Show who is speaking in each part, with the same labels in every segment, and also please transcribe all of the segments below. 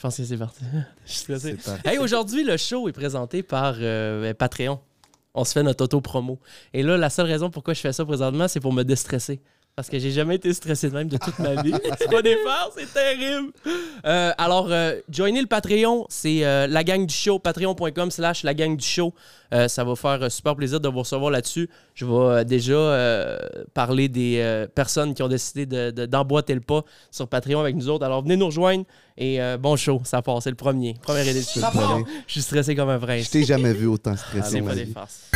Speaker 1: pense que c'est parti. Je suis stressé.
Speaker 2: C'est parti.
Speaker 1: Hey, aujourd'hui, le show est présenté par euh, Patreon. On se fait notre auto-promo. Et là, la seule raison pourquoi je fais ça présentement, c'est pour me déstresser. Parce que j'ai jamais été stressé de même de toute ma vie. c'est pas d'effort, c'est terrible. Euh, alors, euh, joignez le Patreon. C'est euh, la gang du show. Patreon.com slash la gang du show. Euh, ça va faire euh, super plaisir de vous recevoir là-dessus. Je vais euh, déjà euh, parler des euh, personnes qui ont décidé de- de- d'emboîter le pas sur Patreon avec nous autres. Alors, venez nous rejoindre. Et euh, bon show, ça part. C'est le premier. Première idée
Speaker 2: C'est
Speaker 1: de
Speaker 2: le premier.
Speaker 1: Je suis stressé comme un
Speaker 2: Je
Speaker 1: prince.
Speaker 2: t'ai jamais vu autant stressé.
Speaker 1: C'est
Speaker 2: dans
Speaker 1: pas
Speaker 2: ma
Speaker 1: des
Speaker 2: vie.
Speaker 1: farces.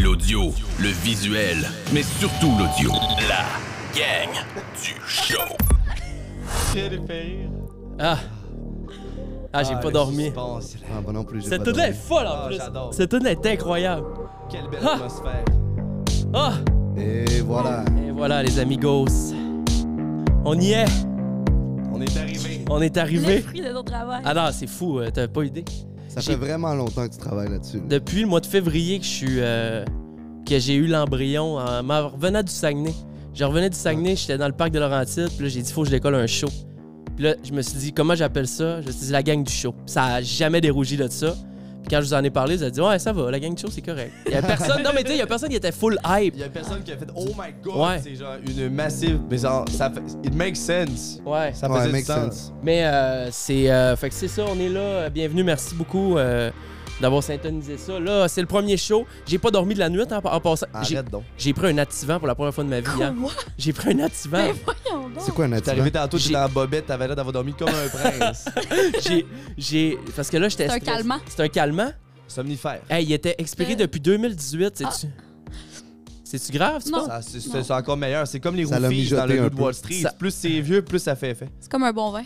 Speaker 3: L'audio, le visuel, mais surtout l'audio. La gang du show.
Speaker 1: Ah! Ah, j'ai pas dormi.
Speaker 2: Ah, bah non plus, j'ai
Speaker 1: Cette
Speaker 2: pas
Speaker 1: tune est
Speaker 2: dormi.
Speaker 1: folle en
Speaker 4: Ah,
Speaker 1: plus.
Speaker 4: j'adore.
Speaker 1: Cette tune est incroyable.
Speaker 4: Quelle belle
Speaker 1: Ah!
Speaker 4: atmosphère.
Speaker 1: Ah!
Speaker 2: Et voilà.
Speaker 1: Et voilà, les amigos. On y est.
Speaker 4: On est arrivé.
Speaker 1: On est
Speaker 5: Le
Speaker 1: arrivé.
Speaker 5: fruit de ton travail.
Speaker 1: Ah non, c'est fou. euh, T'as pas idée.
Speaker 2: Ça
Speaker 1: J'ai-
Speaker 2: fait vraiment longtemps que tu travailles là-dessus. là.
Speaker 1: Depuis le mois de février que je suis. euh, que j'ai eu l'embryon en m'en revenant du Saguenay. Je revenais du Saguenay, j'étais dans le parc de Laurentides, puis là, j'ai dit, faut que je décolle un show. Puis là, je me suis dit, comment j'appelle ça? Je me suis dit, la gang du show. Ça a jamais dérougi de ça. Puis quand je vous en ai parlé, vous avez dit, ouais, ça va, la gang du show, c'est correct. Il y a personne, non, mais tu sais, il y a personne qui était full hype.
Speaker 4: Il y a personne qui a fait Oh my god.
Speaker 1: Ouais.
Speaker 4: C'est genre une massive. Mais genre, ça fait. It makes sense.
Speaker 1: Ouais.
Speaker 4: Ça
Speaker 2: Ouais,
Speaker 4: faisait du
Speaker 2: makes
Speaker 4: sens.
Speaker 2: sense.
Speaker 1: Mais euh, c'est euh, fait que c'est ça, on est là. Euh, Bienvenue, merci beaucoup euh, d'avoir syntonisé ça. Là, c'est le premier show. J'ai pas dormi de la nuit en, en passant. J'ai-
Speaker 4: Ah, Arrête donc.
Speaker 1: J'ai pris un activant pour la première fois de ma vie. hier.
Speaker 5: Quoi? Ben
Speaker 1: J'ai pris un activant.
Speaker 5: Mais voyons donc.
Speaker 2: C'est quoi un
Speaker 4: T'es
Speaker 2: attirant?
Speaker 4: arrivé tantôt,
Speaker 1: J'ai-
Speaker 4: t'étais en bobette, t'avais l'air d'avoir dormi comme un prince.
Speaker 1: J'ai- J'ai parce que là j'étais
Speaker 5: C'est un
Speaker 1: stressé.
Speaker 5: calmant.
Speaker 1: C'est un calmant.
Speaker 4: Somnifère.
Speaker 1: Hey, il était expiré
Speaker 5: Euh. Ah.
Speaker 1: depuis 2018, c'est tu C'est-tu grave, tu
Speaker 5: Non.
Speaker 1: penses?
Speaker 4: Ça, c'est-
Speaker 5: Non.
Speaker 4: C'est c'est encore meilleur. C'est comme les
Speaker 2: Ça l'a
Speaker 4: roofies dans
Speaker 2: mijoté
Speaker 4: le
Speaker 2: un
Speaker 4: Loup de
Speaker 2: peu.
Speaker 4: Wall Street.
Speaker 1: Ça-
Speaker 4: Plus c'est vieux, plus ça fait effet.
Speaker 5: C'est comme un bon vin.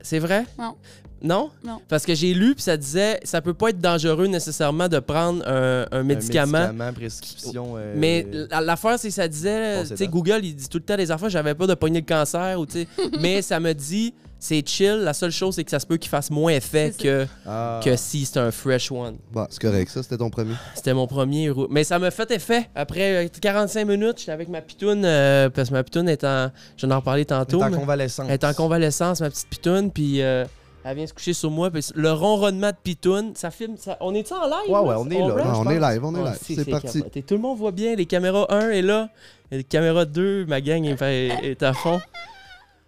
Speaker 1: C'est vrai?
Speaker 5: Non.
Speaker 1: Non?
Speaker 5: Non.
Speaker 1: Parce que j'ai lu puis ça disait ça peut pas être dangereux nécessairement de prendre un- un médicament
Speaker 4: Un médicament, prescription. euh,
Speaker 1: Mais la- l'affaire, c'est que ça disait,
Speaker 4: Bon, c'est
Speaker 1: tu sais,
Speaker 4: dingue.
Speaker 1: Google, il dit tout le temps des affaires, j'avais pas de pogner le cancer, ou tu sais. mais ça me dit, c'est chill, la seule chose, c'est que ça se peut qu'il fasse moins effet
Speaker 5: C'est ça.
Speaker 1: que,
Speaker 4: ah.
Speaker 1: que si c'était un fresh one.
Speaker 2: Bah, c'est correct, ça, c'était ton premier.
Speaker 1: C'était mon premier roux. Mais ça m'a fait effet. Après euh, 45 minutes, j'étais avec ma pitoune, euh, parce que ma pitoune est en. Je vais en reparler
Speaker 4: Elle
Speaker 1: tantôt.
Speaker 4: est en
Speaker 1: mais-
Speaker 4: convalescence.
Speaker 1: elle est en convalescence, ma petite pitoune, puis euh, elle vient se coucher sur moi. Puis le ronronnement de pitoune, ça filme. ça- On est-tu en live?
Speaker 4: Ouais, ouais, on est là.
Speaker 1: run?
Speaker 2: Ah, on
Speaker 4: pense-
Speaker 2: est live, on est
Speaker 1: Ouais,
Speaker 2: live.
Speaker 1: si,
Speaker 2: C'est parti.
Speaker 1: capoté. Tout le monde voit bien. Les caméras 1 est là. Et les caméras 2, ma gang est, est- est à fond.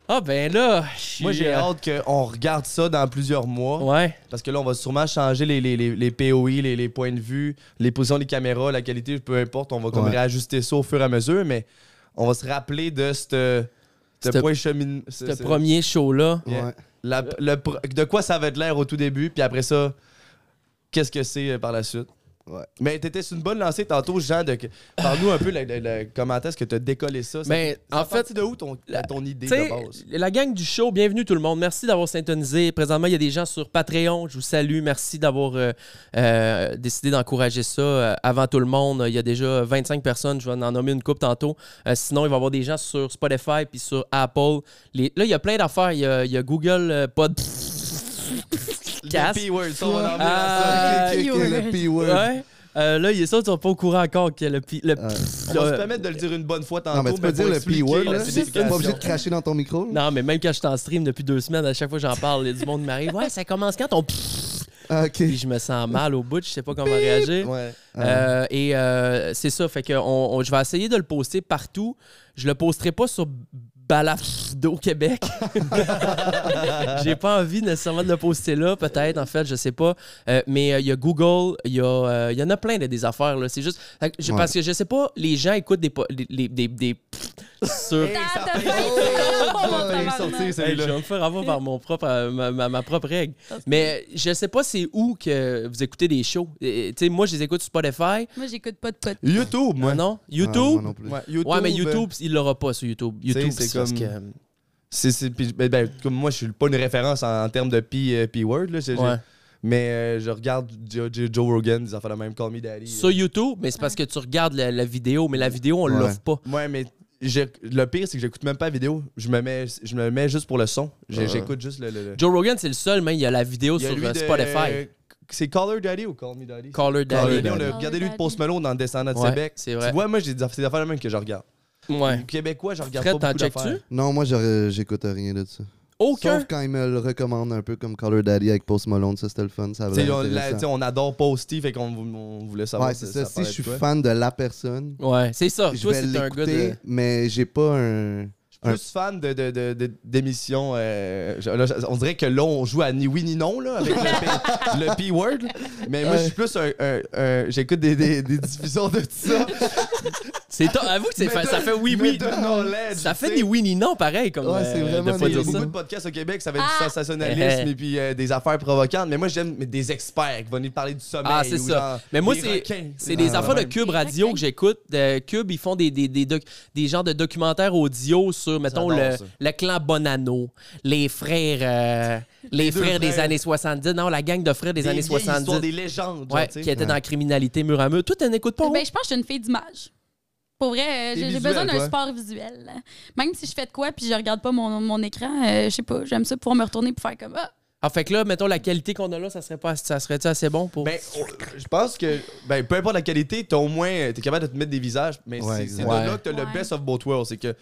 Speaker 1: Ah ben là, je suis,
Speaker 4: Moi, j'ai
Speaker 1: euh,
Speaker 4: hâte qu'on regarde ça dans plusieurs mois.
Speaker 1: Ouais.
Speaker 4: Parce que là, on va sûrement changer les, les, les, les POI, les, les points de vue, les positions des caméras, la qualité, peu importe. On va comme
Speaker 2: Ouais.
Speaker 4: réajuster ça au fur et à mesure, mais on va se rappeler de ce
Speaker 1: C'te-
Speaker 4: point chemin... c'te-
Speaker 1: Ce
Speaker 4: c'te-
Speaker 1: premier show-là.
Speaker 4: Yeah.
Speaker 2: Ouais.
Speaker 4: la- le pr- de quoi ça avait de l'air au tout début, puis après ça, qu'est-ce que c'est euh, par la suite.
Speaker 2: Ouais.
Speaker 4: Mais t'étais sur une bonne lancée tantôt, Jean. De... que- Parle-nous un peu le- le- le- comment est-ce que t'as décollé ça. ça
Speaker 1: Mais
Speaker 4: ça
Speaker 1: Ben, en fait,
Speaker 4: partit de où ton,
Speaker 1: la-
Speaker 4: ton idée
Speaker 1: Tu sais,
Speaker 4: de base?
Speaker 1: la gang du show, bienvenue tout le monde. Merci d'avoir syntonisé. Présentement, il y a des gens sur Patreon. Je vous salue. Merci d'avoir euh, euh, décidé d'encourager ça euh, avant tout le monde. Il y a déjà 25 personnes. Je vais en nommer une coupe tantôt. Euh, sinon, il va y avoir des gens sur Spotify puis sur Apple. Les- Là, il y a plein d'affaires. Il y a, il y a Google euh, Pod.
Speaker 4: Le P-word, ça, on
Speaker 1: euh,
Speaker 4: va en venir à ça.
Speaker 1: Ah,
Speaker 2: Ok, ok, ok, le P-word.
Speaker 1: Ouais. Euh, là, il y a ça, ils sont pas au courant encore que le. pi- le
Speaker 2: Ouais.
Speaker 4: On
Speaker 1: là,
Speaker 4: va se permettre de le dire une bonne fois tantôt.
Speaker 2: Ah, Non, mais tu peux dire le P-word, là. T'es
Speaker 4: T'es
Speaker 2: pas obligé de cracher dans ton micro. là?
Speaker 1: Non, mais même quand je suis en stream depuis deux semaines, à chaque fois que j'en parle, il y a du monde qui m'arrive. Ouais, ça commence quand ton
Speaker 2: Ah, Ok.
Speaker 1: Puis je me sens mal au bout, je sais pas comment réagir.
Speaker 4: Ouais.
Speaker 2: Ah
Speaker 1: Euh, et euh, c'est ça, fait que on- on- je vais essayer de le poster partout. Je le posterai pas sur Balafdo Québec. J'ai pas envie nécessairement de le poster là, peut-être, en fait, je sais pas. Euh, mais euh, il y a Google, il y, a, euh, il y en a plein de des affaires, là. C'est juste. fait que je-
Speaker 2: Ouais.
Speaker 1: Parce que je sais pas, les gens écoutent des. po- les- les- des, des- sur.
Speaker 4: Hey, ça
Speaker 5: T'as
Speaker 4: fait-
Speaker 5: fait-
Speaker 4: Oh, ça fait
Speaker 5: Oh,
Speaker 4: sortir,
Speaker 1: Hey, je
Speaker 4: celui-là.
Speaker 1: vais me faire avoir par mon propre, euh, ma, ma- ma propre règle. Mais je sais pas c'est où que vous écoutez des shows. Et, et, tu sais, moi, je les écoute sur Spotify.
Speaker 5: Moi, j'écoute pas de pot.
Speaker 4: YouTube, moi.
Speaker 1: Non?
Speaker 2: Ah, moi
Speaker 1: YouTube?
Speaker 2: non plus.
Speaker 4: Ouais, YouTube. ben,
Speaker 1: ouais, mais YouTube, il l'aura pas sur YouTube.
Speaker 4: sais,
Speaker 1: YouTube,
Speaker 4: c'est
Speaker 1: c'est parce
Speaker 4: comme-
Speaker 1: que...
Speaker 4: C'est, c'est- puis, ben, ben, comme moi, je suis pas une référence en, en termes de P, euh, P-word. là, c'est-
Speaker 1: Ouais.
Speaker 4: Mais euh, je regarde Joe, Joe- Joe Rogan, ils ont fait la même Call Me Daddy.
Speaker 1: Sur YouTube, mais c'est parce que tu regardes la, la vidéo, mais la vidéo, on
Speaker 2: Ouais.
Speaker 1: l'offre pas.
Speaker 4: Ouais, mais j'ai- le pire, c'est que j'écoute même pas la vidéo. Je me mets, je me mets juste pour le son. J'ai-
Speaker 1: Ouais.
Speaker 4: J'écoute juste le. le- le-
Speaker 1: Joe Rogan, c'est le seul, mais il y a la vidéo
Speaker 4: Il y a
Speaker 1: sur
Speaker 4: lui
Speaker 1: euh,
Speaker 4: de-
Speaker 1: Spotify.
Speaker 4: C'est Caller Daddy ou Call Me Daddy?
Speaker 1: Caller
Speaker 4: Caller
Speaker 1: Daddy.
Speaker 4: Daddy. On
Speaker 2: Daddy.
Speaker 4: a regardé lui de
Speaker 5: Caller
Speaker 4: Post
Speaker 5: Daddy.
Speaker 4: Malone dans Descendant de
Speaker 1: Ouais,
Speaker 4: Québec.
Speaker 1: c'est vrai.
Speaker 4: Tu vois, moi, j'ai des aff- c'est des affaires la même que je regarde.
Speaker 1: Ouais.
Speaker 4: Québécois, je regarde
Speaker 1: Fred,
Speaker 4: pas
Speaker 1: t'en
Speaker 4: beaucoup d'affaires.
Speaker 1: checkes-tu?
Speaker 2: Non, moi, j'aurais- j'écoute rien de ça.
Speaker 1: Aucun.
Speaker 2: Sauf quand il me le recommande un peu comme Color Daddy avec Post Malone, ça c'était le fun, ça
Speaker 4: Tu sais,
Speaker 2: valait
Speaker 4: on, la- tu sais,
Speaker 2: intéressant.
Speaker 4: on adore Posty, fait qu'on vou- on voulait savoir
Speaker 2: Ouais, c'est ça. Si
Speaker 4: parlait
Speaker 2: je
Speaker 4: de
Speaker 2: suis
Speaker 4: toi.
Speaker 2: fan de la personne,
Speaker 1: Ouais, c'est ça.
Speaker 2: je
Speaker 1: Ah, Toi,
Speaker 2: vais
Speaker 1: c'est un gars de.
Speaker 2: l'écouter, mais j'ai pas un.
Speaker 4: Je suis plus fan de, de, de- de- d'émissions. euh, je- là, je- on dirait que là, on joue à ni oui ni non, là, avec le, P, le P-word. Mais moi, je suis plus un. un- un- j'écoute des, des, des diffusions de tout ça.
Speaker 1: C'est to- Avoue que c'est
Speaker 4: Mais
Speaker 1: fa-
Speaker 4: de-
Speaker 1: ça fait oui
Speaker 4: mais
Speaker 1: oui.
Speaker 4: de knowledge,
Speaker 1: Ça fait
Speaker 4: tu
Speaker 1: ni
Speaker 4: sais.
Speaker 1: oui ni non pareil comme
Speaker 2: Ouais, c'est
Speaker 1: euh,
Speaker 2: vraiment
Speaker 1: de pas
Speaker 4: Il
Speaker 2: des-
Speaker 4: y a
Speaker 1: dire
Speaker 4: beaucoup
Speaker 1: ça.
Speaker 4: de podcasts au Québec, ça fait
Speaker 5: Ah.
Speaker 4: du sensationnalisme
Speaker 1: Eh.
Speaker 4: et puis euh, des affaires provocantes. Mais moi, j'aime mais des experts qui vont venir parler du sommeil.
Speaker 1: Ah, c'est
Speaker 4: ou
Speaker 1: ça.
Speaker 4: genre
Speaker 1: Mais moi,
Speaker 4: des
Speaker 1: c'est
Speaker 4: requins.
Speaker 1: c'est des
Speaker 4: Ah,
Speaker 1: affaires de
Speaker 4: ouais.
Speaker 1: Cube
Speaker 5: Des
Speaker 1: Radio
Speaker 5: requins.
Speaker 1: que j'écoute. De Cube, ils font des, des, des, doc- des genres de documentaires audio sur, mettons,
Speaker 4: J'adore
Speaker 1: le,
Speaker 4: ça.
Speaker 1: le clan Bonanno, les frères, euh, les
Speaker 4: deux
Speaker 1: frères des
Speaker 4: frères.
Speaker 1: années 70. Non, la gang de frères des,
Speaker 4: Des
Speaker 1: années
Speaker 4: vieilles histoires,
Speaker 1: 70.
Speaker 4: Des légendes.
Speaker 1: Ouais,
Speaker 4: genre, tu
Speaker 1: qui
Speaker 4: sais.
Speaker 1: étaient dans la criminalité mur à mur. Toi, t'en écoutes pas,
Speaker 5: Ben, je pense que je suis une fille d'image. Pour vrai, euh, j'ai
Speaker 4: T'es
Speaker 5: j'ai
Speaker 4: visuelle,
Speaker 5: besoin d'un
Speaker 4: toi.
Speaker 5: sport visuel. Même si je fais de quoi puis je regarde pas mon, mon écran, euh, je sais pas, j'aime ça pouvoir me retourner pour faire comme ah,
Speaker 1: En fait que là, mettons, la qualité qu'on a là, ça serait pas ça serait assez bon pour.
Speaker 4: Ben, oh, je pense que ben, peu importe la qualité, t'as au moins t'es capable de te mettre des visages. Mais
Speaker 2: Ouais,
Speaker 4: c'est- c'est
Speaker 2: exact.
Speaker 4: de
Speaker 1: Ouais.
Speaker 4: là que t'as
Speaker 5: Ouais.
Speaker 4: le best of both worlds. C'est que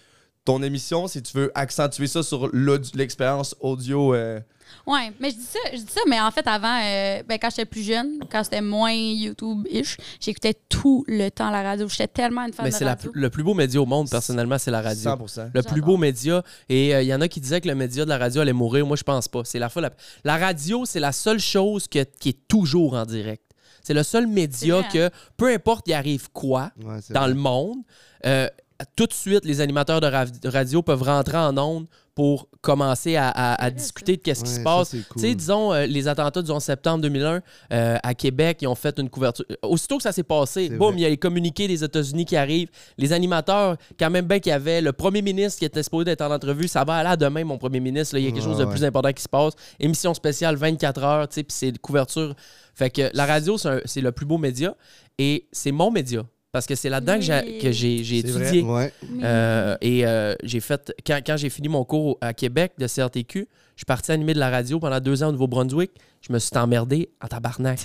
Speaker 4: ton émission, si tu veux accentuer ça sur l'audi- l'expérience audio. euh,
Speaker 5: Ouais, mais je dis ça, je dis ça, mais en fait, avant, euh, ben, quand j'étais plus jeune, quand c'était moins YouTube-ish, j'écoutais tout le temps la radio. J'étais tellement une fan
Speaker 1: Mais
Speaker 5: de
Speaker 1: c'est la
Speaker 5: radio.
Speaker 1: plus- le plus beau média au monde, personnellement, c'est la radio.
Speaker 4: 100%.
Speaker 1: Le
Speaker 5: J'adore.
Speaker 1: plus beau média. Et euh, il y en a qui disaient que le média de la radio allait mourir. Moi, je pense pas. C'est la folle. La radio, c'est la seule chose que- qui est toujours en direct. C'est le seul média
Speaker 5: C'est hein.
Speaker 1: que, peu importe, il arrive quoi
Speaker 2: Ouais, c'est
Speaker 1: dans
Speaker 2: vrai.
Speaker 1: le monde, euh, tout de suite, les animateurs de, ra- de radio peuvent rentrer en ondes pour commencer à, à- à discuter de qu'est-ce qui
Speaker 2: Ouais,
Speaker 1: se
Speaker 2: ça,
Speaker 1: passe.
Speaker 2: c'est cool.
Speaker 1: Tu sais, disons, euh, les attentats du 11 septembre 2001 euh, à Québec, ils ont fait une couverture. Aussitôt que ça s'est passé,
Speaker 2: C'est
Speaker 1: boum,
Speaker 2: vrai.
Speaker 1: il y a les communiqués des États-Unis qui arrivent. Les animateurs, quand même bien qu'il y avait le premier ministre qui était supposé être en entrevue, ça va aller à demain, mon premier ministre, là, il y a quelque
Speaker 2: Ouais,
Speaker 1: chose de
Speaker 2: ouais.
Speaker 1: plus important qui se passe. Émission spéciale 24 heures, tu sais, puis c'est de couverture. Fait que la radio, c'est un- c'est le plus beau média et c'est mon média. Parce que c'est là-dedans que j'ai-
Speaker 5: Oui.
Speaker 1: que j'ai j'ai
Speaker 4: C'est vrai.
Speaker 1: étudié.
Speaker 2: Ouais.
Speaker 5: Mais-
Speaker 1: Euh, et euh, j'ai fait, quand, quand j'ai fini mon cours à Québec de CRTQ, je suis parti animer de la radio pendant deux ans au Nouveau-Brunswick. Je me suis emmerdé en tabarnak.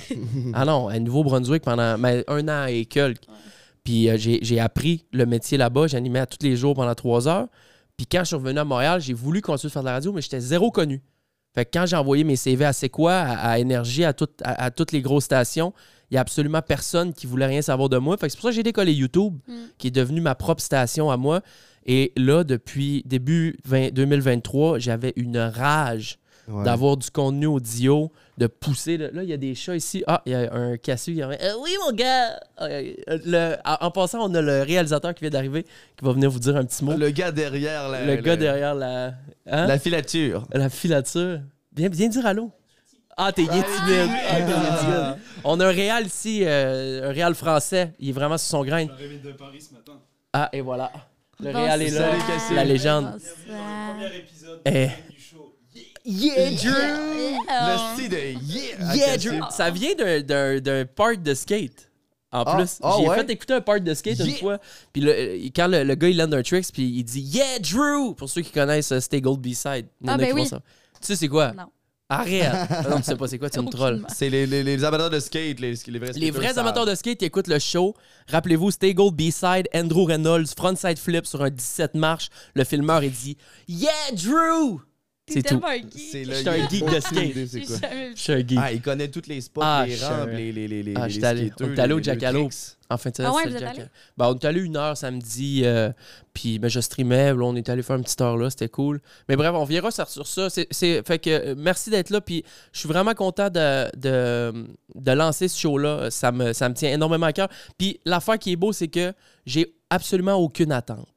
Speaker 1: ah non, à Nouveau-Brunswick pendant mais un an et quelques. Puis euh, j'ai j'ai appris le métier là-bas. J'animais à tous les jours pendant trois heures. Puis quand je suis revenu à Montréal, j'ai voulu continuer de faire de la radio, mais j'étais zéro connu. Fait que quand j'ai envoyé mes CV à C'est quoi, à, à Énergie, à, toutes- à- à toutes les grosses stations, il n'y a absolument personne qui voulait rien savoir de moi. Fait que c'est pour ça que j'ai décollé YouTube, qui est devenu ma propre station à moi. Et là, depuis début 20 2023, j'avais une rage
Speaker 2: Ouais.
Speaker 1: d'avoir du contenu audio, de pousser. le- Là, il y a des chats ici. Ah, il y a un cassu. il y a un- Euh, oui, mon gars! Euh, euh, le- en en passant, on a le réalisateur qui vient d'arriver, qui va venir vous dire un petit mot. Le,
Speaker 4: Le gars derrière la, le-
Speaker 1: gars derrière la... hein?
Speaker 4: la filature.
Speaker 1: La filature. Viens, viens dire allô. Ah, t'es gay timide. Ah, t'es gay timide. On a un réal ici, euh, un réal français. Il est vraiment sur son grain.
Speaker 6: arrivé de Paris ce matin.
Speaker 1: Ah, et voilà. Le
Speaker 5: Bonsoir.
Speaker 1: réal est là. La légende.
Speaker 5: Bonsoir.
Speaker 6: Premier épisode
Speaker 1: Eh.
Speaker 6: du show.
Speaker 1: Yeah,
Speaker 5: Yeah.
Speaker 4: Le style de
Speaker 5: Ah,
Speaker 4: yeah. à
Speaker 1: Yeah,
Speaker 4: Cassius.
Speaker 1: Drew. Ça vient d'un- d'un d'un part de skate. En
Speaker 4: Ah,
Speaker 1: plus,
Speaker 4: ah
Speaker 1: j'ai
Speaker 4: ouais?
Speaker 1: fait écouter un part de skate une
Speaker 4: Yeah.
Speaker 1: fois. Puis le- euh, quand le, le gars il lance un tricks, puis il dit Yeah, Drew! Pour ceux qui connaissent euh, Stay Gold B-Side. Il y en
Speaker 5: Ah,
Speaker 1: a
Speaker 5: ben
Speaker 1: qui
Speaker 5: oui.
Speaker 1: vont savoir. Tu sais, c'est quoi?
Speaker 5: Non.
Speaker 1: Arrête! Ah non, tu sais pas c'est quoi, tu me trolles.
Speaker 5: Aucunement.
Speaker 4: C'est les, les, les amateurs de skate, les, les vrais
Speaker 1: Les vrais amateurs de skate qui écoutent le show, rappelez-vous, Stay Gold B-Side, Andrew Reynolds, frontside flip sur un 17 marches. Le filmeur, il dit Yeah, Drew!
Speaker 5: T'es
Speaker 1: C'est tout.
Speaker 5: tellement un geek.
Speaker 4: C'est
Speaker 1: Je
Speaker 4: le
Speaker 1: suis un geek de
Speaker 2: Aucune
Speaker 1: skate.
Speaker 2: idée,
Speaker 5: J'ai
Speaker 2: c'est quoi.
Speaker 5: jamais vu
Speaker 1: Je
Speaker 5: ça.
Speaker 1: suis un geek.
Speaker 4: Ah, il connaît toutes les spots,
Speaker 1: Ah,
Speaker 4: les
Speaker 1: je-
Speaker 4: rampes, les, les, les, les,
Speaker 1: Ah,
Speaker 4: les
Speaker 1: j'étais allé.
Speaker 4: skateurs,
Speaker 1: On est allé au
Speaker 4: les- les
Speaker 1: Jack Allo.
Speaker 4: tricks.
Speaker 1: En fin de
Speaker 5: Ah ouais,
Speaker 1: c'est
Speaker 5: vous
Speaker 1: le
Speaker 5: êtes
Speaker 1: Jack-
Speaker 5: allé?
Speaker 1: Ben, on est allé une heure samedi, euh, puis ben, je streamais, là, on est allé faire une petite heure là, c'était cool. Mais bref, on verra ça- sur ça. C'est, c'est- fait que euh, merci d'être là, puis je suis vraiment content de, de, de lancer ce show-là. Ça me, ça me tient énormément à cœur. Puis l'affaire qui est beau, c'est que j'ai absolument aucune attente.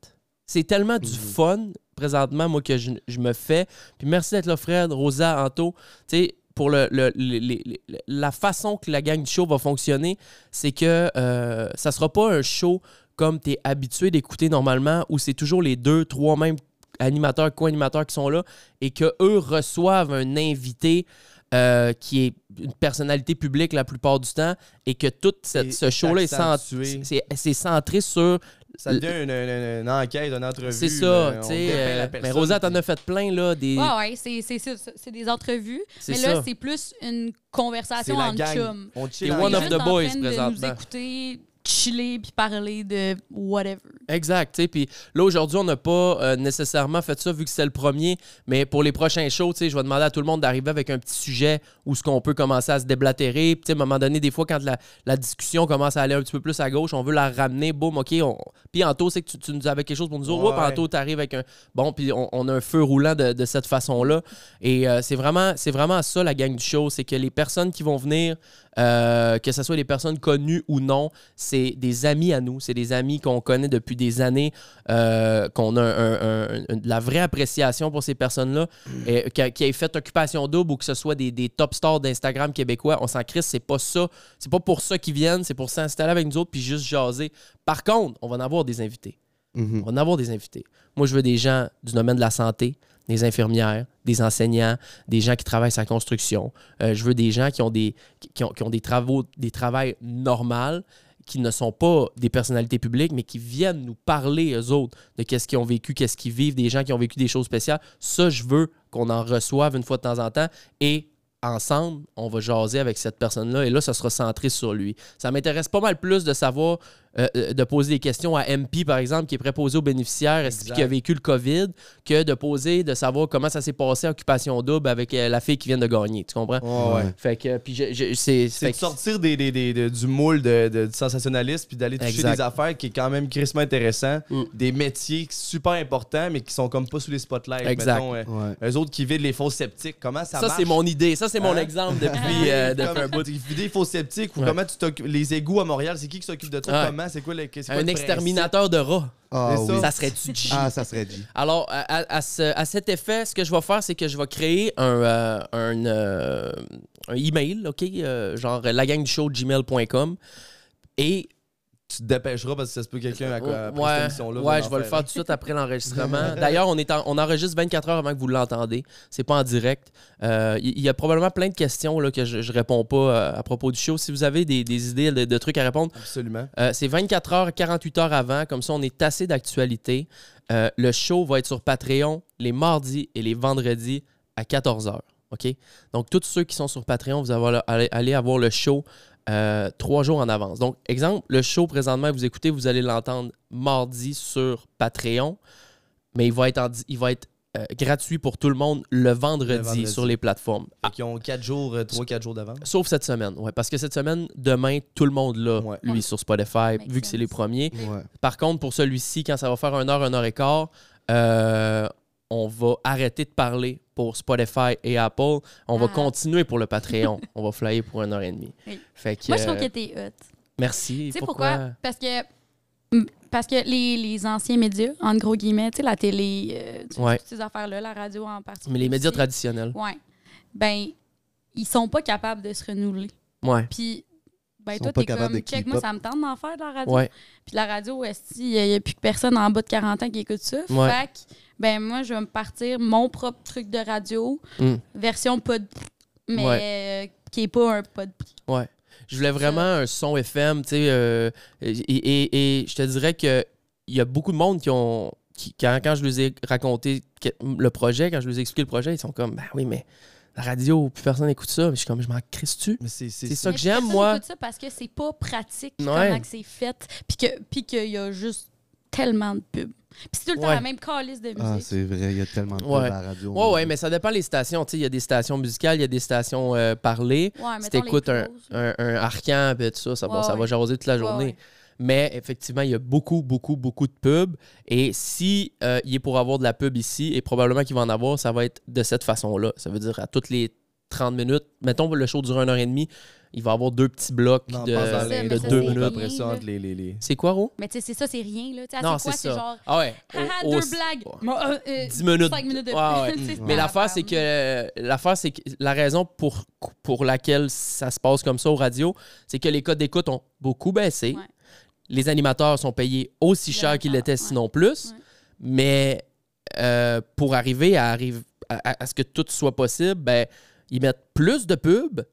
Speaker 1: C'est tellement du fun présentement, moi, que je, je me fais. Puis merci d'être là, Fred, Rosa, Anto. Tu sais, pour le, le- le- les- les- la façon que la gang du show va fonctionner, c'est que euh, ça sera pas un show comme tu es habitué d'écouter normalement, où c'est toujours les deux, trois mêmes animateurs, co-animateurs qui sont là et que eux reçoivent un invité euh, qui est une personnalité publique la plupart du temps et que tout cette-
Speaker 4: Et
Speaker 1: ce show-là est, cent-
Speaker 4: accentué.
Speaker 1: c'est- c'est centré sur
Speaker 4: Ça devient une, une- une- une enquête, une entrevue.
Speaker 1: c'est
Speaker 4: mais
Speaker 1: ça,
Speaker 4: on
Speaker 1: tu
Speaker 4: dépeint
Speaker 1: sais.
Speaker 4: la
Speaker 1: euh, mais
Speaker 4: personne,
Speaker 1: Rosa,
Speaker 4: puis-
Speaker 1: t'en as fait plein, là, des...
Speaker 5: Ouais, ouais, c'est- c'est ça, ça, c'est des entrevues.
Speaker 1: C'est
Speaker 5: Mais
Speaker 1: ça.
Speaker 5: là, c'est plus une conversation entre chums.
Speaker 4: On
Speaker 1: Et
Speaker 4: chill
Speaker 5: Ils
Speaker 4: en
Speaker 1: one
Speaker 5: sont
Speaker 1: of
Speaker 4: gang.
Speaker 1: the
Speaker 5: juste en
Speaker 1: boys,
Speaker 5: train de
Speaker 1: présentement.
Speaker 5: nous écouter chiller puis parler de whatever.
Speaker 1: Exact. tu sais, Puis là, aujourd'hui, on n'a pas euh, nécessairement fait ça vu que c'était le premier. Mais pour les prochains shows, tu sais, je vais demander à tout le monde d'arriver avec un petit sujet où ce qu'on peut commencer à se déblatérer. Puis, tu sais, à un moment donné, des fois, quand la, la discussion commence à aller un petit peu plus à gauche, on veut la ramener. Boum, OK. On... Puis, Anto, c'est que tu, tu nous avais quelque chose pour nous dire.
Speaker 4: Ouais.
Speaker 1: Oups, Anto, t'arrives avec un. Bon, puis on, on a un feu roulant de, de cette façon-là. Et euh, c'est vraiment, c'est vraiment ça, la gang du show. C'est que les personnes qui vont venir. Euh, que ce soit des personnes connues ou non, c'est des amis à nous, c'est des amis qu'on connaît depuis des années, euh, qu'on a un- un- un- un- de la vraie appréciation pour ces personnes-là, et qu'a- qui aient fait occupation double ou que ce soit des, des top stars d'Instagram québécois, on s'en crisse, c'est pas ça, c'est pas pour ça qu'ils viennent, c'est pour s'installer avec nous autres puis juste jaser. Par contre, on va en avoir des invités.
Speaker 2: Mhm.
Speaker 1: On va en avoir des invités. Moi, je veux des gens du domaine de la santé, des infirmières, des enseignants, des gens qui travaillent sur la construction. Euh, je veux des gens qui ont des, qui- qui ont, qui ont des travaux, des travails normaux, qui ne sont pas des personnalités publiques, mais qui viennent nous parler, eux autres, de qu'est-ce qu'ils ont vécu, qu'est-ce qu'ils vivent, des gens qui ont vécu des choses spéciales. Ça, je veux qu'on en reçoive une fois de temps en temps et ensemble, on va jaser avec cette personne-là et là, ça sera centré sur lui. Ça m'intéresse pas mal plus de savoir, euh, euh, de poser des questions à MP, par exemple, qui est préposé aux bénéficiaires, est-ce qu'il a vécu le COVID, que de poser, de savoir comment ça s'est passé, occupation double, avec euh, la fille qui vient de gagner. Tu comprends?
Speaker 4: ouais.
Speaker 1: Fait que, puis je- je- c'est. fait
Speaker 4: C'est de
Speaker 1: que-
Speaker 4: sortir des, des- des- de- du moule de, de- du sensationnalisme puis d'aller toucher
Speaker 1: Exact.
Speaker 4: des affaires qui est quand même crissement intéressant,
Speaker 1: Mm.
Speaker 4: des métiers super importants mais qui sont comme pas sous les spotlights.
Speaker 1: Exact.
Speaker 4: Mettons, euh,
Speaker 2: Ouais.
Speaker 4: eux autres qui vident les fosses septiques, comment ça,
Speaker 1: Ça,
Speaker 4: marche?
Speaker 1: c'est mon idée. Ça, c'est mon
Speaker 4: Hein?
Speaker 1: exemple depuis, euh, depuis un bout.
Speaker 4: Comme, vider les fosses septiques ou
Speaker 1: Ouais.
Speaker 4: comment tu t'occupes. Les égouts à Montréal, c'est qui qui s'occupe de toi?
Speaker 1: Ouais.
Speaker 4: Comment? C'est quoi le. c'est quoi le
Speaker 1: Un
Speaker 4: principe?
Speaker 1: exterminateur de rats.
Speaker 2: Ah,
Speaker 4: C'est ça.
Speaker 2: oui.
Speaker 1: Ça serait-tu G?
Speaker 2: Ah, ça serait dit.
Speaker 1: Alors, à, à- à ce- à cet effet, ce que je vais faire, c'est que je vais créer un, euh, un, euh, un email, OK? euh, genre lagangdushow.gmail.com. Et
Speaker 4: Tu te dépêcheras parce que ça se peut quelqu'un à quoi. après cette
Speaker 1: ouais,
Speaker 4: émission-là, va
Speaker 1: ouais,
Speaker 4: en
Speaker 1: je vais le
Speaker 4: faire.
Speaker 1: faire tout de suite après l'enregistrement. D'ailleurs, on, est en- on enregistre 24 heures avant que vous l'entendez. C'est pas en direct. Euh, Il y, y a probablement plein de questions là, que je, je réponds pas euh, à propos du show. Si vous avez des, des idées de- de trucs à répondre,
Speaker 4: Absolument.
Speaker 1: euh, c'est 24 heures, 48 heures avant. Comme ça, on est assez d'actualité. Euh, le show va être sur Patreon les mardis et les vendredis à 14 heures. OK? Donc, tous ceux qui sont sur Patreon, vous allez, allez- allez avoir le show euh, trois jours en avance. Donc, exemple, le show présentement que vous écoutez, vous allez l'entendre mardi sur Patreon, mais il va être, en di- il va être euh, gratuit pour tout le monde le vendredi,
Speaker 4: vendredi.
Speaker 1: sur les plateformes.
Speaker 4: Fait qu'ils ont 4 jours, 3-4 jours d'avance.
Speaker 1: Sauf cette semaine, ouais, parce que cette semaine, demain, tout le monde l'a,
Speaker 4: Ouais.
Speaker 1: lui,
Speaker 5: Ouais.
Speaker 1: sur Spotify,
Speaker 5: Makes
Speaker 1: vu que c'est les
Speaker 5: sense.
Speaker 1: premiers.
Speaker 2: Ouais.
Speaker 1: Par contre, pour celui-ci, quand ça va faire 1 heure, 1 heure et quart, euh, on va arrêter de parler pour Spotify et Apple. On va
Speaker 5: Ah.
Speaker 1: continuer pour le Patreon. on va flyer pour 1 heure et demie.
Speaker 5: Oui.
Speaker 1: Fait que,
Speaker 5: Moi, je trouve
Speaker 1: euh,
Speaker 5: que t'es hot.
Speaker 1: Merci.
Speaker 5: Tu sais pourquoi? Parce que, parce que les, les anciens médias, en gros guillemets, tu sais, la télé, euh, tu-
Speaker 1: Ouais.
Speaker 5: toutes ces affaires-là, la radio en particulier.
Speaker 1: Mais les médias
Speaker 5: aussi,
Speaker 1: traditionnels.
Speaker 5: Ouais. Ben, ils sont pas capables de se renouveler.
Speaker 1: Ouais.
Speaker 5: Puis, ben,
Speaker 2: Ils sont
Speaker 5: toi,
Speaker 2: pas
Speaker 5: t'es
Speaker 2: capables
Speaker 5: comme,
Speaker 2: de
Speaker 5: check,
Speaker 2: keep
Speaker 5: moi,
Speaker 2: up.
Speaker 5: ça me tente d'en faire de la radio.
Speaker 1: Ouais.
Speaker 5: Puis la radio, il n'y a, plus que personne en bas de 40 ans qui écoute ça.
Speaker 1: Ouais.
Speaker 5: Fait que, ben moi, je vais me partir mon propre truc de radio,
Speaker 1: Mm.
Speaker 5: version pod, mais euh, qui n'est pas un pod.
Speaker 1: Ouais. Je voulais vraiment un son FM, tu sais. euh, et, et- et je te dirais que il y a beaucoup de monde qui ont. qui- quand, quand je les ai raconté que- le projet, quand je les ai expliqué le projet, ils sont comme, ben oui, mais la radio, plus personne n'écoute ça. Mais je suis comme, je m'en crisse tu
Speaker 4: Mais c'est c'est-
Speaker 1: C'est
Speaker 4: c'est-
Speaker 1: ça que
Speaker 5: Mais
Speaker 1: j'aime,
Speaker 5: personne
Speaker 1: moi.
Speaker 5: écoute ça parce que c'est pas pratique
Speaker 1: Ouais.
Speaker 5: comment que c'est fait, puis que- puis qu'il y a juste tellement de pubs. Puis c'est tout le temps
Speaker 1: Ouais.
Speaker 5: la même calice de musique.
Speaker 2: Ah, c'est vrai, il y a tellement de
Speaker 1: Ouais.
Speaker 2: pubs à la radio.
Speaker 1: Ouais, ouais, mais ça dépend des stations. Tu sais, il y a des stations musicales, il y a des stations euh, parlées.
Speaker 5: ouais,
Speaker 1: Si
Speaker 5: Ah, mettons les
Speaker 1: t'écoutes un,
Speaker 5: pros, là.
Speaker 1: un, un arcan, pis tout ça, ça, bon,
Speaker 5: Ouais,
Speaker 1: ça va
Speaker 5: ouais.
Speaker 1: jaser toute la
Speaker 5: Ouais,
Speaker 1: journée.
Speaker 5: ouais.
Speaker 1: Mais effectivement, il y a beaucoup, beaucoup, beaucoup de pubs. Et si euh, il est pour avoir de la pub ici, et probablement qu'il va en avoir, ça va être de cette façon-là. Ça veut dire à toutes les 30 minutes, mettons le show dure 1h30, il va avoir deux petits blocs
Speaker 4: Non,
Speaker 1: de,
Speaker 4: pense dans les-
Speaker 5: Ça, mais
Speaker 1: de
Speaker 5: ça,
Speaker 1: euh, deux
Speaker 5: c'est
Speaker 1: minutes.
Speaker 5: rien,
Speaker 4: Après ça,
Speaker 5: là.
Speaker 4: entre les- les- les.
Speaker 1: C'est quoi, Ro?
Speaker 5: Mais tu sais, c'est ça, c'est rien. Là. Tu sais,
Speaker 1: Non,
Speaker 5: c'est quoi?
Speaker 1: c'est
Speaker 5: C'est
Speaker 1: ça.
Speaker 5: genre,
Speaker 1: Ah ouais.
Speaker 5: haha,
Speaker 1: Au- au-
Speaker 5: deux blagues. Bon, euh, euh,
Speaker 1: 10 minutes.
Speaker 5: cinq minutes de
Speaker 1: Ouais, ouais.
Speaker 5: Tu sais,
Speaker 1: Mais l'affaire, c'est
Speaker 5: tabarnak.
Speaker 1: que l'affaire, c'est que la raison pour, pour laquelle ça se passe comme ça aux radios, c'est que les codes d'écoute ont beaucoup baissé.
Speaker 5: Ouais.
Speaker 1: Les animateurs sont payés aussi
Speaker 5: Le
Speaker 1: cher qu'ils
Speaker 5: même temps,
Speaker 1: l'étaient,
Speaker 5: ouais.
Speaker 1: sinon plus.
Speaker 5: Ouais.
Speaker 1: Mais euh, pour arriver à, arrive- à, à- à ce que tout soit possible, ben, ils mettent plus de pubs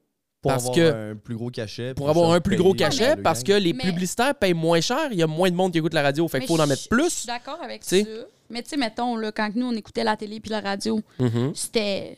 Speaker 4: pour
Speaker 1: parce
Speaker 4: avoir
Speaker 1: que
Speaker 4: un plus gros cachet.
Speaker 1: pour
Speaker 4: puis
Speaker 1: avoir
Speaker 4: ça,
Speaker 1: un plus gros
Speaker 4: payer
Speaker 1: cachet
Speaker 4: le
Speaker 1: parce que
Speaker 4: gang.
Speaker 1: les
Speaker 5: Mais-
Speaker 1: publicitaires payent moins cher. Il y a moins de monde qui écoute la radio. Fait qu'il Ben,
Speaker 5: Mais
Speaker 1: faut en
Speaker 5: je-
Speaker 1: mettre
Speaker 5: Je suis
Speaker 1: plus.
Speaker 5: d'accord avec
Speaker 1: Tu sais.
Speaker 5: ça. Mais tu sais, mettons, là, quand nous, on écoutait la télé puis la radio,
Speaker 1: Mhm.
Speaker 5: c'était.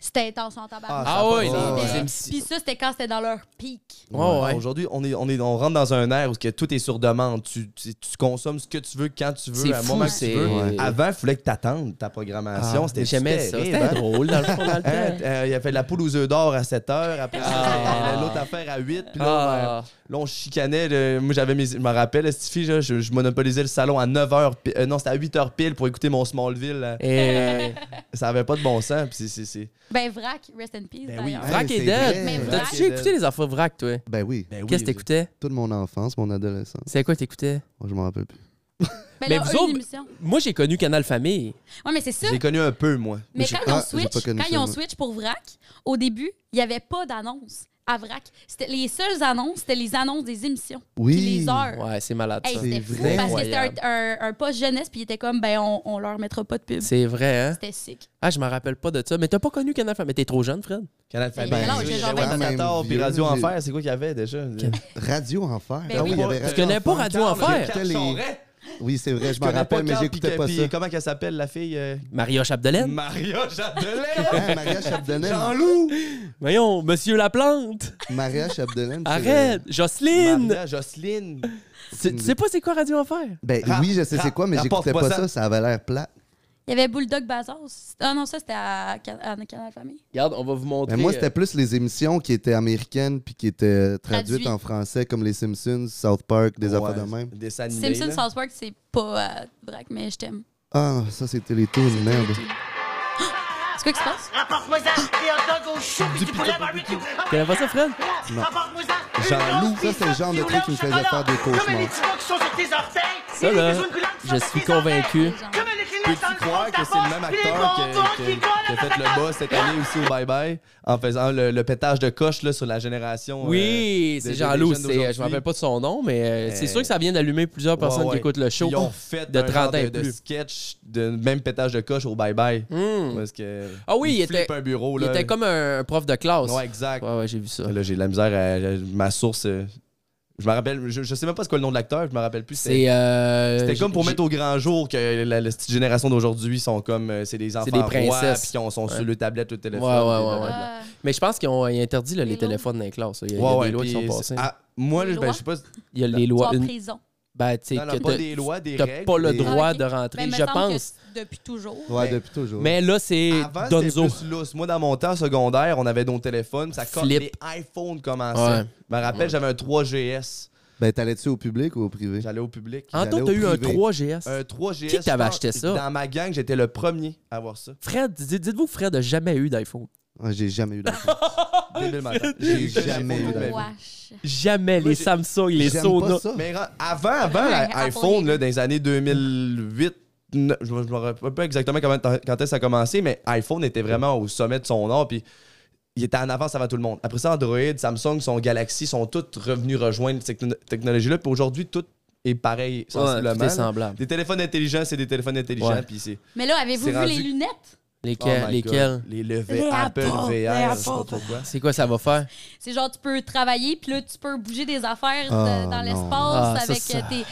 Speaker 5: C'était intense en tabac.
Speaker 1: Ah,
Speaker 4: ça a
Speaker 1: oui,
Speaker 4: pas de
Speaker 1: non,
Speaker 4: sens.
Speaker 1: les
Speaker 5: Puis-
Speaker 1: MC.
Speaker 5: Puis ça, c'était quand c'était dans leur pic.
Speaker 1: Ouais, ouais.
Speaker 4: Aujourd'hui, on, est, on, est, on rentre dans un air où que tout est sur demande. Tu, tu, tu consommes ce que tu veux, quand tu veux,
Speaker 1: C'est
Speaker 4: à un
Speaker 1: fou,
Speaker 4: moment que tu
Speaker 1: c'est.
Speaker 4: veux.
Speaker 2: Ouais.
Speaker 4: Avant, il fallait que tu attendes ta programmation.
Speaker 1: Ah,
Speaker 4: C'était
Speaker 1: J'aimais ça.
Speaker 4: terrible,
Speaker 1: C'était
Speaker 4: hein?
Speaker 1: drôle, dans le fond, dans le
Speaker 4: Hein,
Speaker 1: temps.
Speaker 4: euh, il a fait de la poule aux œufs d'or à 7 heures. Après, ça,
Speaker 1: Ah.
Speaker 4: c'était l'autre affaire à 8. Puis là, ben,
Speaker 1: Ah,
Speaker 4: Là, on chicanait. là. moi, j'avais mes. Je me rappelle, cette fille, là, je, je monopolisais le salon à 9h. euh, non, c'était à 8h pile pour écouter mon Smallville. là.
Speaker 1: et...
Speaker 4: Ça avait pas de bon sens. Puis c'est- c'est- c'est-
Speaker 5: Ben, Vrac, rest in peace.
Speaker 4: Ben oui.
Speaker 5: d'ailleurs.
Speaker 2: Hey,
Speaker 1: Vrac est
Speaker 2: c'est
Speaker 1: dead.
Speaker 2: vrai.
Speaker 5: Mais Vrac-
Speaker 1: T'as-tu écouté les affaires Vrac, toi?
Speaker 2: Ben oui,
Speaker 4: Ben oui,
Speaker 1: Qu'est-ce que t'écoutais?
Speaker 2: toute mon enfance, mon adolescence.
Speaker 1: C'est quoi t'écoutais?
Speaker 2: Moi, je m'en rappelle plus.
Speaker 5: Ben,
Speaker 1: Mais
Speaker 5: là,
Speaker 1: vous
Speaker 5: une
Speaker 1: autres-
Speaker 5: émission.
Speaker 1: Moi, j'ai connu Canal Famille.
Speaker 5: Ouais, mais c'est ça.
Speaker 4: J'ai connu un peu, moi.
Speaker 5: Mais
Speaker 2: j'ai
Speaker 5: quand,
Speaker 2: pas-
Speaker 5: on switch,
Speaker 2: j'ai pas connu
Speaker 5: quand
Speaker 2: ça,
Speaker 5: ils ont
Speaker 2: moi.
Speaker 5: switch pour VRAC, au début, il n'y avait pas d'annonce à VRAC. C'était- Les seules annonces, c'était les annonces des émissions.
Speaker 2: Oui.
Speaker 5: Puis les heures.
Speaker 1: Ouais, c'est malade,
Speaker 5: Hey,
Speaker 1: ça.
Speaker 5: c'était fou
Speaker 2: vrai.
Speaker 5: parce que c'était un,
Speaker 1: Incroyable.
Speaker 5: un, un poste jeunesse, puis ils étaient comme, ben, on, on leur mettra pas de pub.
Speaker 1: C'est vrai, hein?
Speaker 5: C'était sick.
Speaker 1: Ah, je m'en rappelle pas de ça. Mais t'as pas connu Canal Famille. Mais t'es trop jeune, Fred.
Speaker 4: Canal Famille.
Speaker 5: Ben, non, j'ai genre
Speaker 4: j'avais
Speaker 5: 24
Speaker 4: Bellator, puis
Speaker 2: vieux,
Speaker 4: Radio
Speaker 2: j'ai-
Speaker 4: Enfer, c'est quoi qu'il y avait déjà?
Speaker 2: Radio Enfer.
Speaker 5: Ben
Speaker 2: ah oui,
Speaker 5: oui.
Speaker 2: il y avait Radio
Speaker 1: Tu connais pas
Speaker 2: Enfer.
Speaker 1: Radio Enfer?
Speaker 2: J'écoutais les- Oui, c'est vrai, je m'en rappelle, mais j'écoutais pas ça.
Speaker 4: Comment qu'elle s'appelle, la fille? euh,
Speaker 1: Maria Chapdelaine.
Speaker 4: Maria Chapdelaine!
Speaker 2: Hein, Maria Chapdelaine.
Speaker 4: Jean-Loup!
Speaker 1: Voyons, Monsieur Laplante.
Speaker 2: Maria Chapdelaine. c'est-
Speaker 1: Arrête. Jocelyne.
Speaker 4: Maria Jocelyne!
Speaker 1: Tu tu sais pas c'est quoi Radio Enfer?
Speaker 2: Ben
Speaker 4: Ra-
Speaker 2: oui, je sais
Speaker 4: ra-
Speaker 2: c'est quoi, mais j'écoutais
Speaker 4: rapporte-moi
Speaker 2: pas
Speaker 4: Ah, ça.
Speaker 2: ça, ça avait l'air plat.
Speaker 5: Il y avait Bulldog Bazos. Ah non, ça, c'était à, Can- à Canal Famille.
Speaker 1: Regarde, on va vous montrer.
Speaker 2: Mais Ben, moi,
Speaker 1: euh,
Speaker 2: c'était plus les émissions qui étaient américaines puis qui étaient traduites
Speaker 5: Traduit.
Speaker 2: en français, comme les Simpsons, South Park, des affaires de même.
Speaker 4: Des animés.
Speaker 5: Simpson
Speaker 4: là.
Speaker 5: South Park, c'est pas à VRAC, mais je t'aime.
Speaker 2: Ah, ça, c'était les tours, merde.
Speaker 5: C'est quoi qui se passe?
Speaker 6: Rapporte-moi ça, des hot dogs au chou, puis du poulet barbecue.
Speaker 1: Connais pas ça, Fred?
Speaker 6: Rapporte-moi ça. une
Speaker 2: Jean-Loup, ça,
Speaker 6: grosse
Speaker 2: c'est le genre de
Speaker 6: pizza
Speaker 2: truc qui me
Speaker 6: au
Speaker 2: faisait
Speaker 6: chocolat.
Speaker 2: faire des
Speaker 6: Comme
Speaker 2: cauchemars.
Speaker 6: les petits gars qui sont sur tes orteils.
Speaker 1: Ça,
Speaker 6: les
Speaker 1: là,
Speaker 6: bisous de goulard
Speaker 1: je
Speaker 6: qui sont sur
Speaker 1: suis
Speaker 6: tes orteils.
Speaker 1: convaincu.
Speaker 6: Comme les crinettes
Speaker 4: Peux-tu
Speaker 6: dans le
Speaker 4: crois
Speaker 6: fond de
Speaker 4: que c'est
Speaker 6: ta
Speaker 4: le
Speaker 6: poche,
Speaker 4: même
Speaker 6: puis les
Speaker 4: acteur que-
Speaker 6: bonbons
Speaker 4: que-
Speaker 6: qui
Speaker 4: qui
Speaker 6: collent à
Speaker 4: a
Speaker 6: ta
Speaker 4: fait le
Speaker 6: patate?
Speaker 4: bas cette année aussi au Bye Bye en faisant le, le pétage de coche là, sur la génération?
Speaker 1: Oui,
Speaker 4: euh,
Speaker 1: c'est
Speaker 4: des-
Speaker 1: Jean-Loup.
Speaker 4: des jeunes
Speaker 1: c'est-
Speaker 4: d'aujourd'hui.
Speaker 1: Je me rappelle pas de son nom, mais euh, c'est
Speaker 4: Euh,
Speaker 1: sûr que ça vient d'allumer plusieurs
Speaker 4: Ouais,
Speaker 1: personnes
Speaker 4: ouais.
Speaker 1: qui écoutent le show.
Speaker 4: euh, Ils ont fait
Speaker 1: de
Speaker 4: de
Speaker 1: 30 ans et
Speaker 4: de, de
Speaker 1: plus.
Speaker 4: sketch de même pétage de coche au Bye Bye.
Speaker 1: Hmm.
Speaker 4: Parce que
Speaker 1: Ah oui, il
Speaker 4: flippe
Speaker 1: était-
Speaker 4: un bureau.
Speaker 1: Il
Speaker 4: là.
Speaker 1: était comme un, un prof de classe.
Speaker 4: Ouais, exact.
Speaker 1: ouais, ouais, j'ai vu ça.
Speaker 4: Là, j'ai de la misère à, à- ma source. euh, je me rappelle, je, je sais même pas c'est quoi le nom de l'acteur, je me rappelle plus. C'était
Speaker 1: C'est. euh,
Speaker 4: c'était comme pour
Speaker 1: j'ai-
Speaker 4: mettre au grand jour que la, la petite génération d'aujourd'hui sont comme euh, c'est des enfants
Speaker 1: C'est des princesses.
Speaker 4: rois, puis qui sont
Speaker 1: Ouais.
Speaker 4: sur le tablette, le téléphone.
Speaker 1: Ouais, ouais,
Speaker 4: et
Speaker 1: ouais,
Speaker 4: blablabla.
Speaker 1: ouais.
Speaker 5: Ah,
Speaker 1: Mais je pense qu'ils ont euh, interdit là, les
Speaker 5: Les
Speaker 1: téléphones dans les classes. là. Il y a, il y a
Speaker 4: Ouais, ouais,
Speaker 1: des lois qui
Speaker 4: puis
Speaker 1: sont passées.
Speaker 4: c'est- ah, moi,
Speaker 5: Des
Speaker 4: je- ben,
Speaker 5: lois?
Speaker 4: je sais pas.
Speaker 1: il y a les
Speaker 5: tu vas
Speaker 1: lois.
Speaker 5: en
Speaker 1: une-
Speaker 5: prison.
Speaker 1: Ben, tu sais,
Speaker 4: Non, non,
Speaker 1: que
Speaker 4: pas
Speaker 1: t'as-
Speaker 4: des lois, des
Speaker 1: t'as
Speaker 4: règles.
Speaker 1: pas le
Speaker 4: des-
Speaker 1: droit
Speaker 5: Ah, ok.
Speaker 1: de rentrer,
Speaker 5: Ben, me
Speaker 1: je
Speaker 5: semble que
Speaker 1: pense.
Speaker 5: c'est Depuis toujours.
Speaker 2: Ouais,
Speaker 4: Mais-
Speaker 2: depuis toujours.
Speaker 1: Mais là, c'est
Speaker 4: Avant, c'était
Speaker 1: Donzo.
Speaker 4: plus lousse. Moi, dans mon temps secondaire, on avait nos téléphones, ça colle
Speaker 1: Flip.
Speaker 4: les iPhones commençaient.
Speaker 1: Ouais.
Speaker 4: Je me rappelle, j'avais un 3GS.
Speaker 2: Ben, t'allais-tu au public ou au privé?
Speaker 4: J'allais au public.
Speaker 1: Anto, Ah,
Speaker 2: j'allais
Speaker 1: Hein, t'as
Speaker 2: au
Speaker 1: eu un
Speaker 2: privé.
Speaker 1: 3GS.
Speaker 4: Un 3GS.
Speaker 1: Qui t'avait
Speaker 4: je pense,
Speaker 1: acheté ça?
Speaker 4: Dans ma gang, j'étais le premier à avoir ça.
Speaker 1: Fred, dites- dites-vous que Fred n'a jamais eu d'iPhone.
Speaker 2: Ah, j'ai jamais eu d'enfant.
Speaker 4: Débile mental. J'ai eu jamais eu de ma vie.
Speaker 5: Oh, Wesh.
Speaker 1: Jamais les
Speaker 4: Moi, j'ai-
Speaker 1: Samsung, les
Speaker 2: J'aime
Speaker 1: Sona.
Speaker 2: pas ça.
Speaker 4: Mais ra- avant, avant
Speaker 5: Ouais,
Speaker 4: la-
Speaker 5: Apple
Speaker 4: iPhone, là,
Speaker 5: Inc.
Speaker 4: dans les années 2008, ne- je me je me rappelle pas exactement comment- quand, est-ce que ça a commencé, mais iPhone était vraiment au sommet de son art, puis il était en avance avant tout le monde. Après ça, Android, Samsung, son Galaxy sont toutes revenus rejoindre cette techno- technologie-là, puis aujourd'hui, tout est pareil,
Speaker 1: Ouais,
Speaker 4: sensiblement.
Speaker 1: tout est
Speaker 4: là.
Speaker 1: semblable.
Speaker 4: des téléphones intelligents, c'est des téléphones intelligents,
Speaker 1: Ouais.
Speaker 4: puis c'est...
Speaker 5: Mais là, avez-vous
Speaker 4: C'est
Speaker 5: vu
Speaker 4: rendu-
Speaker 5: les lunettes?
Speaker 1: Lesquels?
Speaker 4: Oh my
Speaker 1: lesquels?
Speaker 4: God. Les levées
Speaker 5: Les
Speaker 4: Apple
Speaker 5: Apple,
Speaker 4: VR,
Speaker 5: les
Speaker 4: je sais pas
Speaker 5: Apple.
Speaker 4: pourquoi.
Speaker 1: C'est quoi ça va faire?
Speaker 5: C'est genre, tu peux travailler, puis là, tu peux bouger des affaires de-
Speaker 2: Ah,
Speaker 5: dans
Speaker 2: non.
Speaker 5: l'espace
Speaker 1: Ah, ça,
Speaker 5: avec
Speaker 1: ça-
Speaker 5: euh, tes.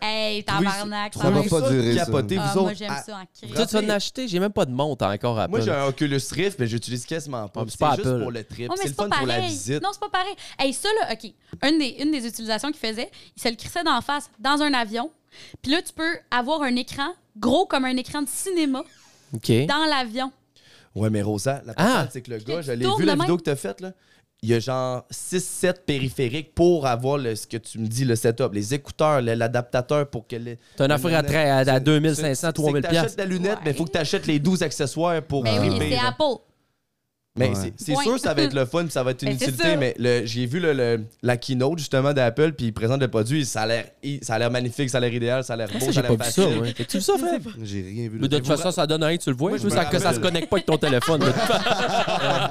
Speaker 5: Hey, tabarnak,
Speaker 2: Ça va
Speaker 5: tabarnak.
Speaker 2: pas durer, ça.
Speaker 4: Capotez,
Speaker 5: Ah,
Speaker 4: vous
Speaker 5: moi,
Speaker 4: autres,
Speaker 5: j'aime
Speaker 4: à-
Speaker 5: ça en crise.
Speaker 1: Toi, tu vas en acheter? J'ai même pas de montre encore à
Speaker 4: Moi,
Speaker 1: Apple.
Speaker 4: j'ai un Oculus Rift, mais j'utilise quasiment pas.
Speaker 1: Ah, mais c'est
Speaker 4: C'est
Speaker 1: pas
Speaker 4: juste
Speaker 1: Apple.
Speaker 4: pour le trip.
Speaker 5: Oh, mais
Speaker 4: c'est le
Speaker 5: c'est pas
Speaker 4: fun pour la
Speaker 5: pareil.
Speaker 4: visite.
Speaker 5: Non, c'est pas pareil. Hey, ça, là, OK. Une des, une des utilisations qu'il faisait, il se le crissait d'en face dans un avion. Puis là, tu peux avoir un écran gros comme un écran de cinéma
Speaker 1: OK.
Speaker 5: dans l'avion.
Speaker 4: Ouais, mais Rosa, la
Speaker 1: Ah!
Speaker 4: personne, c'est que le gars, je l'ai
Speaker 5: tournes
Speaker 4: vu la
Speaker 5: de
Speaker 4: vidéo
Speaker 5: même.
Speaker 4: que t'as faite, là. Il y a genre 6-7 périphériques pour avoir le- ce que tu me dis, le setup. Les écouteurs, le- l'adaptateur pour que les.
Speaker 1: T'as une affaire à, trai- à, à 2500,
Speaker 4: C'est-
Speaker 1: 3000
Speaker 4: c'est que
Speaker 1: piastres.
Speaker 4: T'achètes la lunette, mais il faut que t'achètes les 12 accessoires pour.
Speaker 5: Ben oui, c'est
Speaker 4: flipper, là.
Speaker 5: Apple.
Speaker 4: Mais
Speaker 2: Ouais.
Speaker 4: c'est- c'est
Speaker 5: Point.
Speaker 4: sûr ça va être le fun, puis ça va être une
Speaker 5: Ben, c'est
Speaker 4: utilité,
Speaker 5: ça.
Speaker 4: mais le- j'ai vu le- le- la keynote justement d'Apple, puis ils présentent le produit, ça a l'air i- ça a l'air magnifique, ça a l'air idéal, ça a l'air
Speaker 1: Comment
Speaker 4: beau,
Speaker 1: Ah, ça,
Speaker 4: ça
Speaker 1: j'ai
Speaker 4: a
Speaker 1: pas
Speaker 4: l'air
Speaker 1: vu ça,
Speaker 4: facile.
Speaker 1: ouais. T'as-tu vu ça, Fred?
Speaker 2: J'ai rien vu
Speaker 1: De toute
Speaker 2: là-dedans.
Speaker 1: façon, ça donne rien, tu le vois.
Speaker 4: Moi,
Speaker 1: je
Speaker 4: je me
Speaker 1: ça, que ça se
Speaker 4: rappelle.
Speaker 1: connecte pas avec ton téléphone. de toute façon.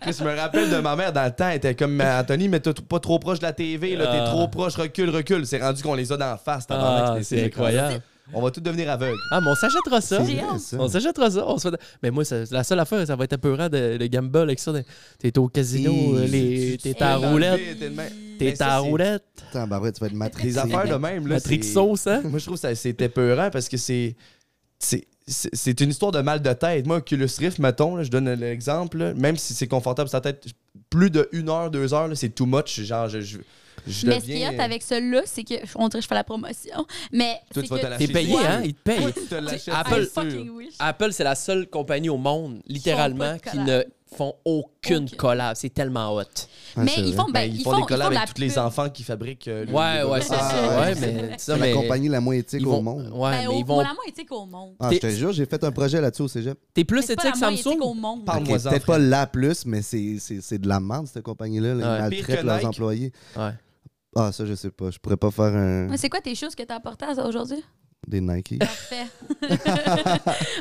Speaker 4: Chris, je me rappelle de ma mère dans le temps, elle était comme Mais Anthony, mais t'es t- pas trop proche de la TV, là,
Speaker 1: Ah.
Speaker 4: t'es trop proche, recule, recule. C'est rendu qu'on les a d'en face, tabarnak,
Speaker 1: Ah, c'est incroyable.
Speaker 4: On va tous devenir aveugles.
Speaker 1: Ah, mais on s'achètera ça.
Speaker 2: C'est vrai, ça.
Speaker 1: On s'achètera ça. On se fait- Mais moi, ça- la seule affaire, ça va être apeurant de, le gamble avec ça. de- T'es au casino,
Speaker 2: Hi,
Speaker 1: euh, les-
Speaker 2: tu-
Speaker 1: t'es à
Speaker 4: Dans le
Speaker 1: roulette.
Speaker 4: vide, t'es de même. Mais
Speaker 1: T'es
Speaker 4: ça,
Speaker 1: à
Speaker 4: c'est-
Speaker 1: roulette.
Speaker 2: Attends, bah ouais, tu vas être matrixé.
Speaker 4: Des affaires de même, là.
Speaker 1: Matrix
Speaker 4: c'est-
Speaker 1: sauce, hein?
Speaker 4: Moi, je trouve que ça- c'est épeurant parce que c'est. c'est- c'est c'est une histoire de mal de tête. Moi, Oculus Rift, mettons, là, je donne l'exemple, là, même si c'est confortable sur ta tête, plus de une heure, deux heures, là, c'est too much. Genre, je, je, je
Speaker 5: Mais ce qu'il y a
Speaker 4: deviens, euh,
Speaker 5: avec celui-là, c'est que. On dirait que je fais la promotion. Mais.
Speaker 4: Toi,
Speaker 5: Ah, c'est
Speaker 4: tu vas
Speaker 5: que-
Speaker 4: te Ah, lâcher.
Speaker 1: T'es payé,
Speaker 4: Ouais.
Speaker 1: hein? Ils te payent.
Speaker 4: Toi, tu te l'achètes,
Speaker 1: Apple-
Speaker 5: I
Speaker 4: c'est
Speaker 5: fucking
Speaker 4: sûr.
Speaker 5: wish.
Speaker 1: Apple, c'est la seule compagnie au monde, littéralement,
Speaker 5: pas de
Speaker 1: qui ne
Speaker 5: collab.
Speaker 1: font aucune
Speaker 5: Aucune.
Speaker 1: collab. C'est tellement hot.
Speaker 2: Ah,
Speaker 5: mais
Speaker 2: c'est
Speaker 5: ils
Speaker 2: vrai.
Speaker 5: font, ben,
Speaker 4: Ben, ils, font, des collabs
Speaker 5: de la
Speaker 4: avec tous les
Speaker 5: pub.
Speaker 4: enfants qui fabriquent. euh, le-
Speaker 1: Ouais,
Speaker 4: le-
Speaker 1: ouais, c'est
Speaker 5: Ah,
Speaker 1: ça. Ouais, mais c'est ça,
Speaker 2: C'est la
Speaker 1: mais
Speaker 2: compagnie la moins éthique
Speaker 1: ils
Speaker 2: au
Speaker 1: vont- euh,
Speaker 2: monde.
Speaker 1: Ouais,
Speaker 5: Ben,
Speaker 1: mais
Speaker 5: au-
Speaker 1: ils vont.
Speaker 5: La moins éthique au monde.
Speaker 2: Ah, je te jure, j'ai fait un projet là-dessus au cégep.
Speaker 1: T'es plus
Speaker 5: C'est pas la
Speaker 1: éthique
Speaker 5: moins éthique au
Speaker 1: Samsung?
Speaker 5: monde.
Speaker 4: Parle-
Speaker 2: Ok,
Speaker 4: Parle-moi-en,
Speaker 2: Peut-être
Speaker 4: Fred.
Speaker 2: pas la plus, mais c'est- c'est c'est de la merde, cette compagnie-là. là. Ils
Speaker 1: Ouais.
Speaker 4: Pire
Speaker 2: maltraitent
Speaker 4: que
Speaker 2: leurs
Speaker 4: Nike.
Speaker 2: employés.
Speaker 1: Ouais.
Speaker 2: Ah, ça, je sais pas. Je pourrais pas faire un...
Speaker 5: Mais C'est quoi tes choses que t'as apportées à- aujourd'hui?
Speaker 2: des Nike.
Speaker 5: Parfait.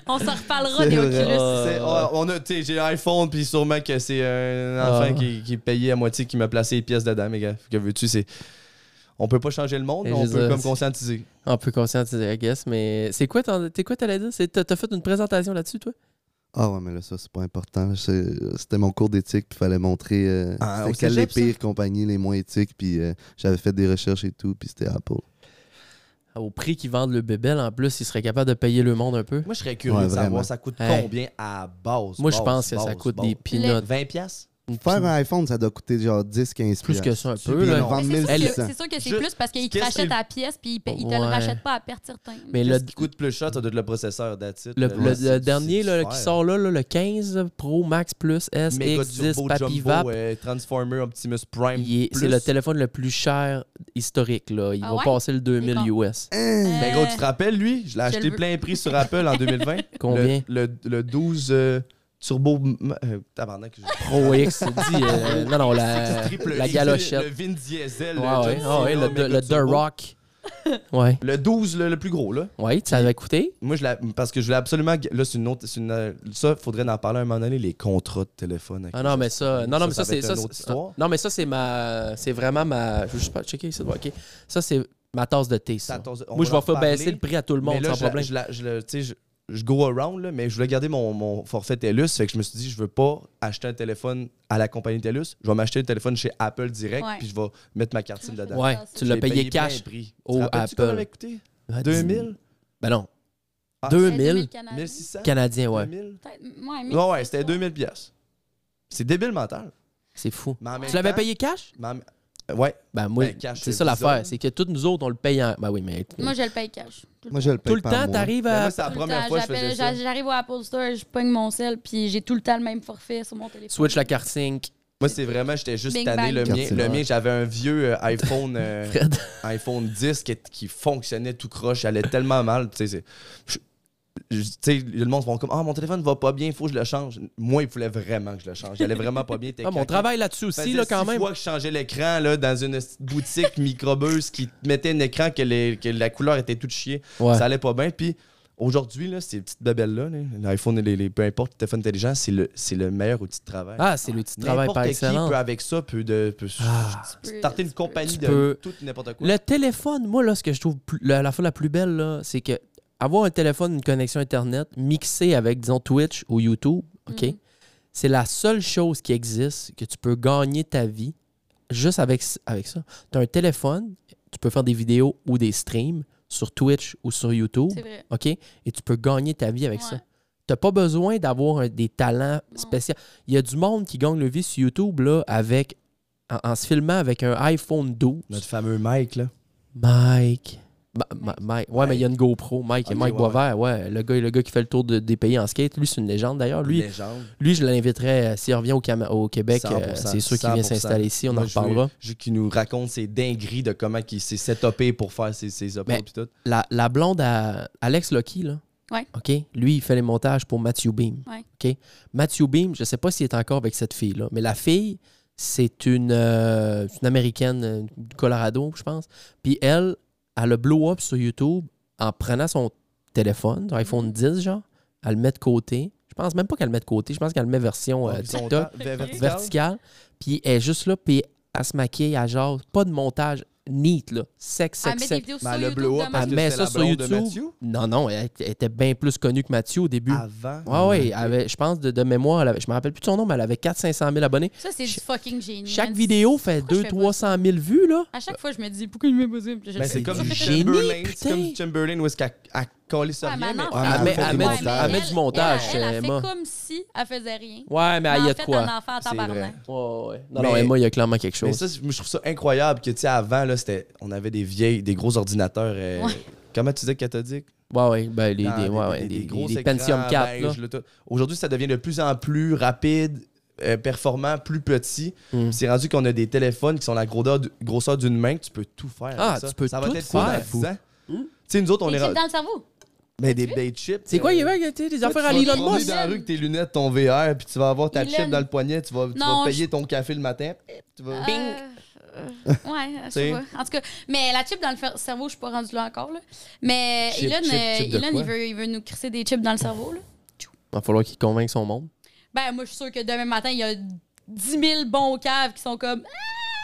Speaker 5: On s'en reparlera
Speaker 2: C'est
Speaker 5: des
Speaker 2: vrai.
Speaker 5: Oculus.
Speaker 4: C'est-
Speaker 1: Euh,
Speaker 4: ouais, on a, tu sais, j'ai l'iPhone, puis sûrement que c'est un enfant
Speaker 1: Ah.
Speaker 4: qui, qui est payé à moitié qui m'a placé les pièces dedans, mais gars, que veux-tu, c'est. On peut pas changer le monde,
Speaker 1: Et
Speaker 4: mais
Speaker 1: je
Speaker 4: on
Speaker 1: veux
Speaker 4: peut
Speaker 1: dire,
Speaker 4: comme
Speaker 1: c'est-
Speaker 4: conscientiser.
Speaker 1: On peut conscientiser, I guess, mais c'est quoi, ton- t'es quoi t'allais dire? C'est- T'as t'as fait une présentation là-dessus, toi?
Speaker 2: Ah ouais, mais là, ça, c'est pas important. C'est- C'était mon cours d'éthique, puis fallait montrer euh,
Speaker 4: Ah,
Speaker 2: c'était
Speaker 4: au
Speaker 2: quelles les
Speaker 4: cégep, ça?
Speaker 2: pires compagnies, les moins éthiques, puis euh, j'avais fait des recherches et tout, puis c'était Apple.
Speaker 1: Ah, Au prix qu'ils vendent le bébel, en plus, ils seraient capables de payer le monde un peu.
Speaker 4: Moi, je serais curieux
Speaker 2: Ouais,
Speaker 4: de
Speaker 2: vraiment.
Speaker 4: savoir ça coûte
Speaker 1: Hey.
Speaker 4: combien à base.
Speaker 1: Moi, je
Speaker 4: base,
Speaker 1: pense que ça
Speaker 4: base,
Speaker 1: coûte
Speaker 4: base.
Speaker 1: des peanuts.
Speaker 4: 20 piastres.
Speaker 1: Une
Speaker 2: Faire
Speaker 1: peanut.
Speaker 2: un iPhone, ça doit coûter genre 10-15
Speaker 1: Plus que ça, un
Speaker 2: Puis
Speaker 1: peu,
Speaker 2: ils
Speaker 1: là.
Speaker 2: l'ont vendu
Speaker 5: Mais C'est sûr que-
Speaker 2: 1600.
Speaker 5: c'est sûr que c'est
Speaker 4: Je-
Speaker 5: plus parce qu'ils te
Speaker 4: qu'est-ce
Speaker 5: rachètent
Speaker 4: qu'il-
Speaker 5: à la pièce puis ils pa- ils te le
Speaker 1: Ouais.
Speaker 5: rachètent pas à perte certaine.
Speaker 1: Mais le,
Speaker 4: Qu'est-ce qui coûte plus cher, t'as de le processeur, that's it.
Speaker 1: le,
Speaker 4: Ouais,
Speaker 1: le-
Speaker 4: c'est-
Speaker 1: le
Speaker 4: c'est
Speaker 1: dernier
Speaker 4: du
Speaker 1: là,
Speaker 4: fer.
Speaker 1: qui sort là, là, le 15 Pro Max Plus S
Speaker 4: Méga
Speaker 1: X10
Speaker 4: Turbo
Speaker 1: Papi
Speaker 4: Jumbo,
Speaker 1: Vap,
Speaker 4: euh, Transformer Optimus Prime.
Speaker 1: il est- c'est
Speaker 4: Plus.
Speaker 1: le téléphone le plus cher historique. Là. Il
Speaker 5: Ah
Speaker 1: va
Speaker 5: ouais?
Speaker 1: passer le 2000
Speaker 5: C'est
Speaker 1: US.
Speaker 5: Euh,
Speaker 4: Ben gros, tu te rappelles, lui? Je l'ai
Speaker 5: je le
Speaker 4: acheté
Speaker 5: veux.
Speaker 4: plein prix sur Apple en 2020.
Speaker 1: Combien?
Speaker 4: Le, le, le 12 euh, Turbo... m- euh, tabarnak, je-
Speaker 1: Pro X, c'est dit. euh, non, non, la,
Speaker 4: Triple
Speaker 1: la
Speaker 4: X, Le
Speaker 1: galochette.
Speaker 4: Vin Diesel.
Speaker 1: Ouais,
Speaker 4: le
Speaker 1: ouais,
Speaker 4: John
Speaker 1: ah ouais,
Speaker 4: Cena,
Speaker 1: le,
Speaker 4: méga
Speaker 1: le The
Speaker 4: Turbo.
Speaker 1: Rock. Ouais.
Speaker 4: Le 12, le, le plus gros, là.
Speaker 1: Ouais, ça avait coûté.
Speaker 4: Moi, je l'ai- parce que je voulais absolument. Là, c'est une autre. c'est une, euh, ça, faudrait en parler à un moment donné, les contrats de téléphone.
Speaker 1: Ah non, mais ça, non, non, mais ça, c'est
Speaker 4: va être
Speaker 1: ça.
Speaker 4: une autre
Speaker 1: c'est-
Speaker 4: histoire.
Speaker 1: Non, mais ça, c'est ma. C'est vraiment ma. Je vais juste pas checker ici. ouais, ok. Ça, c'est ma tasse de thé. Ça.
Speaker 4: Ta tasse de- on
Speaker 1: Moi,
Speaker 4: va
Speaker 1: je vais
Speaker 4: en
Speaker 1: faire baisser
Speaker 4: reparler,
Speaker 1: le prix à tout le
Speaker 4: Mais
Speaker 1: monde
Speaker 4: là,
Speaker 1: sans
Speaker 4: je, la-
Speaker 1: problème.
Speaker 4: je la- je le- tu sais, je, je go around, là, mais je voulais garder mon, mon forfait TELUS. Fait que je me suis dit, je veux pas acheter un téléphone à la compagnie TELUS. Je vais m'acheter un téléphone chez Apple direct,
Speaker 5: Ouais.
Speaker 4: puis je vais mettre ma carte SIM dedans.
Speaker 1: Ouais,
Speaker 5: Je
Speaker 1: tu l'as
Speaker 4: J'ai
Speaker 1: payé,
Speaker 4: plein
Speaker 1: cash.
Speaker 4: prix. Tu te
Speaker 1: au
Speaker 4: rappelles-tu combien
Speaker 1: Apple.
Speaker 4: elle m'a coûté?
Speaker 1: Ah,
Speaker 4: 2000?
Speaker 1: Ben non.
Speaker 4: Ah,
Speaker 1: 2000
Speaker 5: Canadiens.
Speaker 4: 1600?
Speaker 1: Canadiens, ouais.
Speaker 4: 2000?
Speaker 5: Peut-être- Ouais, mais-
Speaker 4: Ouais, ouais, c'était 2000 pièces. C'est débile mental.
Speaker 1: C'est fou.
Speaker 4: Mais en même
Speaker 1: Tu l'avais
Speaker 4: temps-
Speaker 1: payé cash?
Speaker 4: Mais en même- Ouais,
Speaker 1: Ben moi,
Speaker 4: Ben, cash,
Speaker 1: c'est
Speaker 4: c'est
Speaker 1: ça
Speaker 4: bizarre.
Speaker 1: l'affaire. C'est que tous nous autres, on le paye en. Ben oui, mais.
Speaker 5: Moi, je le paye cash. Tout le
Speaker 2: Moi, je le paye
Speaker 1: tout le
Speaker 2: par
Speaker 1: temps,
Speaker 2: mois.
Speaker 1: t'arrives
Speaker 4: Ben,
Speaker 1: à.
Speaker 4: moi, c'est la
Speaker 5: Tout le
Speaker 4: première
Speaker 5: temps,
Speaker 4: fois que je
Speaker 5: j'appelle-
Speaker 4: faisais ça.
Speaker 5: j'a- J'arrive au Apple Store, je pogne mon sel, puis j'ai tout le temps le même forfait sur mon téléphone.
Speaker 1: Switch la carte sync.
Speaker 4: Moi, c'est vraiment, j'étais juste
Speaker 5: Big
Speaker 4: tanné.
Speaker 5: bang.
Speaker 4: Le mien,
Speaker 2: Quartier
Speaker 4: le
Speaker 1: noir.
Speaker 4: mien j'avais un vieux euh, iPhone, euh,
Speaker 1: Fred. Ah,
Speaker 4: iPhone 10 qui, qui fonctionnait tout croche. Il allait tellement mal. Tu sais, c'est- je- je- tu sais, le monde se rend comme Ah, mon téléphone va pas bien, il faut que je le change. Moi, il voulait vraiment que je le change. Il allait vraiment pas bien.
Speaker 1: Ah, mon travail là-dessus aussi, là, quand même.
Speaker 4: fois que je changeais l'écran là, dans une boutique microbeuse qui mettait un écran que, les- que la couleur était toute chiée.
Speaker 1: Ouais.
Speaker 4: Ça allait pas bien. Puis aujourd'hui, là, ces petites babelles-là, là, l'iPhone et les, les- peu importe, le téléphone intelligent, c'est le, c'est le meilleur outil de travail.
Speaker 1: Ah, c'est l'outil de travail
Speaker 4: N'importe
Speaker 1: par
Speaker 4: qui
Speaker 1: excellence. Ah.
Speaker 4: peut avec ça peut de peut
Speaker 5: Tu peux-
Speaker 4: starter
Speaker 5: tu
Speaker 4: une
Speaker 5: peux-
Speaker 4: compagnie
Speaker 1: Tu
Speaker 4: de
Speaker 1: peux-
Speaker 4: tout et n'importe quoi.
Speaker 1: Le téléphone, moi, là, ce que je trouve plus- la, la fois la plus belle, là, c'est que avoir un téléphone, une connexion Internet mixée avec, disons, Twitch ou YouTube, OK?
Speaker 5: Mhm.
Speaker 1: C'est la seule chose qui existe que tu peux gagner ta vie juste avec, s- avec ça. Tu as un téléphone, tu peux faire des vidéos ou des streams sur Twitch ou sur YouTube,
Speaker 5: C'est vrai.
Speaker 1: OK? Et tu peux gagner ta vie avec ça.
Speaker 5: Ouais.
Speaker 1: T'as pas besoin d'avoir un- des talents
Speaker 5: Non.
Speaker 1: spéciaux. Il y a du monde qui gagne le vie sur YouTube là, avec, en, en se filmant avec un iPhone 12.
Speaker 4: fameux Mike, là.
Speaker 1: Mike. Ma- Ma- Mike. Ouais, mais il y a une GoPro. Mike,
Speaker 4: Ok,
Speaker 1: Mike
Speaker 4: ouais,
Speaker 1: Boisvert, ouais. Le gars, le gars qui fait le tour de- des pays en skate, lui, c'est une légende d'ailleurs. Lui,
Speaker 4: légende.
Speaker 1: lui, je l'inviterais, euh, s'il revient au, Cam- au Québec, euh,
Speaker 4: 100%,
Speaker 1: c'est sûr qu'il vient
Speaker 4: 100%.
Speaker 1: s'installer ici, on
Speaker 4: Moi,
Speaker 1: en
Speaker 4: je veux-
Speaker 1: reparlera.
Speaker 4: Je veux qu'il nous raconte ses dingueries de comment il s'est setupé pour faire ses, ses uploads
Speaker 1: Mais-
Speaker 4: pis tout.
Speaker 1: La, la blonde à Alex Lucky, là.
Speaker 5: Ouais.
Speaker 1: OK? Lui, il fait les montages pour Matthew Beam.
Speaker 5: Ouais.
Speaker 1: OK? Matthew Beam, je sais pas s'il est encore avec cette fille-là, mais la fille, c'est une, euh, une américaine euh, du Colorado, je pense. Puis elle, elle a blow up sur YouTube en prenant son téléphone, son
Speaker 5: Mhm.
Speaker 1: iPhone 10, genre. Elle le met de côté. Je pense même pas qu'elle le met de côté, je pense qu'elle le met version euh,
Speaker 4: Horizontal-
Speaker 1: TikTok.
Speaker 4: ver- vertical.
Speaker 1: verticale. Puis elle est juste là, puis elle se maquille, elle jase. Pas de montage neat, là. Sexe, sexe,
Speaker 5: Elle met Ah, des
Speaker 1: sexe.
Speaker 5: vidéos
Speaker 4: Mais
Speaker 5: sur
Speaker 4: le
Speaker 5: YouTube
Speaker 4: blow up,
Speaker 5: de
Speaker 1: Elle
Speaker 5: même.
Speaker 4: Est-ce que
Speaker 1: met
Speaker 4: c'est
Speaker 1: Ah, ça
Speaker 4: la
Speaker 1: sur
Speaker 4: blonde de
Speaker 1: YouTube.
Speaker 4: Mathieu? Ah,
Speaker 1: Non, non, elle elle était bien plus connue que Mathieu au début. ouais,
Speaker 4: Avant.
Speaker 1: ouais, elle avait- je pense de, de mémoire, elle avait- je me rappelle plus de son nom, mais elle avait 400-500 000 abonnés.
Speaker 5: Ça, c'est du
Speaker 1: Cha-
Speaker 5: fucking génie.
Speaker 1: Chaque
Speaker 5: man.
Speaker 1: vidéo fait
Speaker 5: Pourquoi je fais pas
Speaker 1: 200-300 000 vues, là.
Speaker 5: À chaque fois, je me dis pourquoi il m'est possible.
Speaker 4: Ben, c'est
Speaker 1: C'est
Speaker 4: comme
Speaker 1: du
Speaker 4: du
Speaker 1: génie,
Speaker 4: Chamberlain. C'est
Speaker 1: putain.
Speaker 4: comme du Chamberlain où est-ce qu'elle elle coller ça
Speaker 5: Ouais,
Speaker 4: rien, mais.
Speaker 5: maintenant,
Speaker 2: Ouais, mais elle
Speaker 5: elle fait
Speaker 2: met- elle
Speaker 5: des
Speaker 2: met-
Speaker 5: montages.
Speaker 2: elle
Speaker 1: met du montage,
Speaker 5: Elle, elle, elle,
Speaker 1: Emma.
Speaker 5: fait comme si elle faisait rien.
Speaker 1: Ouais, mais
Speaker 5: Mais
Speaker 1: il y a
Speaker 5: en
Speaker 1: de
Speaker 5: fait,
Speaker 1: quoi.
Speaker 5: un enfant en
Speaker 4: C'est vrai.
Speaker 5: tabarnak.
Speaker 1: Ouais, ouais. Non,
Speaker 4: Mais-
Speaker 1: non, Emma, il y a clairement quelque
Speaker 4: Mais
Speaker 1: chose.
Speaker 4: ça, je trouve ça incroyable que, tu sais, avant, là, c'était, on avait des vieilles, des gros ordinateurs. euh,
Speaker 5: Ouais.
Speaker 4: Comment tu dis cathodique?
Speaker 1: Ouais, ouais. Ben, les,
Speaker 4: Ah,
Speaker 1: des, ouais, ouais, des,
Speaker 4: gros ben,
Speaker 1: des
Speaker 4: écrans
Speaker 1: Pentium 4, là.
Speaker 4: beige, là, tout. Aujourd'hui, ça devient de plus en plus rapide, euh, performant, plus petit.
Speaker 1: Mm.
Speaker 4: C'est rendu qu'on a des téléphones qui sont la grosseur d- grosseur d'une main, que tu peux tout faire. avec
Speaker 1: Ah,
Speaker 4: ça.
Speaker 1: tu peux
Speaker 4: ça va
Speaker 1: tout
Speaker 4: être cool dans
Speaker 1: faire.
Speaker 4: 10 ans.
Speaker 1: Mm.
Speaker 4: Tu sais, nous autres, on
Speaker 5: Des
Speaker 4: est.
Speaker 5: chips
Speaker 4: rendu-
Speaker 5: Hmm? dans le cerveau.
Speaker 4: Mais des bait chips.
Speaker 1: C'est quoi, il y
Speaker 4: euh,
Speaker 1: a ouais, t'sais, des
Speaker 4: tu
Speaker 1: affaires
Speaker 4: vas
Speaker 1: à
Speaker 4: te
Speaker 1: l'Elon
Speaker 4: promener
Speaker 1: Musk?
Speaker 4: dans la rue avec tes lunettes, ton VR, puis tu vas avoir ta
Speaker 5: Elon-
Speaker 4: chip dans le poignet, tu vas, tu vas
Speaker 5: Non,
Speaker 4: payer ton café le matin. Tu vas...
Speaker 5: Euh, euh, ouais, je sais
Speaker 4: T'sais.
Speaker 5: pas. En tout cas, mais la chip dans le fer- cerveau, je suis pas rendue là encore. Là. Mais
Speaker 4: Chip,
Speaker 5: Elon,
Speaker 4: chip,
Speaker 5: euh,
Speaker 4: chip de
Speaker 5: Elon,
Speaker 4: quoi?
Speaker 5: il, veut, il veut nous crisser des chips dans le cerveau. Là.
Speaker 1: Il va falloir qu'il convainque son monde.
Speaker 5: Ben, moi, je suis sûre que demain matin, il y a 10 000 bons caves qui sont comme.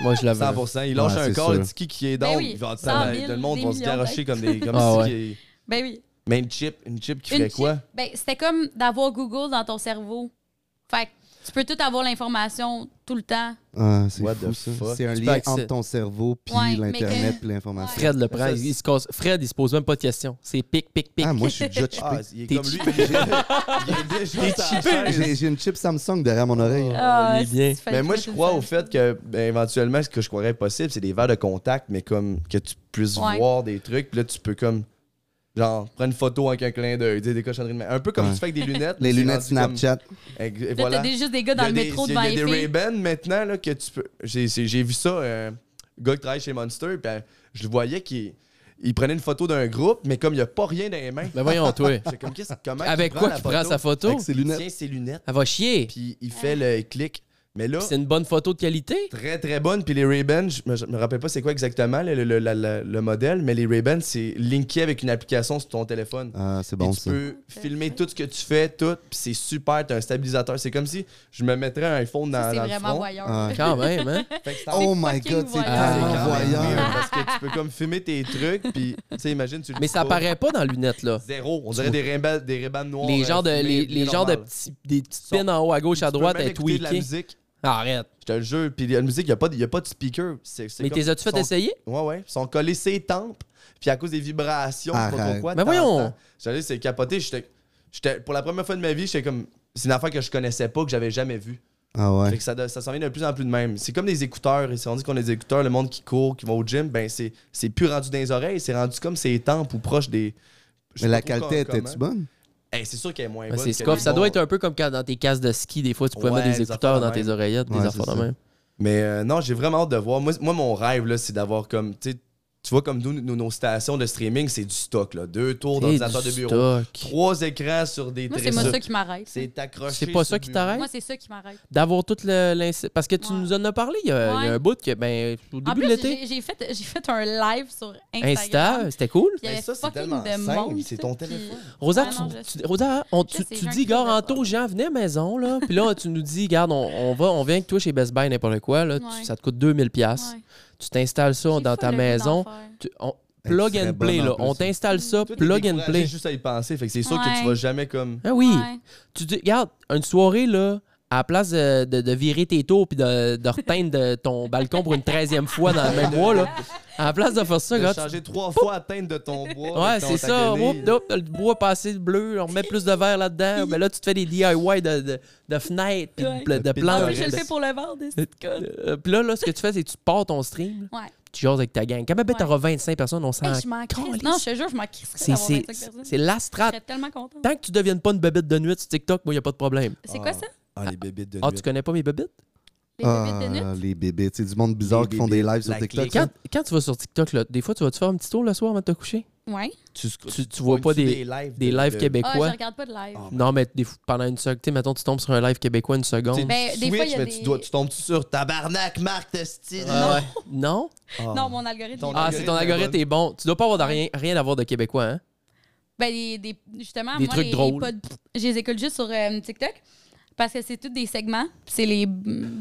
Speaker 1: Moi, je l'avais.
Speaker 4: 100%, il lâche
Speaker 2: Ouais,
Speaker 4: un
Speaker 2: c'est
Speaker 4: corps,
Speaker 2: sûr.
Speaker 4: le petit qui est
Speaker 5: Ben
Speaker 4: down.
Speaker 5: oui,
Speaker 4: il va-
Speaker 5: 100 000,
Speaker 4: le monde
Speaker 5: des
Speaker 4: va se
Speaker 5: millions
Speaker 4: garocher comme des. Comme
Speaker 1: Ah
Speaker 4: si qu'il-
Speaker 5: Ben oui.
Speaker 4: Mais une chip, une chip qui
Speaker 5: Une
Speaker 4: ferait quoi?
Speaker 5: chip, Ben, c'était comme d'avoir Google dans ton cerveau. Fait que tu peux tout avoir l'information tout le temps.
Speaker 2: Ah, c'est
Speaker 4: What
Speaker 2: fou,
Speaker 4: the
Speaker 2: ça.
Speaker 4: fuck?
Speaker 2: C'est un
Speaker 1: Tu peux
Speaker 2: lien
Speaker 1: accé-
Speaker 2: entre ton cerveau, puis
Speaker 5: Ouais, mais
Speaker 2: l'Internet,
Speaker 5: que-
Speaker 2: puis l'information.
Speaker 1: Fred le prend.
Speaker 4: Ça,
Speaker 1: Il il se casse- Fred, il se pose même pas de questions. C'est pic, pic, pic.
Speaker 2: Ah, moi, je suis déjà
Speaker 4: Ah,
Speaker 2: chippé.
Speaker 4: il est
Speaker 1: T'es
Speaker 4: comme lui. Il est il est déjà sur la chaise.
Speaker 2: J'ai j'ai une chip Samsung derrière mon oreille.
Speaker 5: Ah,
Speaker 1: il est bien.
Speaker 5: c'est-
Speaker 4: Mais moi, je crois au fait que, ben, éventuellement, ce que je croirais possible, c'est des verres de contact, mais comme que tu puisses
Speaker 5: Ouais.
Speaker 4: voir des trucs, puis là, tu peux comme. Genre, prendre une photo avec un clin d'œil, dire des cochonneries de même. Un peu comme
Speaker 2: Ouais.
Speaker 4: tu fais avec des lunettes.
Speaker 2: Les
Speaker 4: mais c'est
Speaker 2: lunettes
Speaker 4: rendu comme-
Speaker 2: Snapchat.
Speaker 4: Ex- et
Speaker 5: Là,
Speaker 4: voilà.
Speaker 5: t'as des- juste des gars dans le
Speaker 4: Il y a des-
Speaker 5: métro devant
Speaker 4: Il y
Speaker 5: les
Speaker 4: a des
Speaker 5: filles.
Speaker 4: Ray-Ban maintenant là, que tu peux. J'ai c'est- j'ai vu ça, euh, un gars qui travaille chez Monster, puis euh, je le voyais qu'il il prenait une photo d'un groupe, mais comme il n'y a pas rien dans les mains.
Speaker 1: Ben voyons, toi.
Speaker 4: J'ai comme, qu'est-ce- comment
Speaker 1: Avec
Speaker 4: il
Speaker 1: quoi
Speaker 4: la
Speaker 1: qu'il prend sa photo?
Speaker 2: Avec ses
Speaker 4: Il
Speaker 2: lunettes.
Speaker 4: tient ses lunettes,
Speaker 1: Elle va chier.
Speaker 4: puis
Speaker 5: Ah.
Speaker 4: il fait le clic. Mais là,
Speaker 1: C'est une bonne photo de qualité.
Speaker 4: très très bonne. Puis les Ray-Ban, je me, je me rappelle pas c'est quoi exactement le, le- le- la- la- le modèle, mais les Ray-Ban, c'est linké avec une application sur ton téléphone.
Speaker 2: Ah, c'est
Speaker 4: Puis
Speaker 2: bon,
Speaker 4: tu
Speaker 2: ça.
Speaker 4: peux filmer tout ce que tu fais, tout, puis c'est super, t'as un stabilisateur. C'est comme si je me mettrais un iPhone dans,
Speaker 5: Ça, C'est
Speaker 4: dans le
Speaker 5: vraiment
Speaker 4: front.
Speaker 5: voyeur.
Speaker 2: Ah.
Speaker 1: Quand même, hein?
Speaker 4: Fait que c'est
Speaker 2: Oh
Speaker 5: C'est
Speaker 2: my
Speaker 5: fucking
Speaker 2: god, c'est
Speaker 5: voyeur.
Speaker 2: tellement
Speaker 4: Ah, weird,
Speaker 2: voyeur.
Speaker 4: Parce que tu peux comme filmer tes trucs, puis tu sais, imagine, tu le
Speaker 1: Mais
Speaker 4: dis
Speaker 1: ça
Speaker 4: pas.
Speaker 1: apparaît pas dans lunettes, là.
Speaker 4: Zéro. On dirait des rébans des Ray-Ban noirs.
Speaker 1: Les
Speaker 4: euh,
Speaker 1: genres de,
Speaker 4: fumés,
Speaker 1: les, les
Speaker 4: bien
Speaker 1: genres de
Speaker 4: normal.
Speaker 1: petits, des petites pins en haut, à gauche, à
Speaker 4: Tu peux
Speaker 1: droite,
Speaker 4: même
Speaker 1: être
Speaker 4: écouter de la
Speaker 1: tweakées.
Speaker 4: musique.
Speaker 1: Arrête.
Speaker 4: Je te le jure. Puis la musique, il n'y a, pas de speaker. C'est- c'est
Speaker 1: Mais
Speaker 4: comme-
Speaker 1: t'es as-tu fait
Speaker 4: sont-
Speaker 1: essayer?
Speaker 4: Ouais, ouais. Ils sont collés ses tempes, puis à cause des vibrations, je sais pas
Speaker 2: Arrête.
Speaker 4: pourquoi.
Speaker 1: Mais voyons.
Speaker 4: t'entends. J'allais, c'est capoté. J'étais, j'étais- pour la première fois de ma vie, j'étais comme. C'est une affaire que je connaissais pas, que j'avais jamais vue.
Speaker 2: Ah
Speaker 4: Fait
Speaker 2: ouais.
Speaker 4: que ça, de- ça s'en vient de plus en plus de même. C'est comme des écouteurs. Et si on dit qu'on a des écouteurs, le monde qui court, qui va au gym, ben c'est, c'est plus rendu dans les oreilles, c'est rendu comme ses tempes ou proche des. je
Speaker 2: Mais
Speaker 4: sais
Speaker 2: la
Speaker 4: pas trop
Speaker 2: qualité
Speaker 4: comment-
Speaker 2: était-tu bonne?
Speaker 4: Eh, c'est sûr qu'elle est moins
Speaker 1: Ben,
Speaker 4: bonne.
Speaker 1: c'est
Speaker 4: que
Speaker 1: scoff.
Speaker 4: les
Speaker 1: Ça doit
Speaker 4: bons.
Speaker 1: être un peu comme quand dans tes casques de ski, des fois, tu pouvais
Speaker 4: Ouais,
Speaker 1: mettre des
Speaker 4: des
Speaker 1: écouteurs
Speaker 4: affaires
Speaker 1: dans
Speaker 4: de même.
Speaker 1: tes oreillettes, des
Speaker 2: Ouais,
Speaker 1: affaires
Speaker 2: c'est
Speaker 1: de
Speaker 2: ça.
Speaker 1: même.
Speaker 4: Mais euh, non, j'ai vraiment hâte de voir. Moi, moi mon rêve, là, c'est d'avoir comme. tu sais, tu vois, comme nous, nous, nos stations de streaming, c'est du stock. Là. Deux tours
Speaker 1: Hey,
Speaker 4: d'ordinateur
Speaker 1: du
Speaker 4: de bureau.
Speaker 1: stock.
Speaker 4: Trois écrans sur des
Speaker 5: Moi, c'est
Speaker 4: tresses.
Speaker 5: moi ça qui m'arrête.
Speaker 4: C'est accroché.
Speaker 1: C'est pas
Speaker 4: sur
Speaker 1: ça
Speaker 4: le
Speaker 1: qui
Speaker 4: bureau.
Speaker 1: t'arrête?
Speaker 5: Moi, c'est ça qui m'arrête.
Speaker 1: D'avoir tout le. l'inc- Parce que tu
Speaker 5: Ouais.
Speaker 1: nous en as parlé il y a, il y a
Speaker 5: Ouais.
Speaker 1: un bout que, ben, au
Speaker 5: En
Speaker 1: début de
Speaker 5: plus,
Speaker 1: l'été.
Speaker 5: j'ai j'ai fait, j'ai fait un live sur Instagram.
Speaker 1: Insta, c'était cool.
Speaker 5: Puis il y avait
Speaker 4: Mais Ben ça, c'est
Speaker 5: fucking
Speaker 4: tellement
Speaker 5: de
Speaker 4: simple,
Speaker 5: monde,
Speaker 4: c'est
Speaker 5: tu
Speaker 4: ton
Speaker 5: sais, puis-
Speaker 4: téléphone.
Speaker 1: Rosa,
Speaker 5: Ah
Speaker 1: tu,
Speaker 5: non, je
Speaker 1: tu-
Speaker 5: sais.
Speaker 1: Rosa, on-
Speaker 5: Je
Speaker 1: tu, tu
Speaker 5: sais, j'ai un
Speaker 1: dis, gars,
Speaker 5: cul de
Speaker 1: Anto,
Speaker 5: porc.
Speaker 1: Jean, venez à maison, là. Puis là, tu nous dis, garde, on, on va, on vient avec toi chez Best Buy, n'importe quoi, là. Tu-
Speaker 5: Ouais.
Speaker 1: ça te coûte 2000$. pièces
Speaker 5: Ouais.
Speaker 1: Tu t'installes ça
Speaker 5: J'ai
Speaker 1: dans
Speaker 5: pas
Speaker 1: ta
Speaker 5: le goût
Speaker 1: maison.
Speaker 5: d'en faire.
Speaker 1: Tu- on-
Speaker 2: Elle
Speaker 1: plug
Speaker 2: serait
Speaker 1: and
Speaker 2: bonne
Speaker 1: play,
Speaker 2: en
Speaker 1: là.
Speaker 2: plus, hein.
Speaker 1: On
Speaker 2: ça.
Speaker 1: t'installe ça,
Speaker 4: Toi, t'es
Speaker 1: plug and
Speaker 4: découragé
Speaker 1: play.
Speaker 4: juste à y penser. Fait que c'est sûr que tu
Speaker 5: Ouais.
Speaker 4: vas jamais comme.
Speaker 1: Ah oui.
Speaker 5: Ouais.
Speaker 1: Tu dis, regarde, une soirée, là, à la place euh, de, de virer tes tours puis de, de reteindre de- ton balcon pour une 13e fois dans le même mois, là, à la place de faire ça,
Speaker 4: Tu as
Speaker 1: regarde,
Speaker 4: changé trois fois la teinte de ton bois.
Speaker 1: Ouais,
Speaker 4: avec ton-
Speaker 1: c'est
Speaker 4: ta
Speaker 1: ça.
Speaker 4: guenille.
Speaker 1: Oups, hop, le bois passé de bleu, on remet plus de verre là-dedans. Mais là, tu te fais des DIY de, de, de fenêtres, puis de,
Speaker 5: Ouais.
Speaker 1: pla- de
Speaker 4: De
Speaker 5: Ah
Speaker 1: plantes.
Speaker 5: oui, je
Speaker 4: Ouais.
Speaker 5: le fais pour le vendre, c'est cool.
Speaker 1: Euh, Puis là, là, ce que tu fais, c'est que tu pars ton stream, là,
Speaker 5: Ouais.
Speaker 1: tu jases avec ta gang. Quand même,
Speaker 5: Ouais.
Speaker 1: t'auras 25 personnes, on s'en
Speaker 5: Hey, je m'en crisse.
Speaker 1: calisse.
Speaker 5: Non, je te jure, je m'en crisse.
Speaker 1: Ah, C'est- C'est c'est la
Speaker 5: Je
Speaker 1: strat.
Speaker 5: serais tellement contente.
Speaker 1: Tant que tu deviennes pas une bébête de nuit sur TikTok, moi, y a pas de problème.
Speaker 5: C'est quoi ça?
Speaker 4: Ah, les bébés de nuit.
Speaker 1: Ah, tu connais pas mes bébites?
Speaker 5: Les
Speaker 2: Ah,
Speaker 5: bébés de nuit?
Speaker 4: euh,
Speaker 2: les bébés. C'est du monde bizarre
Speaker 4: Les
Speaker 2: qui font des
Speaker 4: bébés,
Speaker 2: lives sur
Speaker 4: la
Speaker 2: TikTok.
Speaker 4: clique.
Speaker 1: Quand, quand tu vas sur TikTok, là, des fois, tu vas te faire un petit tour le soir avant de te coucher?
Speaker 5: Ouais.
Speaker 4: tu,
Speaker 1: Tu, tu vois pas des,
Speaker 4: lives,
Speaker 1: des lives
Speaker 5: Ah, je
Speaker 1: québécois?
Speaker 5: regarde pas de live.
Speaker 1: Non, mais des fois, pendant une seconde, tu sais, mettons, tu tombes sur un live québécois une seconde.
Speaker 5: Ben, des fois, il y a
Speaker 4: mais
Speaker 5: des-
Speaker 4: tu, dois- tu tombes sur tabarnak, Marc Testi.
Speaker 1: Ah ouais. Non?
Speaker 5: Non, mon algorithme.
Speaker 4: Ton
Speaker 5: il est-
Speaker 1: Ah, c'est ton algorithme
Speaker 4: algorithme
Speaker 1: est bon. Tu dois pas avoir de rien, rien à voir de Québécois, hein?
Speaker 5: Ben, des, des- justement,
Speaker 1: Des
Speaker 5: moi,
Speaker 1: trucs
Speaker 5: les,
Speaker 1: drôles.
Speaker 5: les pod- je les écoute juste sur euh, TikTok parce que c'est tous des segments. puis C'est les,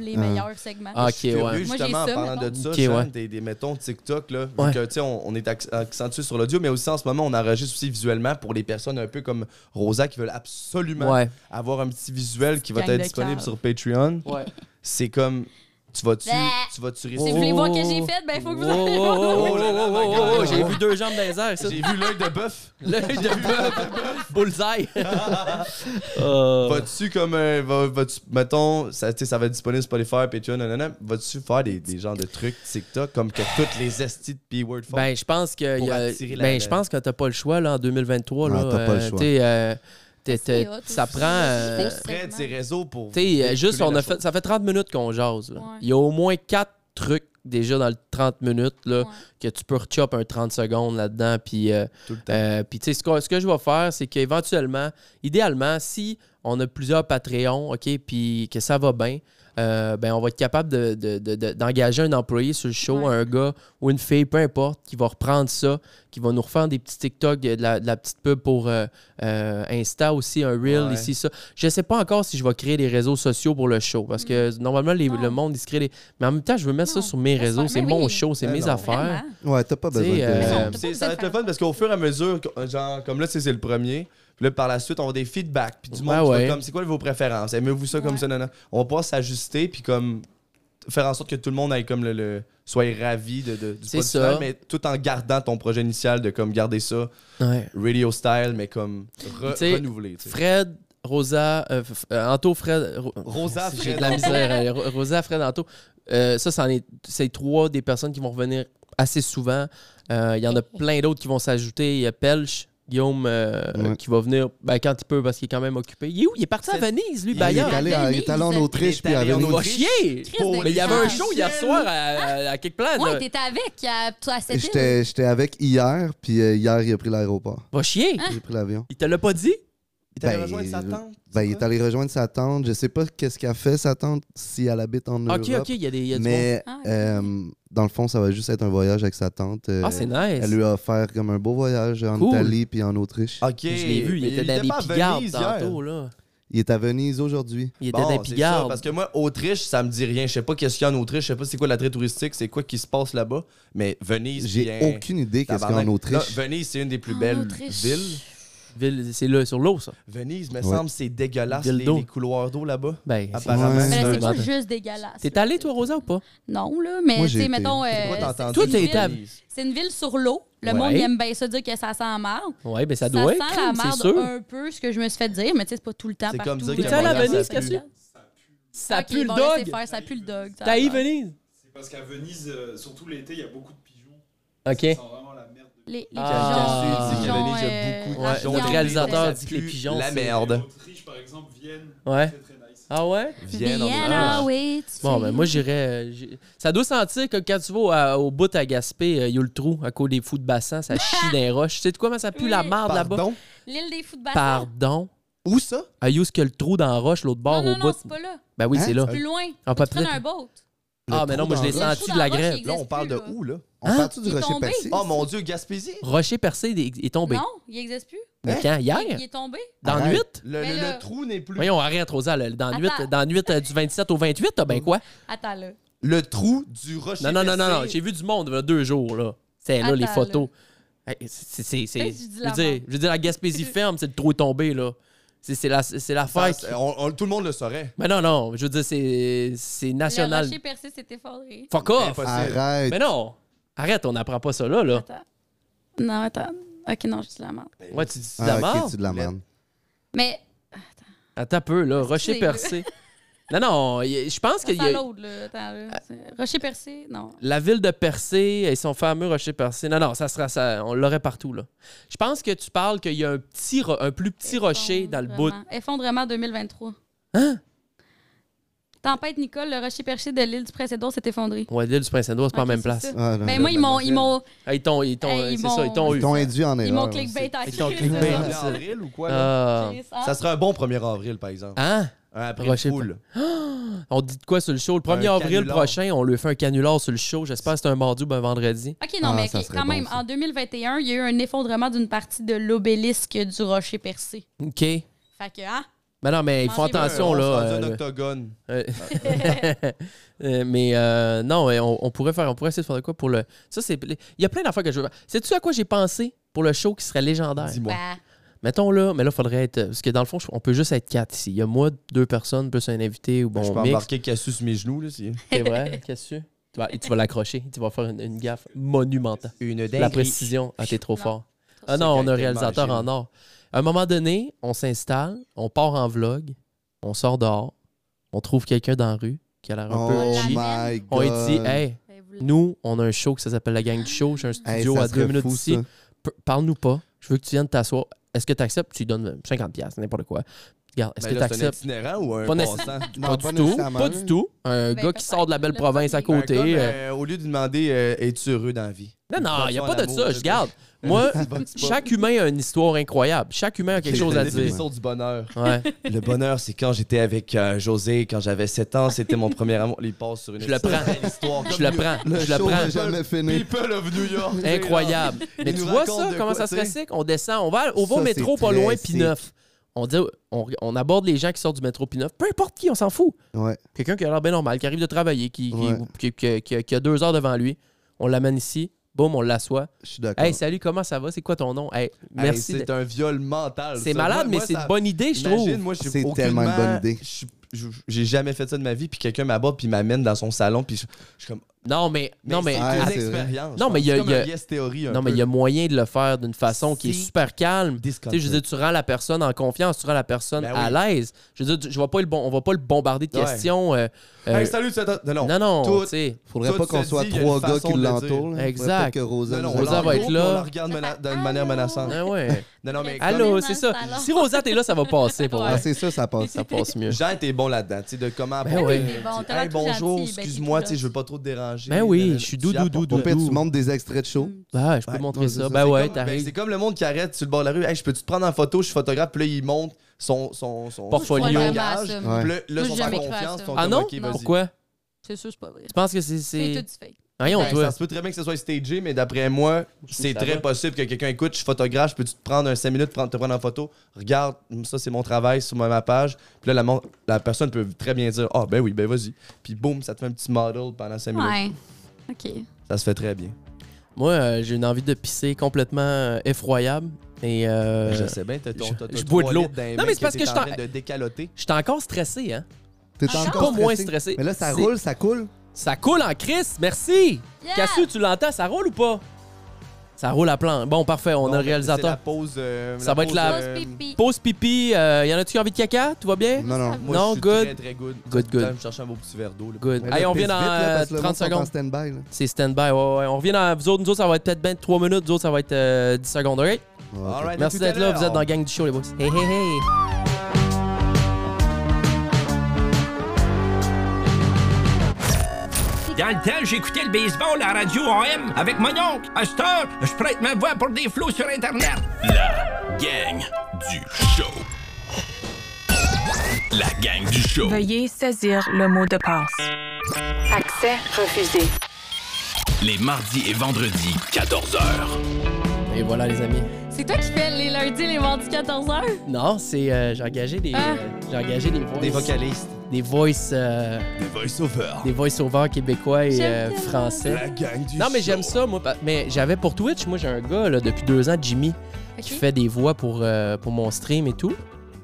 Speaker 5: les meilleurs segments.
Speaker 1: Ah, ok, ouais.
Speaker 5: Moi, j'ai
Speaker 4: euh, justement, en
Speaker 5: ça,
Speaker 4: parlant de
Speaker 5: mettons.
Speaker 4: ça,
Speaker 1: Ok,
Speaker 4: Sean,
Speaker 1: ouais.
Speaker 4: des, des, mettons, TikTok, là,
Speaker 1: Ouais.
Speaker 4: vu que, tu sais, on, on est acc- accentué sur l'audio, mais aussi en ce moment, on enregistre aussi visuellement pour les personnes un peu comme Rosa qui veulent absolument
Speaker 1: Ouais.
Speaker 4: avoir un petit visuel qui va
Speaker 5: Petite gang
Speaker 4: être
Speaker 5: de
Speaker 4: disponible
Speaker 5: cave.
Speaker 4: sur Patreon.
Speaker 1: Ouais.
Speaker 4: C'est comme, Tu vas-tu
Speaker 5: Bah.
Speaker 4: tu vas-tu
Speaker 5: Si
Speaker 4: risquer
Speaker 5: vous voulez voir ce que j'ai fait, ben il faut que vous
Speaker 1: Oh,
Speaker 5: allez
Speaker 1: oh,
Speaker 5: voir.
Speaker 1: oh, oh,
Speaker 4: Oh là là,
Speaker 1: oh,
Speaker 4: my
Speaker 1: oh,
Speaker 4: God.
Speaker 1: oh, J'ai vu deux jambes dans les airs, ça.
Speaker 4: J'ai vu l'œil de bœuf.
Speaker 1: L'œil de bœuf. Bullseye. Euh,
Speaker 4: Vas-tu comme euh, va- vas-tu mettons ça, tu sais, ça va être disponible sur Spotify, Patreon, nanana. Vas-tu faire des, des genres de trucs TikTok comme que toutes les estis de p-word font
Speaker 1: Ben, je pense que
Speaker 4: Pour
Speaker 1: y a-
Speaker 4: attirer la-
Speaker 1: ben,
Speaker 4: la-
Speaker 1: je pense que t'as pas le choix là en 2023
Speaker 2: Non,
Speaker 1: là.
Speaker 2: t'as pas le
Speaker 1: euh,
Speaker 2: choix.
Speaker 1: t'sais, euh, t'es-
Speaker 5: C'est
Speaker 1: t'es-
Speaker 5: hot
Speaker 1: ça
Speaker 5: aussi.
Speaker 1: prend. euh,
Speaker 5: C'est-
Speaker 4: Près de ces réseaux pour
Speaker 1: t'sais, euh, juste
Speaker 4: Publier
Speaker 1: on
Speaker 4: la
Speaker 1: a fait,
Speaker 4: chose.
Speaker 1: ça fait 30 minutes qu'on jase. là.
Speaker 5: Ouais.
Speaker 1: Il y a au moins quatre trucs déjà dans le 30 minutes là,
Speaker 5: Ouais.
Speaker 1: que tu peux rechop un 30 secondes là-dedans puis euh,
Speaker 4: tout le temps.
Speaker 1: euh, puis, tu sais, ce que, ce que je vais faire, c'est qu'éventuellement, idéalement, si on a plusieurs Patreons, OK, puis que ça va bien, euh, ben, on va être capable de- de- de- de- d'engager un employé sur le show,
Speaker 5: Ouais.
Speaker 1: un gars ou une fille, peu importe, qui va reprendre ça, qui va nous refaire des petits TikTok, de la, de la petite pub pour euh, euh, Insta aussi, un Reel,
Speaker 4: Ouais.
Speaker 1: ici, ça. Je sais pas encore si je vais créer des réseaux sociaux pour le show, parce que normalement, les-
Speaker 5: Mm. Non.
Speaker 1: le monde, il se crée des... Mais en même temps, je veux mettre
Speaker 5: Non,
Speaker 1: ça sur mes
Speaker 5: laisse
Speaker 1: réseaux,
Speaker 5: faire.
Speaker 1: c'est
Speaker 5: Mais
Speaker 1: mon
Speaker 5: oui.
Speaker 1: show, c'est
Speaker 4: Mais
Speaker 1: mes
Speaker 4: Ben non.
Speaker 1: affaires.
Speaker 5: Vraiment.
Speaker 2: Ouais, t'as pas
Speaker 1: T'sais,
Speaker 2: besoin de.
Speaker 1: euh,
Speaker 5: t'as pas
Speaker 4: C'est-
Speaker 5: besoin
Speaker 4: ça va
Speaker 5: de
Speaker 4: être le
Speaker 5: faire
Speaker 4: fun parce qu'au fur et à mesure, qu- genre, comme là, c'est c'est le premier. Puis là, par la suite, on a des feedbacks. Puis du
Speaker 1: Ben
Speaker 4: monde qui va
Speaker 1: ouais.
Speaker 4: comme, c'est quoi vos préférences? Aimez-vous ça comme
Speaker 5: Ouais.
Speaker 4: ça? Non, non. On va pouvoir s'ajuster, puis comme faire en sorte que tout le monde aille comme le, le- soit ravi de, de- du
Speaker 1: C'est
Speaker 4: produit
Speaker 1: ça.
Speaker 4: final, mais tout en gardant ton projet initial de comme garder ça
Speaker 1: Ouais.
Speaker 4: radio style, mais comme re-
Speaker 1: Tu sais,
Speaker 4: renouvelé. tu sais.
Speaker 1: Fred, Rosa, euh, f- euh, Anto, Fred. Ro-
Speaker 4: Rosa,
Speaker 1: J'ai
Speaker 4: Fred.
Speaker 1: de la misère. euh, Ro- Rosa, Fred, Anto. Euh, ça, c'en est, c'est trois des personnes qui vont revenir assez souvent. Euh, Il y en a plein d'autres qui vont s'ajouter. Il y a Pelch, Guillaume, euh,
Speaker 2: Ouais.
Speaker 1: qui va venir ben, quand il peut parce qu'il est quand même occupé. Il est où Il est parti à
Speaker 4: C'est-
Speaker 1: Venise, lui,
Speaker 2: Il
Speaker 4: Il
Speaker 2: est
Speaker 1: d'ailleurs.
Speaker 2: allé en- il est allé en Autriche
Speaker 4: Il est
Speaker 2: puis à
Speaker 4: allé en
Speaker 1: Il
Speaker 2: Venise.
Speaker 1: va
Speaker 4: Autriche.
Speaker 1: chier.
Speaker 4: Pour-
Speaker 1: Mais il y avait un
Speaker 5: Dégueulasse.
Speaker 1: show hier soir à, à- à quelque place.
Speaker 5: Ouais,
Speaker 1: là.
Speaker 5: t'étais avec à, à cette île.
Speaker 2: J'étais j'étais avec hier, puis euh, hier, il a pris l'aéroport.
Speaker 1: Va chier.
Speaker 2: J'ai pris l'avion.
Speaker 1: Il te l'a pas dit
Speaker 4: Il t'avait
Speaker 2: Ben,
Speaker 4: rejoint de sa tante? hein?
Speaker 2: Ben, il
Speaker 4: c'est
Speaker 2: est allé rejoindre sa tante. Je sais pas qu'est-ce qu'elle fait, sa tante, si elle habite en Europe.
Speaker 1: Ok, ok, il y a des. il y a du monde.
Speaker 2: Mais
Speaker 5: Ah, ok.
Speaker 2: euh, dans le fond, ça va juste être un voyage avec sa tante. Euh,
Speaker 1: Ah, c'est nice.
Speaker 2: Elle lui a offert comme un beau voyage en
Speaker 1: Cool.
Speaker 2: Italie puis en Autriche.
Speaker 4: ça? Ok.
Speaker 1: Je l'ai vu, il
Speaker 4: mais
Speaker 1: était dans
Speaker 4: pas à
Speaker 1: des pigardes
Speaker 4: Venise hier.
Speaker 1: tantôt, là.
Speaker 2: Il est à Venise aujourd'hui.
Speaker 1: Il était
Speaker 4: Bon,
Speaker 1: dans les
Speaker 4: c'est ça,
Speaker 1: pigardes.
Speaker 4: Parce que moi, Autriche, ça me dit rien. Je sais pas qu'est-ce qu'il y a en Autriche. Je sais pas c'est quoi l'attrait touristique, c'est quoi qui se passe là-bas. Mais Venise,
Speaker 2: J'ai
Speaker 4: bien-
Speaker 2: aucune idée qu'est-ce qu'il y a
Speaker 4: tabarnak.
Speaker 2: en Autriche.
Speaker 4: Là, Venise, c'est une des plus
Speaker 5: En
Speaker 4: belles
Speaker 5: Autriche.
Speaker 4: villes.
Speaker 1: Ville- C'est là, sur l'eau, ça.
Speaker 4: Venise, me
Speaker 2: Ouais.
Speaker 4: semble, c'est dégueulasse
Speaker 1: Ville
Speaker 4: les,
Speaker 1: d'eau.
Speaker 4: les couloirs d'eau là-bas.
Speaker 1: Ben,
Speaker 4: Apparemment.
Speaker 2: Ouais.
Speaker 5: Mais là,
Speaker 1: c'est-
Speaker 5: C'est pas
Speaker 1: c'est-
Speaker 5: juste dégueulasse.
Speaker 1: T'es allé, toi, Rosa, ou pas?
Speaker 5: Non, là, mais
Speaker 2: Moi,
Speaker 5: tu
Speaker 2: j'ai
Speaker 5: sais,
Speaker 2: été.
Speaker 5: mettons. euh,
Speaker 4: Pourquoi t'entends
Speaker 1: Toi,
Speaker 5: c'est
Speaker 1: t'as
Speaker 5: une
Speaker 1: été à-
Speaker 5: ville- C'est une ville sur l'eau. Le
Speaker 1: Ouais.
Speaker 5: monde il aime bien ça dire que ça sent la merde.
Speaker 1: Oui, ben ça
Speaker 5: Ça,
Speaker 1: doit
Speaker 5: sent
Speaker 1: être,
Speaker 5: la
Speaker 1: crime, c'est
Speaker 5: merde
Speaker 1: sûr.
Speaker 5: un peu, ce que je me suis fait dire, mais tu sais, c'est pas tout le temps
Speaker 4: C'est
Speaker 5: partout.
Speaker 4: comme dire
Speaker 5: là.
Speaker 4: que
Speaker 1: T'es allé à
Speaker 4: Montréal,
Speaker 1: Venise,
Speaker 4: ça
Speaker 1: qu'est-ce que tu- Ça
Speaker 5: Ok,
Speaker 1: pue
Speaker 5: bon,
Speaker 1: le
Speaker 5: laissez
Speaker 1: dog.
Speaker 5: faire, Ça pue le dog. ça
Speaker 1: T'as eu
Speaker 5: va.
Speaker 1: Venise?
Speaker 7: C'est parce qu'à Venise, euh, surtout l'été, il y a beaucoup de pigeons.
Speaker 1: OK.
Speaker 7: Ça sent vraiment la merde. De...
Speaker 5: Les, les
Speaker 1: Ah. Cassius dit
Speaker 5: pigeons.
Speaker 1: que
Speaker 5: pigeons,
Speaker 4: Venise, il y a beaucoup de
Speaker 1: Ouais,
Speaker 5: euh,
Speaker 4: pigeons.
Speaker 5: la
Speaker 1: notre
Speaker 5: viande,
Speaker 1: réalisateur
Speaker 4: ça
Speaker 1: dit que les
Speaker 4: pue
Speaker 1: pigeons.
Speaker 4: la
Speaker 1: c'est-
Speaker 4: merde. Merde.
Speaker 7: Autriche, par exemple, Vienne,
Speaker 1: Ouais.
Speaker 7: c'est très nice.
Speaker 1: Ah ouais?
Speaker 4: Vienne, on est-
Speaker 5: Vienne,
Speaker 1: Ah.
Speaker 5: ah oui. tu
Speaker 1: Bon,
Speaker 5: sais.
Speaker 1: ben moi, j'irais. euh, j'ai- Ça doit sentir que quand tu vas au, au bout à Gaspé, euh, il y a le trou à cause des fous de bassin, ça chie dans les roches. Tu sais de quoi, mais ça pue
Speaker 5: Oui.
Speaker 1: la merde là-bas?
Speaker 4: Pardon?
Speaker 5: L'île des fous de bassin.
Speaker 1: Pardon?
Speaker 4: Où ça?
Speaker 1: Ah, you, ce que le trou dans la roche, l'autre bord,
Speaker 5: Non, non,
Speaker 1: au
Speaker 5: non,
Speaker 1: bout?
Speaker 5: c'est pas là.
Speaker 1: Ben oui,
Speaker 2: Hein?
Speaker 1: c'est là.
Speaker 5: Plus loin.
Speaker 1: Ah, pas
Speaker 5: Prends
Speaker 1: peut-être.
Speaker 5: un boat.
Speaker 1: Ah, mais non, moi, je l'ai
Speaker 2: Le trou dans la roche.
Speaker 1: senti
Speaker 5: roche.
Speaker 1: de la
Speaker 5: Le trou dans la
Speaker 1: grève.
Speaker 5: roche,
Speaker 4: Là, on
Speaker 5: existe
Speaker 4: parle
Speaker 5: plus,
Speaker 4: de
Speaker 5: là.
Speaker 4: où, là?
Speaker 2: On parle-tu
Speaker 5: Il
Speaker 2: du
Speaker 5: est
Speaker 2: rocher
Speaker 5: tombé.
Speaker 2: percé?
Speaker 4: Oh mon dieu, Gaspésie?
Speaker 1: Rocher percé est est tombé.
Speaker 5: Non, il n'existe plus.
Speaker 1: Mais quand?
Speaker 5: Il,
Speaker 1: Oh, ben. Hier?
Speaker 5: il est tombé.
Speaker 1: Dans
Speaker 2: Hein? Arrête.
Speaker 1: 8?
Speaker 4: Le,
Speaker 5: Mais
Speaker 4: le-
Speaker 5: là-
Speaker 4: le trou n'est plus.
Speaker 1: Voyons, arrête, Rosa. le- Dans
Speaker 5: Attends.
Speaker 1: 8, dans 8 euh, du 27 au 28, t'as ben quoi?
Speaker 5: Attends, là.
Speaker 4: Le trou du rocher.
Speaker 1: Non, non, non, non, non.
Speaker 4: percé.
Speaker 1: J'ai vu du monde il y a deux jours, là. C'est là,
Speaker 5: Attends,
Speaker 1: les photos. Hey, c'est- c'est- c'est-
Speaker 5: Hey, tu dis
Speaker 1: Je
Speaker 5: la
Speaker 1: veux dire,
Speaker 5: mort.
Speaker 1: je veux dire, la Gaspésie ferme, c'est le trou est tombé, là. C'est c'est la- c'est l'affaire.
Speaker 4: Ça,
Speaker 1: qui-
Speaker 4: on- on- tout le monde le saurait.
Speaker 1: Mais non, non. Je veux dire, c'est c'est
Speaker 5: Le
Speaker 1: national.
Speaker 5: rocher percé s'est effondré.
Speaker 1: Fuck off!
Speaker 4: Impossible.
Speaker 2: Arrête.
Speaker 1: Mais non! Arrête, on n'apprend pas ça là, là.
Speaker 5: Attends. Non, attends. Ok, non, je dis la merde.
Speaker 1: Ouais, tu dis de la
Speaker 2: Ah,
Speaker 1: mort?
Speaker 2: ok, tu de la merde.
Speaker 5: Mais
Speaker 1: Attends un peu, là. Rocher
Speaker 5: Excusez.
Speaker 1: percé. non, non, il- je pense que
Speaker 5: ça
Speaker 1: il y a-
Speaker 5: sent l'autre, là. Attends,
Speaker 1: Ah.
Speaker 5: là. C'est- Rocher percé, non.
Speaker 1: la ville de Percé et son fameux rocher percé. Non, non, ça sera ça. On l'aurait partout, là. Je pense que tu parles qu'il y a un petit ro- un plus petit rocher dans le bout.
Speaker 5: Effondrement. Effondrement 2023.
Speaker 1: Hein?
Speaker 5: Tempête Nicole, le rocher percé de l'île du Prince-Édouard s'est effondré.
Speaker 2: Euh,
Speaker 1: Ouais, l'île du Prince-Édouard, c'est pas
Speaker 5: Ok,
Speaker 1: la même
Speaker 5: c'est
Speaker 1: place.
Speaker 5: ça.
Speaker 2: Ah, non,
Speaker 5: Ben
Speaker 2: non.
Speaker 5: moi, ils m'ont, ils m'ont,
Speaker 1: Ah, ils t'ont, ils t'ont,
Speaker 5: Hey, ils
Speaker 1: c'est ça, ils
Speaker 5: m'ont-
Speaker 1: t'ont
Speaker 2: Ils
Speaker 1: eu.
Speaker 2: t'ont induit en
Speaker 5: ils m'ont
Speaker 2: erreur.
Speaker 5: clickbait à
Speaker 1: Ils t'ont
Speaker 5: crise,
Speaker 1: clickbait.
Speaker 5: là.
Speaker 4: Le 1er avril ou quoi? là?
Speaker 1: Ah.
Speaker 5: hein?
Speaker 4: Ça serait un bon 1er avril, par exemple.
Speaker 1: Hein?
Speaker 4: Un après
Speaker 1: Rocher
Speaker 4: foule.
Speaker 1: On dit de quoi sur le show? Le 1er
Speaker 4: Un
Speaker 1: avril
Speaker 4: canular.
Speaker 1: prochain, on lui fait un canular sur le show. J'espère que c'est un mardi ou un vendredi.
Speaker 5: OK, non,
Speaker 2: Ah,
Speaker 5: mais
Speaker 2: ça
Speaker 5: ok,
Speaker 2: serait
Speaker 5: quand
Speaker 2: bon,
Speaker 5: même,
Speaker 2: ça.
Speaker 5: en 2021, il y a eu un effondrement d'une partie de l'obélisque du rocher percé.
Speaker 1: OK. Mais
Speaker 5: Fait que, hein?
Speaker 1: non, mais ils font
Speaker 5: Mangez-le.
Speaker 1: attention,
Speaker 4: On
Speaker 1: là.
Speaker 4: se rend
Speaker 1: euh,
Speaker 4: un octogone.
Speaker 1: Euh, euh, mais euh, non, ouais, on, on pourrait faire, on pourrait essayer de faire de quoi pour le. Ça, c'est. Il y a plein d'affaires que je veux faire. Sais-tu à quoi j'ai pensé pour le show qui serait légendaire?
Speaker 4: Dis-moi.
Speaker 5: Bah,
Speaker 1: Mettons là, mais là, faudrait être. Parce que dans le fond, je- on peut juste être quatre ici. Il y a moi, deux personnes, plus un invité
Speaker 2: Ben,
Speaker 1: ou bon
Speaker 4: je peux
Speaker 1: mix.
Speaker 4: embarquer Cassus sur mes genoux, là. Si...
Speaker 1: C'est vrai, qu'est-ce que tu- tu vas, Ben, tu vas l'accrocher, tu vas faire une, une gaffe monumentale.
Speaker 4: Une
Speaker 2: Ben,
Speaker 4: dingue.
Speaker 1: La précision, ah, t'es trop
Speaker 5: Non.
Speaker 1: fort.
Speaker 5: Trop
Speaker 1: Ah non, on a un
Speaker 4: C'est
Speaker 1: réalisateur
Speaker 4: tellement
Speaker 1: en or. À un moment donné, on s'installe, on part en vlog, on sort dehors, on trouve quelqu'un dans la rue qui a l'air un peu
Speaker 2: Oh
Speaker 1: cheap.
Speaker 2: my god.
Speaker 1: On lui dit, hey,
Speaker 5: Ben, vous le-
Speaker 1: nous, on a un show qui s'appelle La Gang du Show, j'ai un
Speaker 2: Hey,
Speaker 1: studio
Speaker 2: ça
Speaker 1: à
Speaker 2: serait
Speaker 1: deux minutes
Speaker 2: fou,
Speaker 1: d'ici.
Speaker 2: ça.
Speaker 1: P- Parle-nous pas, je veux que tu viennes t'asseoir. Est-ce que tu acceptes? Tu lui donnes 50$, piastres, n'importe quoi. Regarde, est-ce
Speaker 4: Ben
Speaker 1: que tu
Speaker 4: là, C'est un
Speaker 1: acceptes?
Speaker 4: itinérant ou un
Speaker 1: Pas nécessaire-
Speaker 4: passant?
Speaker 2: Non,
Speaker 1: pas, du tout,
Speaker 2: nécessairement.
Speaker 1: pas du tout. Un
Speaker 5: Ben,
Speaker 1: gars qui
Speaker 5: peut-être
Speaker 1: sort de la belle
Speaker 5: le
Speaker 1: province à
Speaker 5: premier.
Speaker 1: côté.
Speaker 4: Ben, comme,
Speaker 1: euh,
Speaker 4: euh, au lieu de demander euh, es-tu heureux dans la vie
Speaker 1: Non, non, il n'y a
Speaker 4: Réponds à
Speaker 1: pas de
Speaker 4: l'amour,
Speaker 1: ça.
Speaker 4: c'est
Speaker 1: Je garde. Moi,
Speaker 4: Box pas.
Speaker 1: chaque humain a une histoire incroyable. Chaque humain a quelque chose à
Speaker 4: La
Speaker 1: dire.
Speaker 4: définition du bonheur.
Speaker 1: Ouais.
Speaker 4: Le bonheur, c'est quand j'étais avec euh, José, quand j'avais 7 ans, c'était mon premier amour. Il passe sur une
Speaker 1: Je le prends.
Speaker 4: histoire.
Speaker 1: Je le prends.
Speaker 2: Le
Speaker 1: Je le
Speaker 2: show n'est
Speaker 1: prends.
Speaker 2: jamais fini.
Speaker 4: People of New York.
Speaker 1: Incroyable. Mais
Speaker 4: Il
Speaker 1: tu
Speaker 4: nous
Speaker 1: vois
Speaker 4: raconte
Speaker 1: ça,
Speaker 4: de
Speaker 1: comment ça
Speaker 4: quoi,
Speaker 1: se
Speaker 4: tu sais.
Speaker 1: recycle? On descend, on va, on va au
Speaker 2: Ça,
Speaker 1: métro
Speaker 2: c'est
Speaker 1: pas
Speaker 2: très
Speaker 1: loin,
Speaker 2: sick.
Speaker 1: puis neuf. On, dit, on, on aborde les gens qui sortent du métro puis neuf. Peu importe qui, on s'en fout.
Speaker 2: Ouais.
Speaker 1: Quelqu'un qui a l'air bien normal, qui arrive de travailler, qui, qui-
Speaker 2: Ouais.
Speaker 1: qui, qui- qui- qui a deux heures devant lui. On l'amène ici. Boum, on l'assoit.
Speaker 2: Je suis d'accord.
Speaker 1: Hey, salut, comment ça va? C'est quoi ton nom? Hey, merci.
Speaker 4: Merci.
Speaker 1: d'être-
Speaker 4: c'est un viol mental.
Speaker 1: C'est
Speaker 4: ça.
Speaker 1: malade,
Speaker 4: Moi-
Speaker 1: mais
Speaker 4: moi,
Speaker 1: c'est
Speaker 4: ça-
Speaker 1: une bonne idée, je
Speaker 4: Imagine,
Speaker 1: trouve.
Speaker 4: moi, j'ai
Speaker 2: C'est
Speaker 4: aucunement-
Speaker 2: tellement une bonne idée.
Speaker 4: je suis- je- J'ai jamais fait ça de ma vie, puis quelqu'un m'aborde, puis m'amène dans son salon, puis je, je suis comme.
Speaker 1: Non, mais, non, mais
Speaker 4: c'est
Speaker 2: Ouais,
Speaker 4: une
Speaker 2: c'est vrai.
Speaker 4: expérience.
Speaker 1: Non,
Speaker 4: je
Speaker 1: mais
Speaker 4: pense.
Speaker 1: il y a-
Speaker 4: C'est comme
Speaker 1: il y a-
Speaker 4: un yes theory. un
Speaker 1: Non, mais
Speaker 4: peu.
Speaker 1: il y a moyen de le faire d'une façon qui est
Speaker 4: Si-
Speaker 1: super calme. Tu sais, je veux dire, tu rends la personne en confiance, tu rends la personne
Speaker 4: Ben oui.
Speaker 1: à l'aise. Je veux dire, tu- je vais pas le bon, on va pas le bombarder de
Speaker 4: Ouais.
Speaker 1: questions. euh, euh,
Speaker 4: Hey, salut, c'est non, non.
Speaker 1: non, non,
Speaker 4: tout-
Speaker 1: tu sais.
Speaker 2: Faudrait
Speaker 4: Ça,
Speaker 2: pas
Speaker 4: tu
Speaker 2: qu'on
Speaker 4: te
Speaker 2: soit
Speaker 4: dis, il y a
Speaker 2: trois
Speaker 4: une
Speaker 2: gars
Speaker 4: façon
Speaker 2: qui
Speaker 4: de le
Speaker 2: l'entourent. là.
Speaker 1: Exact.
Speaker 2: Faudrait pas que Rosa
Speaker 4: Non, non,
Speaker 2: nous
Speaker 4: on
Speaker 1: Rosa
Speaker 4: la
Speaker 2: regarde.
Speaker 1: va être
Speaker 4: regroupe,
Speaker 1: là.
Speaker 4: On la regarde mena- d'une manière menaçante.
Speaker 1: Ah ouais.
Speaker 4: Non, non, mais comme-
Speaker 1: Allô,
Speaker 5: dans
Speaker 1: c'est
Speaker 5: le
Speaker 1: ça.
Speaker 5: salon.
Speaker 1: Si Rosa t'es là, ça va passer pour
Speaker 5: Ouais.
Speaker 2: Ah,
Speaker 1: elle.
Speaker 2: c'est ça, ça passe.
Speaker 1: Ça passe mieux.
Speaker 4: Jean était bon là-dedans, tu sais, de comment
Speaker 1: Ben
Speaker 4: apporter,
Speaker 1: oui.
Speaker 4: euh,
Speaker 1: Il est
Speaker 5: bon,
Speaker 4: tu dis,
Speaker 5: tellement
Speaker 4: Hey,
Speaker 5: tout
Speaker 4: bonjour,
Speaker 5: gentil,
Speaker 4: excuse-moi,
Speaker 5: ben,
Speaker 4: tu sais,
Speaker 5: t'es
Speaker 4: je veux pas trop te déranger. euh,
Speaker 1: Ben oui,
Speaker 4: Nanana.
Speaker 1: je suis
Speaker 4: Tu
Speaker 1: doux,
Speaker 4: apportes-
Speaker 1: doux, doux.
Speaker 2: Au pire, tu montes des extraits de show.
Speaker 1: Ouais, je peux
Speaker 4: Ouais.
Speaker 1: montrer
Speaker 2: Ouais, c'est
Speaker 1: ça.
Speaker 2: ça.
Speaker 1: Ben
Speaker 4: C'est
Speaker 1: ouais,
Speaker 4: comme- ben,
Speaker 1: t'arrives.
Speaker 4: C'est comme le monde qui arrête sur le bord de la rue. Hey, je peux-tu te prendre en photo? Je suis photographe. Puis là, il monte son, son, son
Speaker 1: Portfolio.
Speaker 4: son
Speaker 1: Moi,
Speaker 5: je crois
Speaker 4: bagage.
Speaker 5: vraiment à ça.
Speaker 4: Puis Là, là,
Speaker 5: Moi,
Speaker 4: ils sont
Speaker 5: j'ai
Speaker 4: en
Speaker 5: jamais cru à
Speaker 4: confiance.
Speaker 5: ça.
Speaker 4: ils sont
Speaker 1: Ah
Speaker 4: comme,
Speaker 1: non?
Speaker 4: OK, vas-y.
Speaker 1: Pourquoi?
Speaker 5: C'est sûr, c'est pas vrai.
Speaker 1: Tu penses que c'est-
Speaker 5: C'est
Speaker 1: c'est.
Speaker 5: tout du fake.
Speaker 1: Voyons,
Speaker 4: Ben,
Speaker 1: toi.
Speaker 4: ça se peut très bien que ce soit stagé, mais d'après moi,
Speaker 1: Je trouve
Speaker 4: c'est
Speaker 1: ça
Speaker 4: très
Speaker 1: va.
Speaker 4: possible que quelqu'un écoute, je suis photographe, peux-tu te prendre un 5 minutes, prendre- te prendre en photo? Regarde, ça c'est mon travail sur ma ma page. Puis là, la, mon- la personne peut très bien dire, ah ben oui, ben vas-y. Puis boum, ça te fait un petit model pendant 5
Speaker 5: Ouais.
Speaker 4: minutes.
Speaker 5: OK.
Speaker 4: Ça se fait très bien.
Speaker 1: Moi, euh, j'ai une envie de pisser complètement euh, effroyable. Et. euh,
Speaker 4: Ben, je sais bien, t'as ton.
Speaker 1: je-
Speaker 4: t'as- t'as
Speaker 1: je
Speaker 4: trois
Speaker 1: bois de l'eau.
Speaker 4: litres dans les
Speaker 1: Non,
Speaker 4: mains
Speaker 1: mais c'est parce
Speaker 4: t'es
Speaker 1: que je
Speaker 4: en
Speaker 1: t'en-
Speaker 4: train de décaloter.
Speaker 1: J'étais encore stressé, hein.
Speaker 2: T'es
Speaker 5: Ah,
Speaker 1: J'étais
Speaker 2: encore
Speaker 1: pas moins
Speaker 2: stressé.
Speaker 1: stressé.
Speaker 2: Mais là, ça
Speaker 1: C'est-
Speaker 2: roule, ça coule.
Speaker 1: Ça coule en crise, merci.
Speaker 5: Yeah!
Speaker 1: Cassu, tu l'entends, ça roule ou pas? Ça roule à plan. Bon, parfait, on
Speaker 4: Non,
Speaker 1: a le
Speaker 4: mais ben, c'est La
Speaker 1: réalisateur.
Speaker 4: pause. euh,
Speaker 1: Ça va être la-
Speaker 5: Grosse
Speaker 4: euh,
Speaker 5: pipi.
Speaker 1: Pause pipi, euh, y en a-tu qui ont envie de caca? Tout va bien?
Speaker 2: Non, non.
Speaker 4: Moi,
Speaker 1: Non,
Speaker 4: je suis
Speaker 1: good.
Speaker 4: Très, très good.
Speaker 1: Good,
Speaker 4: Tout le
Speaker 1: good.
Speaker 4: temps, Je cherche un beau petit verre d'eau. là.
Speaker 1: Good.
Speaker 2: Mais
Speaker 1: Allez,
Speaker 2: là,
Speaker 1: on revient
Speaker 2: pisse
Speaker 1: dans
Speaker 2: vite, là, parce que le
Speaker 1: 30
Speaker 2: monde sont en
Speaker 1: secondes.
Speaker 2: stand-by, là.
Speaker 1: C'est stand-by, ouais, ouais. On revient dans. Vous autres, nous autres, ça va être peut-être ben 3 minutes. Vous autres, ça va être euh, 10 secondes, ok?
Speaker 2: Ouais,
Speaker 4: All right, à
Speaker 1: Merci
Speaker 4: tout à
Speaker 1: d'être là,
Speaker 4: l'heure.
Speaker 1: vous êtes dans la gang du show, les boys. Hey, hey, hey!
Speaker 8: Dans le temps, j'écoutais le baseball à la radio AM avec mon oncle. À cette heure, je prête ma voix pour des flots sur Internet.
Speaker 3: La gang du show. La gang du show.
Speaker 9: Veuillez saisir le mot de passe.
Speaker 10: Accès refusé.
Speaker 3: Les mardis et vendredis, 14h.
Speaker 1: Et voilà, les amis.
Speaker 5: C'est toi qui fais les lundis, les vendredis 14h?
Speaker 1: Non, c'est. euh, j'ai engagé des.
Speaker 5: Ah.
Speaker 1: euh, j'ai engagé des voice.
Speaker 4: Des vocalistes.
Speaker 1: Des voice. euh,
Speaker 3: Des voice-overs.
Speaker 1: des voice-over québécois et
Speaker 5: J'aime
Speaker 1: euh,
Speaker 5: tellement.
Speaker 1: français.
Speaker 3: gang du
Speaker 1: Non, mais j'aime ça, moi. pa- Mais j'avais pour Twitch, moi, j'ai un gars, là, depuis deux ans, Jimmy. qui fait des voix pour, euh, pour mon stream et tout. Puis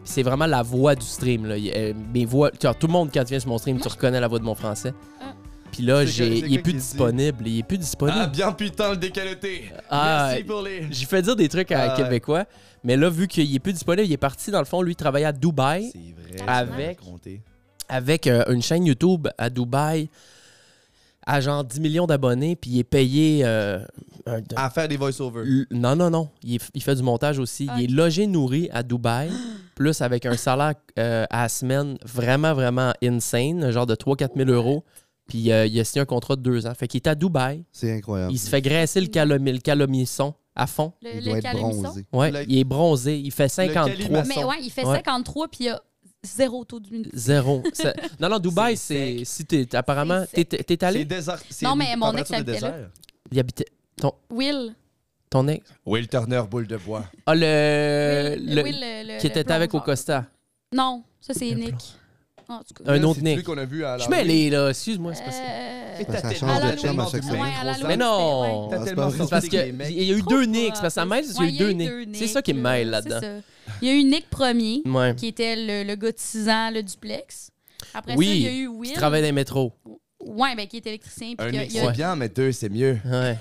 Speaker 1: C'est vraiment la voix du stream. Là. Il y a- euh, mes voix, tu vois, tout le monde, quand tu viens sur mon stream, tu reconnais la voix de mon français.
Speaker 5: Ah.
Speaker 1: Puis là,
Speaker 4: C'est
Speaker 1: j'ai-
Speaker 4: que- c'est
Speaker 1: il est
Speaker 4: quoi
Speaker 1: plus
Speaker 4: qu'il dit?
Speaker 1: disponible. Il est plus
Speaker 4: Ah,
Speaker 1: disponible.
Speaker 4: bien putain, le décaloté.
Speaker 1: Ah,
Speaker 4: Merci pour les.
Speaker 1: J'ai fait dire des trucs à
Speaker 4: Ah, ouais.
Speaker 1: Québécois, mais là, vu qu'il est plus disponible, il est parti, dans le fond, lui, travailler à Dubaï
Speaker 4: C'est vrai.
Speaker 1: Avec-
Speaker 4: tu m'as raconté.
Speaker 1: avec euh, une chaîne YouTube à Dubaï à genre 10 millions d'abonnés, puis il est payé euh, un-
Speaker 4: À faire des voice-overs.
Speaker 1: L- Non, non, non. Il, est- il fait du montage aussi. Il est logé, nourri à Dubaï, plus avec un salaire euh, à la semaine vraiment, vraiment insane, un genre de 3-4 000 euros. Puis euh, il a signé un contrat de deux ans. Fait qu'il est à Dubaï.
Speaker 2: C'est
Speaker 4: Ah.
Speaker 2: incroyable.
Speaker 1: Il se fait graisser le, calomie- le calomisson à fond.
Speaker 5: Le,
Speaker 2: Il
Speaker 5: le
Speaker 2: doit être
Speaker 5: calomisson.
Speaker 2: bronzé.
Speaker 1: Ouais,
Speaker 4: Le-
Speaker 1: il est bronzé. Il fait 53.
Speaker 4: calimaçon.
Speaker 5: Mais ouais, il fait
Speaker 1: Ouais.
Speaker 5: 53 puis il y a zéro taux d'humidité.
Speaker 1: Zéro. Ça- Non, non, Dubaï,
Speaker 4: C'est
Speaker 1: c'est. Si t'es. Apparemment.
Speaker 5: C'est
Speaker 1: T'es t'es
Speaker 4: C'est
Speaker 1: allé.
Speaker 4: désert. c'est
Speaker 5: Non,
Speaker 4: une
Speaker 5: mais mon ex
Speaker 4: température de
Speaker 5: habitait là.
Speaker 4: désert.
Speaker 1: Il habitait.
Speaker 5: Will.
Speaker 1: Ton ex.
Speaker 4: Will Turner, boule de bois.
Speaker 1: Ah, le.
Speaker 5: Will, euh,
Speaker 1: le-
Speaker 5: Will, le- le-
Speaker 1: Qui
Speaker 5: le
Speaker 1: était avec au
Speaker 5: plongeur.
Speaker 1: Costa.
Speaker 5: Non, ça c'est Nick. En tout cas.
Speaker 1: Un autre
Speaker 4: C'est celui
Speaker 1: Nick.
Speaker 4: qu'on a vu à
Speaker 1: Je
Speaker 4: la-
Speaker 1: suis mêlé, là. Excuse-moi, Euh, c'est pas ça.
Speaker 5: Euh, euh,
Speaker 4: Fait que t'as
Speaker 2: Ça change
Speaker 4: tellement-
Speaker 2: de
Speaker 4: t'as
Speaker 2: chum à
Speaker 4: tellement
Speaker 2: chaque
Speaker 4: du
Speaker 2: semaine.
Speaker 4: bien
Speaker 5: Ouais, à la
Speaker 4: gros
Speaker 5: longue,
Speaker 1: Mais
Speaker 4: sens.
Speaker 1: non!
Speaker 2: ouais.
Speaker 4: T'as
Speaker 2: C'est
Speaker 4: tellement
Speaker 2: pas vrai.
Speaker 4: senti
Speaker 1: Parce
Speaker 4: que les
Speaker 1: qu'il
Speaker 4: mecs-
Speaker 1: y a eu
Speaker 5: Trop
Speaker 1: deux
Speaker 5: propre.
Speaker 1: nicks. Parce que sa mère, il y a
Speaker 5: Ouais,
Speaker 1: eu deux
Speaker 5: deux
Speaker 1: nicks. C'est
Speaker 5: nicks,
Speaker 1: ça qui me mêle
Speaker 5: là, c'est
Speaker 1: là-dedans.
Speaker 5: ça. Il y a eu Nick premier,
Speaker 1: Ouais.
Speaker 5: qui était le, le gars de 6 ans, le duplex. Après
Speaker 1: Oui,
Speaker 5: ça, il y a
Speaker 1: Qui
Speaker 5: eu Will.
Speaker 1: travaille dans les métros.
Speaker 5: Ouais, ben, qui est électricien. puis
Speaker 4: Un
Speaker 5: il y a-
Speaker 4: ex,
Speaker 5: il y a-
Speaker 4: c'est bien, mais deux, c'est mieux.
Speaker 1: Ouais.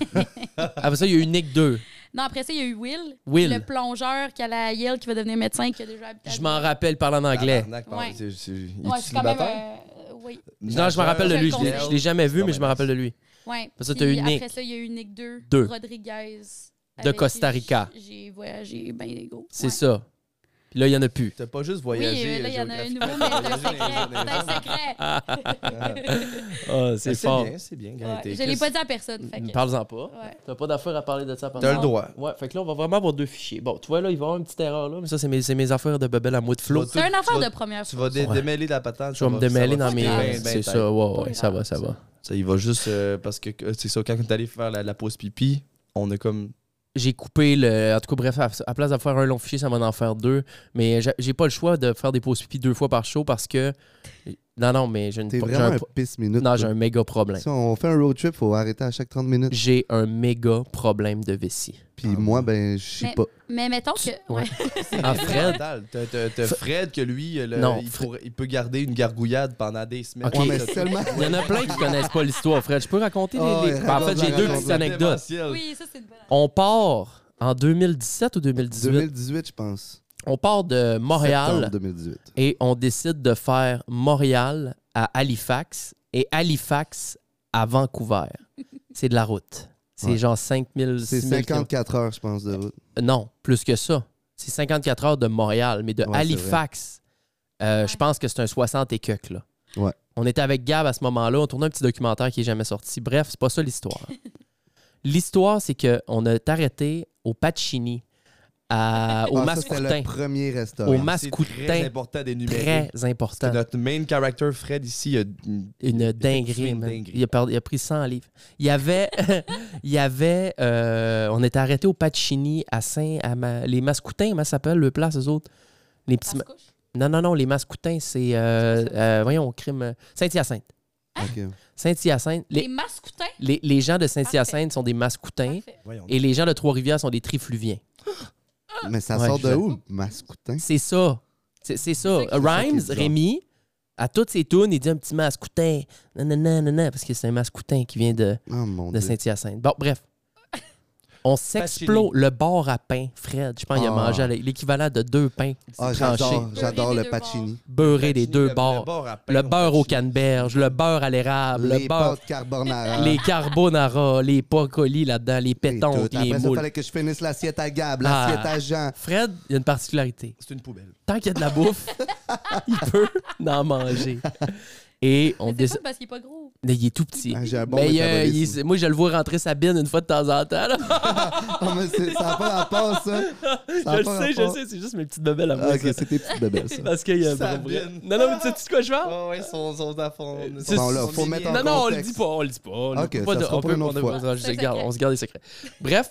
Speaker 1: Après ça, il y a eu Nick 2.
Speaker 5: Non, après ça, il y a eu Will.
Speaker 1: Will.
Speaker 5: Le plongeur qui allait à Yale, qui va devenir médecin, qui a déjà habité. à
Speaker 1: Je
Speaker 5: Yale.
Speaker 1: m'en rappelle parlant en anglais.
Speaker 4: Tabarnak,
Speaker 5: Ouais.
Speaker 4: pardon, c'est- c'est- il est
Speaker 5: Ouais, je suis quand même.
Speaker 4: célibataire?
Speaker 5: euh, oui.
Speaker 1: Non, je me rappelle de lui. Je l'ai- je l'ai jamais vu, mais je me rappelle de lui.
Speaker 5: Ouais.
Speaker 1: Parce que
Speaker 5: Puis
Speaker 1: t'as eu Nick.
Speaker 5: Après ça, il y a eu Nick 2.
Speaker 1: Deux.
Speaker 5: Rodriguez.
Speaker 1: De
Speaker 5: avec
Speaker 1: Costa
Speaker 5: qui
Speaker 1: Rica.
Speaker 5: j- J'ai voyagé, ben les gars.
Speaker 1: C'est ça. Puis là, il n'y en a plus.
Speaker 4: T'as pas juste
Speaker 5: Oui,
Speaker 4: voyagé.
Speaker 5: euh, là, il y en a un
Speaker 4: géographiquement.
Speaker 5: nouveau, mais c'est un
Speaker 4: Voyager dans les
Speaker 5: secret.
Speaker 4: années.
Speaker 5: C'est un secret.
Speaker 1: Ah,
Speaker 4: Mais
Speaker 1: c'est fort.
Speaker 4: bien, c'est bien.
Speaker 5: Ouais,
Speaker 4: Gaëté.
Speaker 5: Je l'ai pas dit à personne. fait que-
Speaker 1: Ne Parle-en pas.
Speaker 5: Ouais.
Speaker 1: T'as pas d'affaires à parler de ça. pendant-
Speaker 4: T'as le droit.
Speaker 1: Ouais, fait que là, on va vraiment avoir deux fichiers. Bon, tu vois, là, il va y avoir une petite erreur, là, mais ça, c'est mes, c'est mes affaires de bebel à moi de flot.
Speaker 4: Tu
Speaker 5: C'est
Speaker 4: vas-
Speaker 5: un affaire
Speaker 4: tu vas-
Speaker 5: de première
Speaker 4: Tu
Speaker 5: fois.
Speaker 4: vas dé-
Speaker 1: Ouais.
Speaker 4: démêler la patente.
Speaker 1: Je
Speaker 4: ça
Speaker 1: vais me
Speaker 4: va- ça va
Speaker 1: démêler dans mes.
Speaker 4: fitter bien,
Speaker 2: ben,
Speaker 4: bien
Speaker 1: c'est
Speaker 4: tight.
Speaker 1: ça, ouais,
Speaker 5: Pas
Speaker 1: ouais, ça va,
Speaker 5: grave,
Speaker 1: ça va.
Speaker 4: Ça, il va juste. euh, parce que euh, c'est ça, quand on est allé faire la, la pause pipi, on a comme.
Speaker 1: J'ai coupé le. En tout cas, bref, à, à place d'en faire un long fichier, ça va en faire deux. Mais j'a- j'ai pas le choix de faire des pauses pipi deux fois par show parce que. Non, non, mais j'ai une.
Speaker 2: T'es
Speaker 1: j'ai
Speaker 2: vraiment
Speaker 1: un
Speaker 2: un
Speaker 1: pro-
Speaker 2: pisse minute.
Speaker 1: Non,
Speaker 2: toi.
Speaker 1: j'ai un méga problème.
Speaker 2: Si on fait un road trip, faut arrêter à chaque 30 minutes.
Speaker 1: J'ai un méga problème de vessie.
Speaker 2: Puis moi, ben, je sais
Speaker 5: Mais-
Speaker 2: pas.
Speaker 5: Mais mettons que.
Speaker 1: Ouais.
Speaker 5: Ouais.
Speaker 1: Ah, Fred?
Speaker 4: T'as t'as- t'as Fred que lui, euh, le-
Speaker 1: Non,
Speaker 4: il,
Speaker 1: Fred-
Speaker 4: pourrait- il peut garder une gargouillade pendant des semaines.
Speaker 1: Ok.
Speaker 2: Ouais, mais c'est tellement.
Speaker 1: Il y en a plein qui connaissent pas l'histoire, Fred. Je peux raconter les.
Speaker 2: Ah ouais,
Speaker 1: les- Ben, en fait,
Speaker 2: raconte-la,
Speaker 1: j'ai deux
Speaker 2: raconte-la.
Speaker 1: petites anecdotes.
Speaker 4: Démentiel.
Speaker 5: Oui, ça, c'est une bonne
Speaker 1: On part en 2017 ou 2018.
Speaker 2: 2018, je pense.
Speaker 1: On part de Montréal
Speaker 2: Septembre 2018.
Speaker 1: et on décide de faire Montréal à Halifax et Halifax à Vancouver. C'est de la route. C'est
Speaker 2: Ouais.
Speaker 1: genre 5000
Speaker 2: C'est
Speaker 1: 6000 kilomètres.
Speaker 2: 54 heures, je pense, de route.
Speaker 1: Non, plus que ça. C'est 54 heures de Montréal, mais de
Speaker 2: Ouais, c'est
Speaker 1: Halifax, euh, je
Speaker 5: Ouais.
Speaker 1: pense que c'est un 60 et quelques, là.
Speaker 2: Ouais.
Speaker 1: On était avec Gab à ce moment-là, on tournait un petit documentaire qui est jamais sorti. Bref, c'est pas ça l'histoire. l'histoire, c'est qu'on a arrêté au Pacini, à- au
Speaker 2: Ah, ça, c'était
Speaker 1: Mascoutin.
Speaker 2: le premier restaurant.
Speaker 1: Au
Speaker 4: C'est Très
Speaker 1: Mascoutin,
Speaker 4: important d'énumérer.
Speaker 1: très
Speaker 4: C'est
Speaker 1: important.
Speaker 4: notre main character, Fred, ici. il a une-
Speaker 1: Une dinguerie,
Speaker 4: une
Speaker 1: man.
Speaker 4: dinguerie.
Speaker 1: Il a, perdu- il a pris 100 livres. Il y avait. il y avait euh, on était arrêté au Pacini à Saint. À Ma- les Mascoutins, comment ça s'appelle, le place, eux autres? Les petits. ma-
Speaker 5: Parce que-
Speaker 1: Non, non, non, les Mascoutins, c'est. euh, euh, voyons, crime. euh, Saint-Hyacinthe.
Speaker 2: Ok.
Speaker 1: Saint-Hyacinthe.
Speaker 5: Les
Speaker 1: Les,
Speaker 5: mascoutins.
Speaker 1: les, les gens de Saint-Hyacinthe sont des Mascoutins
Speaker 5: Parfait.
Speaker 4: Voyons.
Speaker 1: et les gens de Trois-Rivières sont des Trifluviens.
Speaker 2: Mais ça
Speaker 1: Ouais,
Speaker 2: sort
Speaker 1: je-
Speaker 2: de où, Mascoutin?
Speaker 1: C'est ça. C'est c'est ça.
Speaker 5: C'est ça qui-
Speaker 1: Rhymes,
Speaker 2: c'est ça qui est bizarre.
Speaker 1: Rémi, à toutes ses tunes, il dit un petit mascoutin. Nanana, nanana, parce que c'est un mascoutin qui vient de,
Speaker 2: Oh mon
Speaker 1: de
Speaker 2: dieu.
Speaker 1: Saint-Hyacinthe. Bon, bref. On s'explose. Le bar à pain, Fred, je pense qu'il a
Speaker 2: Ah.
Speaker 1: mangé l'équivalent de deux pains
Speaker 2: Ah,
Speaker 1: tranchés,
Speaker 2: j'adore, j'adore le pacini.
Speaker 1: beurrés des
Speaker 4: Pacini,
Speaker 1: deux
Speaker 4: le-
Speaker 1: bords.
Speaker 4: le beurre à pain
Speaker 1: Le
Speaker 4: au
Speaker 1: beurre au
Speaker 4: Pacini.
Speaker 1: canneberge, le beurre à l'érable, le
Speaker 2: Les
Speaker 1: beurre,
Speaker 2: pâtes carbonara.
Speaker 1: les carbonara, les colis là-dedans, les
Speaker 2: Et tout.
Speaker 1: pétanques, les
Speaker 2: Après ça,
Speaker 1: moules.
Speaker 2: fallait que je finisse l'assiette à Gab, l'assiette
Speaker 1: Ah.
Speaker 2: à Jean.
Speaker 1: Fred, il y a une particularité.
Speaker 4: C'est une poubelle.
Speaker 1: Tant qu'il y a de la bouffe, il peut en manger. Et on
Speaker 5: Mais
Speaker 1: décide.
Speaker 5: C'est pas parce qu'il est pas gros.
Speaker 1: Mais il est tout petit.
Speaker 2: Ah, j'ai un bon
Speaker 1: mais il, euh,
Speaker 2: métabolisme.
Speaker 1: il- moi, je le vois rentrer sa bine une fois de temps en temps. là.
Speaker 2: Ah, mais c'est- ça n'a pas rapport, ça. Ça a
Speaker 1: je le
Speaker 2: pas
Speaker 1: sais, je le
Speaker 2: rapport.
Speaker 1: sais. C'est juste mes petites bebelles à moi.
Speaker 2: Ah, ok,
Speaker 1: ça.
Speaker 2: c'est tes petites bébelles, ça.
Speaker 1: Parce qu'il y a.
Speaker 4: Sa
Speaker 1: pour vrai.
Speaker 4: bine.
Speaker 1: Non, non, mais tu sais de quoi je parle?
Speaker 4: Ah ouais, son, son à fond.
Speaker 1: C'est-
Speaker 2: Bon, là, faut mettre en
Speaker 1: non, non, on le
Speaker 2: contexte.
Speaker 1: dit pas. On le dit pas. On le
Speaker 2: Ok,
Speaker 1: dit pas
Speaker 2: ça
Speaker 1: de-
Speaker 2: sera
Speaker 1: on
Speaker 2: pour
Speaker 1: peut-
Speaker 2: une autre
Speaker 1: on-
Speaker 2: fois.
Speaker 1: on- je
Speaker 5: C'est
Speaker 1: les garde-
Speaker 5: secret.
Speaker 1: on se garde les secrets. Bref,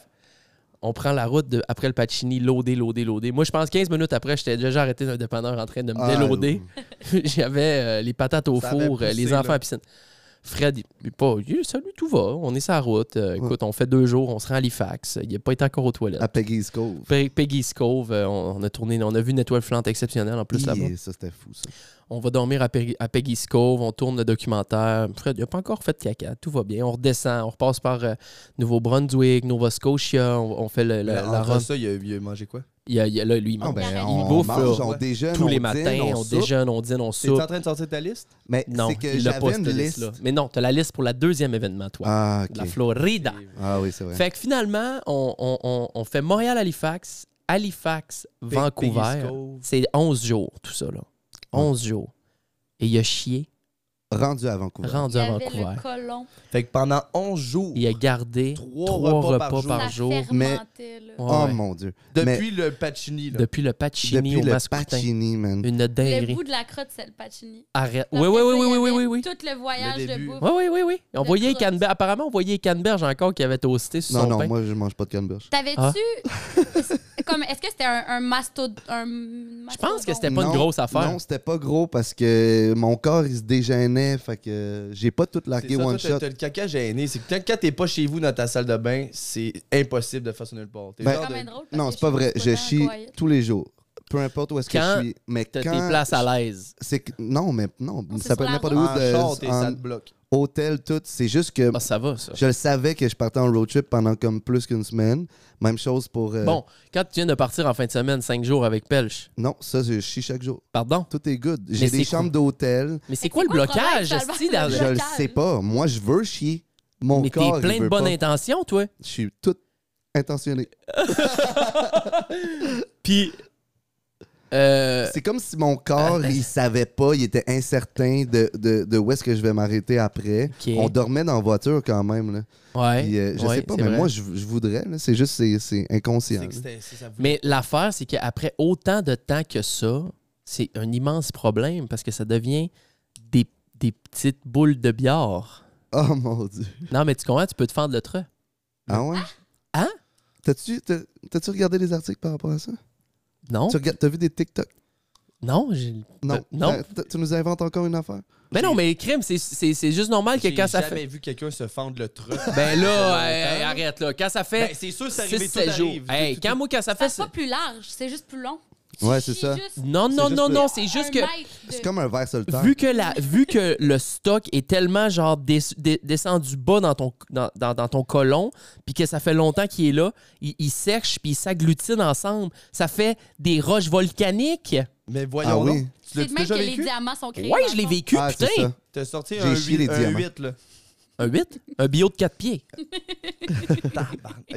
Speaker 1: on prend la route de- après le Pacini, loader, loader, loader. Moi, je pense 15 minutes après, j'étais déjà arrêté d'un dépanneur en train de me
Speaker 2: Ah,
Speaker 1: déloader. J'avais euh, les patates au
Speaker 4: Ça avait
Speaker 1: four, euh, les
Speaker 4: poussé,
Speaker 1: enfants
Speaker 4: là.
Speaker 1: à piscine. Fred, il- il est pas, il- salut, tout va. On est sur la route. Euh, écoute, on fait deux jours, on se rend à Halifax. Il n'a pas été encore aux toilettes.
Speaker 2: À Peggy's Cove.
Speaker 1: Pe- Peggy's Cove, euh, on, on a tourné, on a vu une étoile flante exceptionnelle en plus Ah,
Speaker 2: Hi,
Speaker 1: là-bas.
Speaker 2: Ça, c'était fou, ça.
Speaker 1: On va dormir à, Pe- à Peggy's Cove, on tourne le documentaire. Fred, il n'a pas encore fait de caca, tout va bien. On redescend, on repasse par euh, Nouveau-Brunswick, Nova Scotia, on, on fait le, le- la
Speaker 4: Entre
Speaker 1: run.
Speaker 4: ça, il a, il a mangé quoi?
Speaker 1: Il, y a- il y a- là, lui, il
Speaker 2: Ah,
Speaker 1: mange.
Speaker 2: ben,
Speaker 5: Il
Speaker 2: on
Speaker 1: bouffe, euh,
Speaker 2: mange,
Speaker 4: là.
Speaker 2: on déjeune,
Speaker 1: tous
Speaker 2: on
Speaker 1: les
Speaker 2: dîne,
Speaker 1: matins, on,
Speaker 2: soupe.
Speaker 1: déjeune, on dîne, on
Speaker 4: T'es en
Speaker 1: soupe.
Speaker 4: train de sortir ta liste?
Speaker 2: Mais
Speaker 1: Non,
Speaker 2: c'est que
Speaker 1: il l'a pas,
Speaker 2: j'avais une
Speaker 1: cette
Speaker 2: liste.
Speaker 1: liste-là. Mais non, tu as la liste pour la deuxième événement, toi.
Speaker 2: Ah,
Speaker 1: La
Speaker 2: ok.
Speaker 1: Florida.
Speaker 2: Ah oui, c'est vrai.
Speaker 1: Fait que finalement, on, on- on- on fait Montréal-Halifax, Halifax, Vancouver.
Speaker 4: Peggy's Cove.
Speaker 1: C'est 11 jours, tout ça, là. 11 jours. Et il a chié,
Speaker 2: Rendu à Vancouver.
Speaker 1: rendu
Speaker 5: Il
Speaker 1: à
Speaker 5: avait
Speaker 1: Vancouver.
Speaker 5: le colon.
Speaker 4: Fait que pendant 11 jours,
Speaker 1: Il a gardé
Speaker 4: Trois
Speaker 1: trois repas, par
Speaker 4: repas par
Speaker 1: jour,
Speaker 4: jour.
Speaker 5: ça fermentait, là.
Speaker 1: Ouais,
Speaker 2: Oh
Speaker 1: ouais.
Speaker 2: mon dieu.
Speaker 4: depuis le Pacini, là.
Speaker 1: depuis le
Speaker 2: Mais
Speaker 1: Pacini
Speaker 2: depuis
Speaker 1: au
Speaker 2: le
Speaker 1: Mascoutin.
Speaker 2: Pacini, man.
Speaker 1: Une
Speaker 5: Le
Speaker 1: dinguerie.
Speaker 5: bout de la crotte, c'est le Pacini.
Speaker 1: Arrête.
Speaker 5: Après
Speaker 1: Oui, oui,
Speaker 5: ça,
Speaker 1: oui,
Speaker 5: il y
Speaker 1: oui, oui,
Speaker 5: avait
Speaker 1: oui, oui.
Speaker 5: Tout le voyage
Speaker 4: Le
Speaker 5: de
Speaker 4: début.
Speaker 5: bouffe.
Speaker 1: Oui, oui, oui, oui. On
Speaker 5: Le
Speaker 1: voyait
Speaker 5: crotte.
Speaker 1: Canberge. Apparemment, on voyait Canberge encore qui avait toasté sur
Speaker 2: Non,
Speaker 1: son
Speaker 2: non,
Speaker 1: pain.
Speaker 2: moi, je mange pas de canneberge.
Speaker 5: T'avais-tu.
Speaker 1: Ah.
Speaker 5: comme, est-ce que c'était un, un masto. Un
Speaker 1: Je pense que c'était pas une
Speaker 2: Non,
Speaker 1: grosse affaire.
Speaker 2: Non, c'était pas gros parce que mon corps, il se dégênait jamais, fait que euh, j'ai pas tout
Speaker 4: C'est
Speaker 2: largué
Speaker 4: ça,
Speaker 2: one
Speaker 4: toi, t'as-
Speaker 2: shot.
Speaker 4: t'as le caca gêné. C'est que quand- quand t'es pas chez vous dans ta salle de bain, c'est impossible de faire ça nulle part. T'es
Speaker 2: Ben,
Speaker 4: genre
Speaker 5: quand
Speaker 4: de-
Speaker 5: même drôle. parce
Speaker 2: Non,
Speaker 5: que
Speaker 2: c'est pas vrai.
Speaker 5: tout le
Speaker 2: Je
Speaker 5: temps
Speaker 2: chie
Speaker 5: quiet.
Speaker 2: tous les jours. Peu importe où est-ce que
Speaker 1: Quand
Speaker 2: je suis. Mais
Speaker 1: T'as
Speaker 2: quand
Speaker 1: tes places à Ah, l'aise.
Speaker 2: c'est que- non, mais non,
Speaker 5: c'est
Speaker 2: ça peut
Speaker 5: sur
Speaker 2: être
Speaker 5: la
Speaker 2: n'importe où,
Speaker 5: route.
Speaker 2: de-
Speaker 4: en short, et ça
Speaker 2: en
Speaker 4: te bloque.
Speaker 2: hôtel, tout. C'est juste que
Speaker 1: Ah, ça va, ça.
Speaker 2: je le savais que je partais en road trip pendant comme plus qu'une semaine. Même chose pour. euh,
Speaker 1: Bon, quand tu viens de partir en fin de semaine, cinq jours avec Pelch,
Speaker 2: Non, ça, je chie chaque jour.
Speaker 1: pardon?
Speaker 2: Tout est good. J'ai
Speaker 1: c'est
Speaker 2: des chambres d'hôtel.
Speaker 1: Mais c'est
Speaker 5: Mais
Speaker 1: quoi
Speaker 5: c'est
Speaker 1: le
Speaker 5: quoi le problème,
Speaker 1: blocage,
Speaker 5: Salvatore?
Speaker 1: esti, dans-
Speaker 5: Le
Speaker 2: Je le
Speaker 5: local.
Speaker 2: sais pas. Moi, je veux chier. Mon
Speaker 1: Mais t'es
Speaker 2: corps, il
Speaker 1: plein de
Speaker 2: veut
Speaker 1: bonnes
Speaker 2: pas.
Speaker 1: intentions, toi.
Speaker 2: Je suis tout intentionné.
Speaker 1: Puis, euh,
Speaker 2: C'est comme si mon corps, il savait pas, il était incertain de, de, de où est-ce que je vais m'arrêter après.
Speaker 1: Ok.
Speaker 2: On dormait dans la voiture quand même. Là.
Speaker 1: ouais,
Speaker 2: Puis, euh, je
Speaker 1: ouais,
Speaker 2: sais pas,
Speaker 1: c'est
Speaker 2: mais
Speaker 1: vrai.
Speaker 2: moi, je, je voudrais. là. C'est juste, c'est- c'est inconscient.
Speaker 4: C'est que
Speaker 2: là.
Speaker 4: c'était- c'est- ça voulait-
Speaker 1: Mais l'affaire, c'est qu'après autant de temps que ça, c'est un immense problème parce que ça devient des, des petites boules de bière.
Speaker 2: Oh mon dieu.
Speaker 1: Non, mais tu comprends, tu peux te fendre le trait.
Speaker 2: Ah ouais?
Speaker 1: Hein?
Speaker 2: T'as-tu t'as- t'as-tu regardé les articles par rapport à ça?
Speaker 1: Non,
Speaker 2: Tu regardes- T'as vu des TikTok?
Speaker 1: non, j'ai-
Speaker 2: Non.
Speaker 1: Euh, non.
Speaker 2: Euh, t'as- Tu nous inventes encore une affaire?
Speaker 1: Mais non, mais crime, c'est- c'est c'est juste normal que
Speaker 4: J'ai
Speaker 1: quand ça
Speaker 4: jamais
Speaker 1: fait.
Speaker 4: vu quelqu'un se fendre le truc.
Speaker 1: Ben là, hey, hey, arrête là. Quand ça
Speaker 4: hein? Ben,
Speaker 1: fait
Speaker 4: c'est sûr, c'est arrivé
Speaker 1: 6
Speaker 4: tout
Speaker 1: jours.
Speaker 4: arrive.
Speaker 1: Hey,
Speaker 4: Tout- tout-
Speaker 1: quand moi, quand ça fait.
Speaker 5: C'est Ah, pas plus large, c'est juste plus long. Tu
Speaker 2: Ouais, c'est
Speaker 5: chies
Speaker 2: ça.
Speaker 5: juste
Speaker 1: Non, non,
Speaker 2: juste
Speaker 1: non,
Speaker 2: le-
Speaker 1: non, c'est juste que.
Speaker 5: un mètre de-
Speaker 2: C'est comme un verre solitaire.
Speaker 1: Vu que, la, vu que le stock est tellement genre des- des- descendu bas dans ton, dans, dans- dans ton colon, puis que ça fait longtemps qu'il est là, il, il sèche puis il s'agglutine ensemble. Ça fait des roches volcaniques.
Speaker 4: Mais voyons
Speaker 2: Ah oui?
Speaker 4: donc. Tu
Speaker 5: C'est
Speaker 4: l'as
Speaker 5: de même que
Speaker 4: déjà
Speaker 5: les
Speaker 4: vécu?
Speaker 5: diamants sont créés.
Speaker 1: Ouais,
Speaker 5: dans
Speaker 1: je l'ai
Speaker 5: le fond.
Speaker 1: vécu,
Speaker 2: Ah, c'est
Speaker 1: putain.
Speaker 2: ça.
Speaker 4: T'as sorti
Speaker 2: J'ai
Speaker 4: un
Speaker 2: chié les
Speaker 4: huit- un
Speaker 2: diamants.
Speaker 4: 8, là.
Speaker 1: Un 8? Un bio de 4 pieds.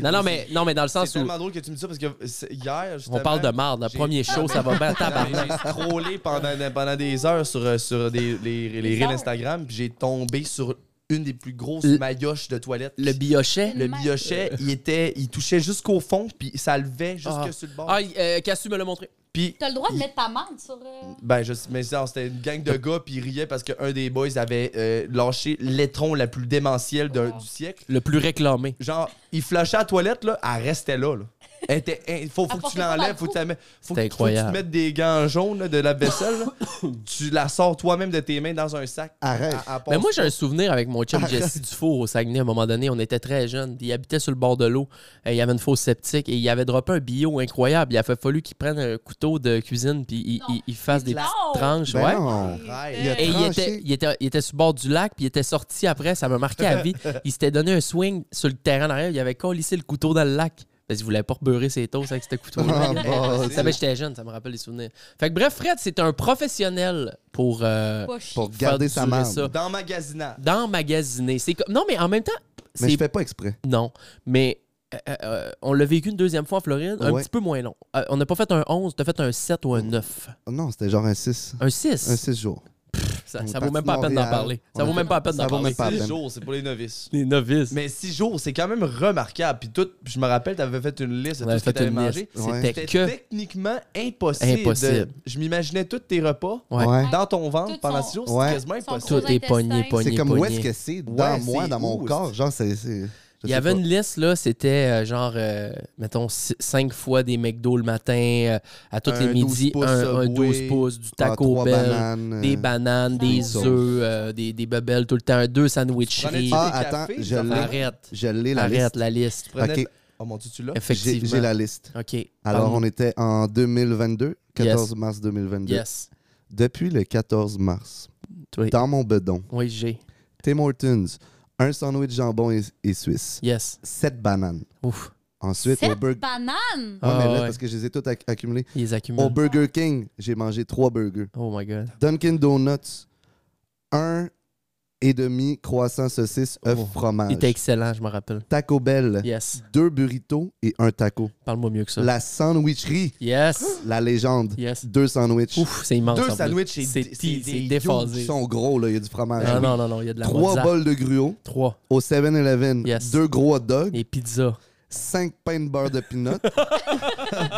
Speaker 1: non, non, mais, non, mais dans le
Speaker 4: C'est
Speaker 1: sens où
Speaker 4: tellement drôle que tu me dis ça parce que c'est- hier,
Speaker 1: on
Speaker 4: justement,
Speaker 1: parle de marde, le
Speaker 4: j'ai-
Speaker 1: premier show, ça va bien
Speaker 4: Non, mais
Speaker 1: tabarnak.
Speaker 4: J'ai scrollé pendant, pendant des heures sur, euh, sur des, les, les,
Speaker 5: Des
Speaker 4: reels
Speaker 5: heures.
Speaker 4: Instagram, puis j'ai tombé sur une des plus grosses
Speaker 1: Le-
Speaker 4: maillotches de toilette.
Speaker 1: Le biochet.
Speaker 4: Le Euh. biochet, il, était, il touchait jusqu'au fond, puis ça levait jusque
Speaker 1: Ah.
Speaker 4: sur le bord.
Speaker 1: Ah, euh, Cassu me l'a montré.
Speaker 4: Puis,
Speaker 5: T'as le droit de
Speaker 4: il-
Speaker 5: mettre ta main sur. euh,
Speaker 4: ben, je, mais ça, c'était une gang de gars, puis ils riaient parce qu'un des boys avait euh, lâché l'étron la plus démentielle d'un-
Speaker 5: Wow.
Speaker 4: du siècle.
Speaker 1: Le plus réclamé.
Speaker 4: Genre, il flashait à la toilette, là, elle restait là. là. Elle était- hein, faut, faut que tu
Speaker 5: Apportez-moi dans le
Speaker 4: l'enlèves, faut
Speaker 5: trou.
Speaker 4: que tu la mettes- faut que-
Speaker 1: C'était
Speaker 4: faut que tu te
Speaker 1: incroyable.
Speaker 4: mettes des gants jaunes là, de la vaisselle. là. tu la sors toi-même de tes mains dans un sac.
Speaker 2: Arrête.
Speaker 4: Elle- elle passe-
Speaker 1: Mais moi, j'ai un souvenir avec mon
Speaker 2: Ah,
Speaker 1: chum Jesse Dufour au Saguenay à un moment donné. On était très jeunes. puis Il habitait sur le bord de l'eau. Euh, Il y avait une fosse septique et il avait droppé un bio incroyable. Il a fait fallu qu'il prenne un couteau de cuisine puis il, il- il fasse des
Speaker 5: Non.
Speaker 1: petites tranches.
Speaker 2: Ben
Speaker 1: ouais.
Speaker 2: non.
Speaker 4: Arrête.
Speaker 2: Il a
Speaker 1: Et il
Speaker 2: tranché.
Speaker 1: était, il, était, il était sur le bord du lac, puis il était sorti après, ça m'a marqué à vie. Il s'était donné un swing sur le terrain en arrière, il avait collissé le couteau dans le lac. Parce qu'il voulait pas beurrer ses toasts avec ce couteau-là.
Speaker 2: Ah, bon,
Speaker 1: ça, ben, j'étais jeune, ça me rappelle les souvenirs. Fait que bref, Fred, c'est un professionnel pour, euh,
Speaker 5: pas chier.
Speaker 2: Pour
Speaker 1: faire
Speaker 2: garder sa
Speaker 1: durer
Speaker 2: marde.
Speaker 1: ça.
Speaker 4: Dans magasinat.
Speaker 1: D'emmagasiner. C'est comme... Non, mais en même temps,
Speaker 2: Mais
Speaker 1: c'est
Speaker 2: je fais pas exprès.
Speaker 1: non, mais euh, euh, on l'a vécu une deuxième fois en Floride, un
Speaker 2: Ouais.
Speaker 1: petit peu moins long. Euh, on n'a pas fait un 11, t'as fait un 7 ou un 9.
Speaker 2: Oh Non, c'était genre un 6.
Speaker 1: Un 6.
Speaker 2: Un 6 jours.
Speaker 1: ça
Speaker 2: on est
Speaker 1: ça vaut
Speaker 2: parti
Speaker 1: même pas la peine d'en
Speaker 2: Montréal.
Speaker 1: parler.
Speaker 2: On
Speaker 1: Ça
Speaker 2: a
Speaker 1: vaut
Speaker 2: fait-
Speaker 1: même pas la peine
Speaker 2: ça
Speaker 1: d'en
Speaker 2: vaut
Speaker 1: parler.
Speaker 2: même pas la
Speaker 4: Six
Speaker 2: peine.
Speaker 4: jours, c'est pour les novices.
Speaker 1: Les novices.
Speaker 4: Mais six jours, c'est quand même remarquable. Puis tout, je me rappelle, t'avais fait une liste de
Speaker 1: On
Speaker 4: tout
Speaker 1: avait
Speaker 4: ce que
Speaker 1: fait
Speaker 4: t'avais
Speaker 1: une
Speaker 4: mangé.
Speaker 1: liste.
Speaker 2: Ouais.
Speaker 1: C'était
Speaker 4: C'était
Speaker 1: que.
Speaker 4: techniquement impossible.
Speaker 1: Impossible.
Speaker 4: de- Je m'imaginais tous tes repas
Speaker 1: Ouais.
Speaker 4: dans ton ventre
Speaker 5: Tout
Speaker 4: pendant
Speaker 5: son-
Speaker 4: six jours,
Speaker 2: Ouais.
Speaker 4: c'est quasiment
Speaker 5: son
Speaker 4: impossible.
Speaker 5: gros
Speaker 1: Tout est pogné,
Speaker 5: intestin.
Speaker 1: pogné.
Speaker 2: C'est comme où est-ce
Speaker 1: pogné.
Speaker 2: que c'est dans
Speaker 4: Ouais,
Speaker 2: moi,
Speaker 4: c'est
Speaker 2: dans mon
Speaker 4: où,
Speaker 2: corps. Genre, c'est. c'est- je
Speaker 1: Il y
Speaker 2: sais
Speaker 1: avait
Speaker 2: pas.
Speaker 1: une liste, là, c'était euh, genre, euh, mettons, ci- cinq fois des McDo le matin, euh, à tous
Speaker 4: Un
Speaker 1: les
Speaker 4: 12
Speaker 1: midis,
Speaker 4: pouces
Speaker 1: un, un
Speaker 4: Subway,
Speaker 1: 12 pouces, du
Speaker 2: Ah,
Speaker 1: taco
Speaker 2: trois
Speaker 1: bell,
Speaker 2: bananes, euh,
Speaker 1: des bananes, des
Speaker 2: sauce.
Speaker 1: œufs, euh, des, des bebelles tout le temps, deux
Speaker 4: Prenais-tu
Speaker 1: sandwicheries.
Speaker 4: des
Speaker 2: Ah,
Speaker 4: cafés,
Speaker 2: attends,
Speaker 4: des
Speaker 2: je
Speaker 4: affaires?
Speaker 2: l'ai.
Speaker 1: Arrête,
Speaker 2: euh, Je l'ai la
Speaker 1: arrête
Speaker 2: liste.
Speaker 1: la liste.
Speaker 4: Tu prenais-
Speaker 2: Ok.
Speaker 4: Oh mon dieu, tu l'as?
Speaker 2: J'ai-
Speaker 1: Effectivement.
Speaker 2: J'ai la liste.
Speaker 1: OK.
Speaker 2: Alors,
Speaker 1: Pardon.
Speaker 2: on était en 2022, 14
Speaker 1: Yes.
Speaker 2: mars 2022.
Speaker 1: Yes.
Speaker 2: Depuis le 14 mars,
Speaker 1: Oui,
Speaker 2: dans mon bedon,
Speaker 1: Oui, j'ai.
Speaker 2: Tim Hortons, un sandwich jambon et, et suisse,
Speaker 1: Yes.
Speaker 2: 7 bananes.
Speaker 1: Ouf.
Speaker 2: Ensuite, au
Speaker 5: Sept
Speaker 2: Burger
Speaker 5: bananes!
Speaker 2: Ouais, mais
Speaker 1: Ah,
Speaker 2: là,
Speaker 1: ouais. Mm-hmm.
Speaker 2: parce que je les ai toutes acc- accumulées.
Speaker 1: Ils les
Speaker 2: Au
Speaker 1: accumulent.
Speaker 2: Burger King, j'ai mangé trois burgers.
Speaker 1: Oh my God.
Speaker 2: Dunkin' Donuts, un et demi croissant saucisse œuf
Speaker 1: Oh.
Speaker 2: fromage.
Speaker 1: Il était excellent, je me rappelle.
Speaker 2: Taco Bell,
Speaker 1: Yes.
Speaker 2: deux burritos et un taco.
Speaker 1: Parle-moi mieux que ça.
Speaker 2: La sandwicherie,
Speaker 1: Yes.
Speaker 2: la légende,
Speaker 1: Yes.
Speaker 2: deux sandwichs.
Speaker 1: Ouf, c'est immense.
Speaker 4: Deux
Speaker 1: en plus.
Speaker 4: sandwichs, c'est-
Speaker 1: c'est
Speaker 4: c'est
Speaker 1: ti-
Speaker 4: des
Speaker 1: c'est
Speaker 4: huge
Speaker 2: Ils
Speaker 1: déphasé. Ah,
Speaker 2: sont gros, là, il y a du fromage.
Speaker 1: Non, non, non, non, il y a de la
Speaker 2: Ah, Trois
Speaker 1: mozza.
Speaker 2: bols de gruau,
Speaker 1: Trois.
Speaker 2: au 7-Eleven,
Speaker 1: Yes.
Speaker 2: deux gros hot dogs,
Speaker 1: Et pizza.
Speaker 2: cinq pains de beurre de peanut.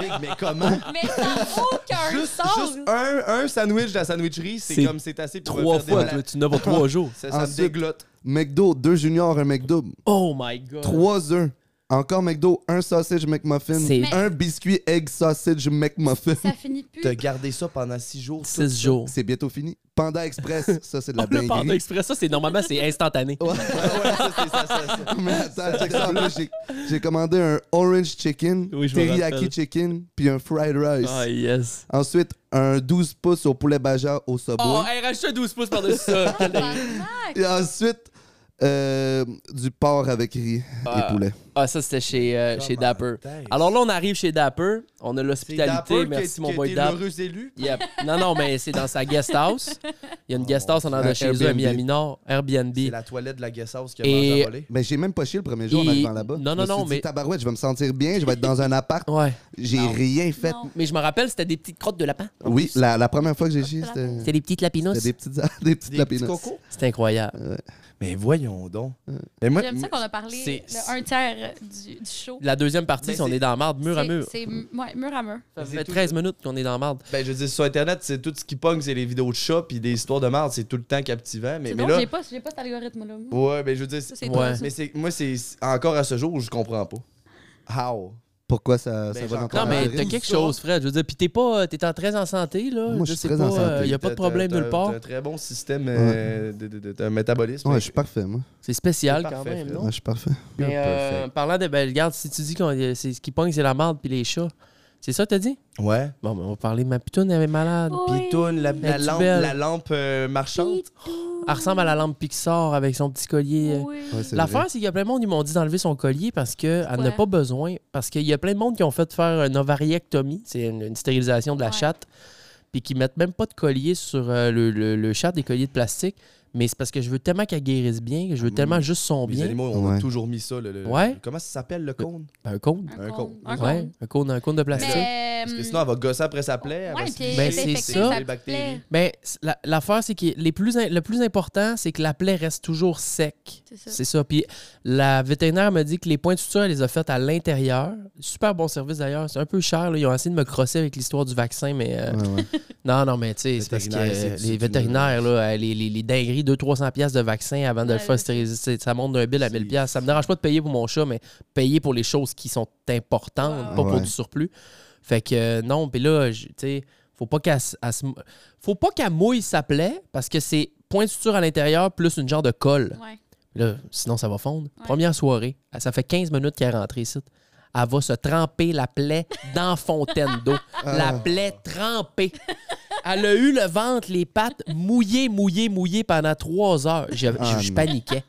Speaker 4: Big, mais comment?
Speaker 5: Mais sans aucun
Speaker 4: Juste,
Speaker 5: sens!
Speaker 4: juste un, un sandwich de la sandwicherie, c'est
Speaker 1: C'est
Speaker 4: comme c'est assez pour
Speaker 1: Trois
Speaker 4: faire des
Speaker 1: fois,
Speaker 4: malades.
Speaker 1: toi, tu n'as pour trois jours.
Speaker 4: Ça, ça me
Speaker 2: Ensuite-
Speaker 4: déglotte.
Speaker 2: McDo, deux juniors, un McDouble,
Speaker 1: Oh my God.
Speaker 2: trois œufs, Encore McDo, un sausage McMuffin,
Speaker 1: C'est-
Speaker 5: Mais-
Speaker 2: un biscuit egg sausage McMuffin.
Speaker 5: Ça finit plus.
Speaker 4: T'as gardé ça pendant six jours. tout
Speaker 1: 6 jours.
Speaker 2: C'est bientôt fini. Panda Express, ça c'est de la
Speaker 1: Oh, le Panda
Speaker 2: dinguerie.
Speaker 1: Express, ça, c'est normalement, c'est instantané.
Speaker 2: Ah, ben, Ouais, ouais, ça, c'est ça, ça, ça. Mais attends, check ça. En plus, j'ai- J'ai commandé un orange chicken,
Speaker 1: Oui, je me
Speaker 2: teriyaki
Speaker 1: rappelle.
Speaker 2: chicken, puis un fried rice.
Speaker 1: Ah, yes.
Speaker 2: Ensuite, un 12 pouces au poulet baja au Subway.
Speaker 1: Oh, hey, rajoute un 12 pouces par-dessus ça. Quelle dinguerie.
Speaker 2: Et ensuite, euh, du porc avec riz et poulet.
Speaker 1: Ah, ça, c'était chez, euh,
Speaker 4: Oh
Speaker 1: chez Dapper.
Speaker 4: thèse.
Speaker 1: Alors là, on arrive chez Dapper. On a
Speaker 4: C'est Dapper
Speaker 1: l'hospitalité.
Speaker 4: qui-
Speaker 1: Merci, mon
Speaker 4: qui a
Speaker 1: boy
Speaker 4: été
Speaker 1: Dap.
Speaker 4: l'heureux élu.
Speaker 1: Yep. Non, non, mais c'est dans sa guest house. Il y a une guest house en dehors de
Speaker 2: Un
Speaker 1: chez eux à
Speaker 2: Airbnb.
Speaker 1: Miami Nord, Airbnb.
Speaker 4: Oh, C'est la toilette de la guest house qui a
Speaker 1: Et-
Speaker 4: mangé à voler.
Speaker 2: Mais j'ai même pas chié le premier jour en
Speaker 1: Et-
Speaker 2: arrivant là-bas.
Speaker 1: Non, non,
Speaker 2: Je me suis
Speaker 1: non,
Speaker 2: dit,
Speaker 1: mais-
Speaker 2: Tabarouette, je vais me sentir bien, je vais être dans un appart.
Speaker 1: Ouais.
Speaker 2: J'ai rien fait.
Speaker 5: Non.
Speaker 1: Mais je me rappelle, c'était des petites crottes de lapin.
Speaker 2: Oui, la, la première fois que j'ai chié, c'était
Speaker 1: C'était des petites lapinos.
Speaker 2: c'était des petites, des petites
Speaker 4: Des petits
Speaker 2: lapinos.
Speaker 4: cocos.
Speaker 1: C'est incroyable.
Speaker 4: Mais voyons donc. Mais moi,
Speaker 5: J'aime ça qu'on a parlé
Speaker 1: C'est-
Speaker 5: le un tiers du, du show.
Speaker 1: La deuxième partie,
Speaker 4: Mais
Speaker 1: si on
Speaker 4: c'est-
Speaker 1: est dans la marde, mur à
Speaker 5: C'est-
Speaker 1: mur.
Speaker 5: C'est ouais, mur à mur.
Speaker 1: Ça
Speaker 4: c'est
Speaker 1: fait
Speaker 4: tout,
Speaker 1: 13 minutes qu'on est dans la marde.
Speaker 4: ben, je dis sur Internet, c'est tout ce qui pogne, c'est les vidéos de chats puis des histoires de merde, c'est tout le temps captivant. Mais,
Speaker 5: C'est
Speaker 4: mais
Speaker 5: drôle,
Speaker 4: là,
Speaker 5: j'ai pas, j'ai pas cet algorithme-là. moi.
Speaker 4: ouais, ben je veux dire,
Speaker 5: Ça,
Speaker 4: c'est-
Speaker 5: c'est
Speaker 1: Ouais.
Speaker 5: drôle, ça.
Speaker 4: mais c'est, moi c'est encore à ce jour, je comprends pas. How?
Speaker 2: Pourquoi ça, ça va
Speaker 4: Ben, j'en-
Speaker 2: dans ton
Speaker 1: Non, mais
Speaker 2: algorithme?
Speaker 1: t'as quelque chose, Fred. Je veux dire, puis t'es pas. euh, T'es en très en santé, là.
Speaker 2: Moi, je suis
Speaker 1: sais
Speaker 2: très
Speaker 1: pas,
Speaker 2: en santé.
Speaker 1: Il n'y a pas de
Speaker 4: T'as-
Speaker 1: problème
Speaker 4: t'as-
Speaker 1: nulle
Speaker 4: T'as
Speaker 1: part.
Speaker 4: un très bon système euh, de, de- de- de métabolisme.
Speaker 2: Ouais, je suis parfait, moi.
Speaker 1: C'est spécial
Speaker 4: C'est
Speaker 1: quand
Speaker 4: parfait,
Speaker 1: même,
Speaker 4: Fred.
Speaker 2: Ouais,
Speaker 1: non?
Speaker 2: je suis parfait.
Speaker 1: Mais euh,
Speaker 4: Perfect.
Speaker 1: parlant de. Ben, regarde, si tu dis qu'on c'est ce qui pogne, c'est la marde puis les chats. C'est ça, t'as dit?
Speaker 4: Ouais.
Speaker 1: Bon, ben, on va parler. Ma pitoune, elle est malade.
Speaker 5: Oui.
Speaker 4: Pitoune, la, la
Speaker 1: Es-tu
Speaker 4: lampe,
Speaker 1: belle?
Speaker 4: la lampe euh, marchande.
Speaker 1: Elle ressemble à la lampe Pixar avec son petit collier. euh,
Speaker 5: Oui.
Speaker 2: Ouais, c'est vrai.
Speaker 1: L'affaire, c'est qu'il y a plein de monde qui m'ont dit d'enlever son collier parce qu'elle
Speaker 5: Pourquoi?
Speaker 1: n'a pas besoin. Parce qu'il y a plein de monde qui ont fait faire une ovariectomie, c'est une, une stérilisation de la
Speaker 5: Ouais.
Speaker 1: chatte, puis qui mettent même pas de collier sur euh, le, le- le chat, des colliers de plastique. Mais c'est parce que je veux tellement qu'elle guérisse bien,
Speaker 2: Ah
Speaker 1: que je veux tellement juste son
Speaker 4: Les
Speaker 1: bien.
Speaker 4: animaux, on a
Speaker 2: Ouais.
Speaker 4: toujours mis ça. le- le-
Speaker 1: Ouais.
Speaker 4: Comment ça s'appelle le cône?
Speaker 1: Ben, un cône.
Speaker 5: Un
Speaker 4: Un
Speaker 5: con.
Speaker 4: con.
Speaker 5: Un con.
Speaker 1: Ouais, un cône, un cône de plastique.
Speaker 5: Mais,
Speaker 4: Parce que
Speaker 5: euh,
Speaker 4: sinon, elle va gosser après sa plaie. elle va
Speaker 5: ouais,
Speaker 4: se
Speaker 5: puis elle
Speaker 1: Ben,
Speaker 5: est
Speaker 1: c'est
Speaker 5: infectée,
Speaker 1: ça.
Speaker 5: ça plaît.
Speaker 1: Ben, c- la- l'affaire, c'est que les plus in- le plus important, c'est que la plaie reste toujours sec.
Speaker 5: C'est ça.
Speaker 1: C'est ça. Puis la vétérinaire me dit que les points de suture, elle les a faites à l'intérieur. Super bon service d'ailleurs. C'est un peu cher. là. Ils ont essayé de me crosser avec l'histoire du vaccin, mais euh,
Speaker 2: Ouais, ouais.
Speaker 1: non, non, mais tu sais, c'est parce que
Speaker 4: Vétérinaire,
Speaker 1: euh,
Speaker 4: c'est-
Speaker 1: les
Speaker 4: c'est
Speaker 1: vétérinaires, là, euh, les, les, les dingueries, 200-300$ piastres de vaccin avant de
Speaker 5: Ouais,
Speaker 1: le faire
Speaker 5: là,
Speaker 1: stériliser, c'est- ça monte d'un bill à 1000$. piastres. Ça me dérange pas de payer pour mon chat, mais payer pour les choses qui sont importantes,
Speaker 5: Wow.
Speaker 1: pas pour
Speaker 2: Ouais.
Speaker 1: du surplus. Fait que euh, non, puis là, j- tu sais, faut pas qu'elle se- elle se mou- faut pas qu'elle mouille sa plaie parce que c'est point de suture à l'intérieur plus une genre de colle.
Speaker 5: Ouais.
Speaker 1: Là, sinon, ça va fondre.
Speaker 5: Ouais.
Speaker 1: Première soirée, elle- ça fait 15 minutes qu'elle est rentrée ici. Elle va se tremper la plaie dans fontaine d'eau.
Speaker 2: Ah.
Speaker 1: La plaie trempée. Elle a eu le ventre, les pattes mouillées, mouillées, mouillées pendant trois heures. Je, je-
Speaker 2: Ah,
Speaker 1: je
Speaker 2: non.
Speaker 1: paniquais.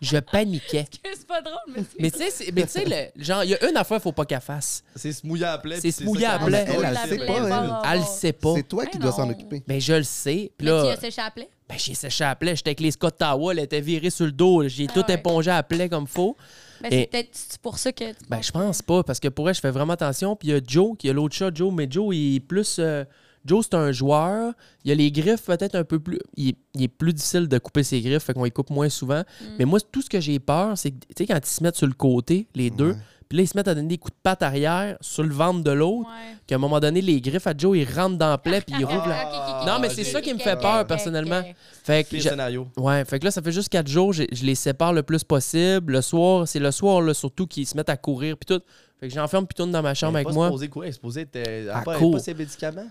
Speaker 1: Je paniquais.
Speaker 5: C'est pas drôle, mais c'est.
Speaker 1: Mais tu sais, c'est- mais tu sais, le- genre, il y a une affaire, faut pas qu'elle fasse.
Speaker 4: C'est se mouiller à la plaie.
Speaker 1: C'est
Speaker 4: puis
Speaker 1: se mouiller
Speaker 4: ça
Speaker 1: à
Speaker 4: qui
Speaker 1: la plaie.
Speaker 4: amène-
Speaker 2: Elle, elle
Speaker 5: la
Speaker 2: sait
Speaker 5: plaie,
Speaker 2: pas, elle.
Speaker 5: bon,
Speaker 1: Elle
Speaker 5: Ah, bon.
Speaker 1: le sait pas.
Speaker 2: C'est toi qui
Speaker 5: Eh
Speaker 2: dois s'en
Speaker 5: non.
Speaker 2: occuper.
Speaker 1: Mais je le sais. Puis
Speaker 5: Mais tu
Speaker 1: là,
Speaker 5: as séché la plaie?
Speaker 1: ben, j'ai séché à la plaie. J'étais avec les Scott Towel. Elle était virée sur le dos. J'ai
Speaker 5: Ah
Speaker 1: tout
Speaker 5: ouais.
Speaker 1: épongé à la plaie comme faut.
Speaker 5: Ben,
Speaker 1: Et-
Speaker 5: c'est peut-être c'est pour ça que.
Speaker 1: Ben, je pense pas, parce que pour elle, je fais vraiment attention. Puis il y a Joe, qui a l'autre chat, Joe, mais Joe, il est plus. euh, Joe, c'est un joueur. Il a les griffes peut-être un peu plus. Il est, il est plus difficile de couper ses griffes, fait qu'on les coupe moins souvent. Mais moi, tout ce que j'ai peur, c'est que, tu sais, quand ils se mettent sur le côté, les deux, puis là, ils se mettent à donner des coups de patte arrière sur le ventre de l'autre,
Speaker 5: Ouais.
Speaker 1: qu'à un moment donné, les griffes à Joe, ils rentrent dans la plaie, puis ils roulent. la-
Speaker 5: Ah, ok, ok, ok,
Speaker 1: Non, mais
Speaker 5: ok,
Speaker 1: c'est
Speaker 5: ok,
Speaker 1: ça
Speaker 5: ok,
Speaker 1: qui me
Speaker 5: ok,
Speaker 1: fait
Speaker 5: ok,
Speaker 1: peur,
Speaker 5: ok,
Speaker 1: personnellement.
Speaker 5: ok.
Speaker 1: Fait que
Speaker 4: Pire
Speaker 1: je-
Speaker 4: scénario.
Speaker 1: Ouais, fait que là, ça fait juste quatre jours, j'ai- je les sépare le plus possible. Le soir, c'est le soir, là, surtout, qu'ils se mettent à courir, puis tout. Fait que j'enferme Pitoune dans ma chambre
Speaker 4: Elle
Speaker 1: avec
Speaker 4: est
Speaker 1: Ah,
Speaker 4: pas
Speaker 1: moi.
Speaker 4: supposée courir, elle est supposée être, euh,
Speaker 1: À
Speaker 4: elle pas- elle
Speaker 1: court.
Speaker 4: pas ses médicaments.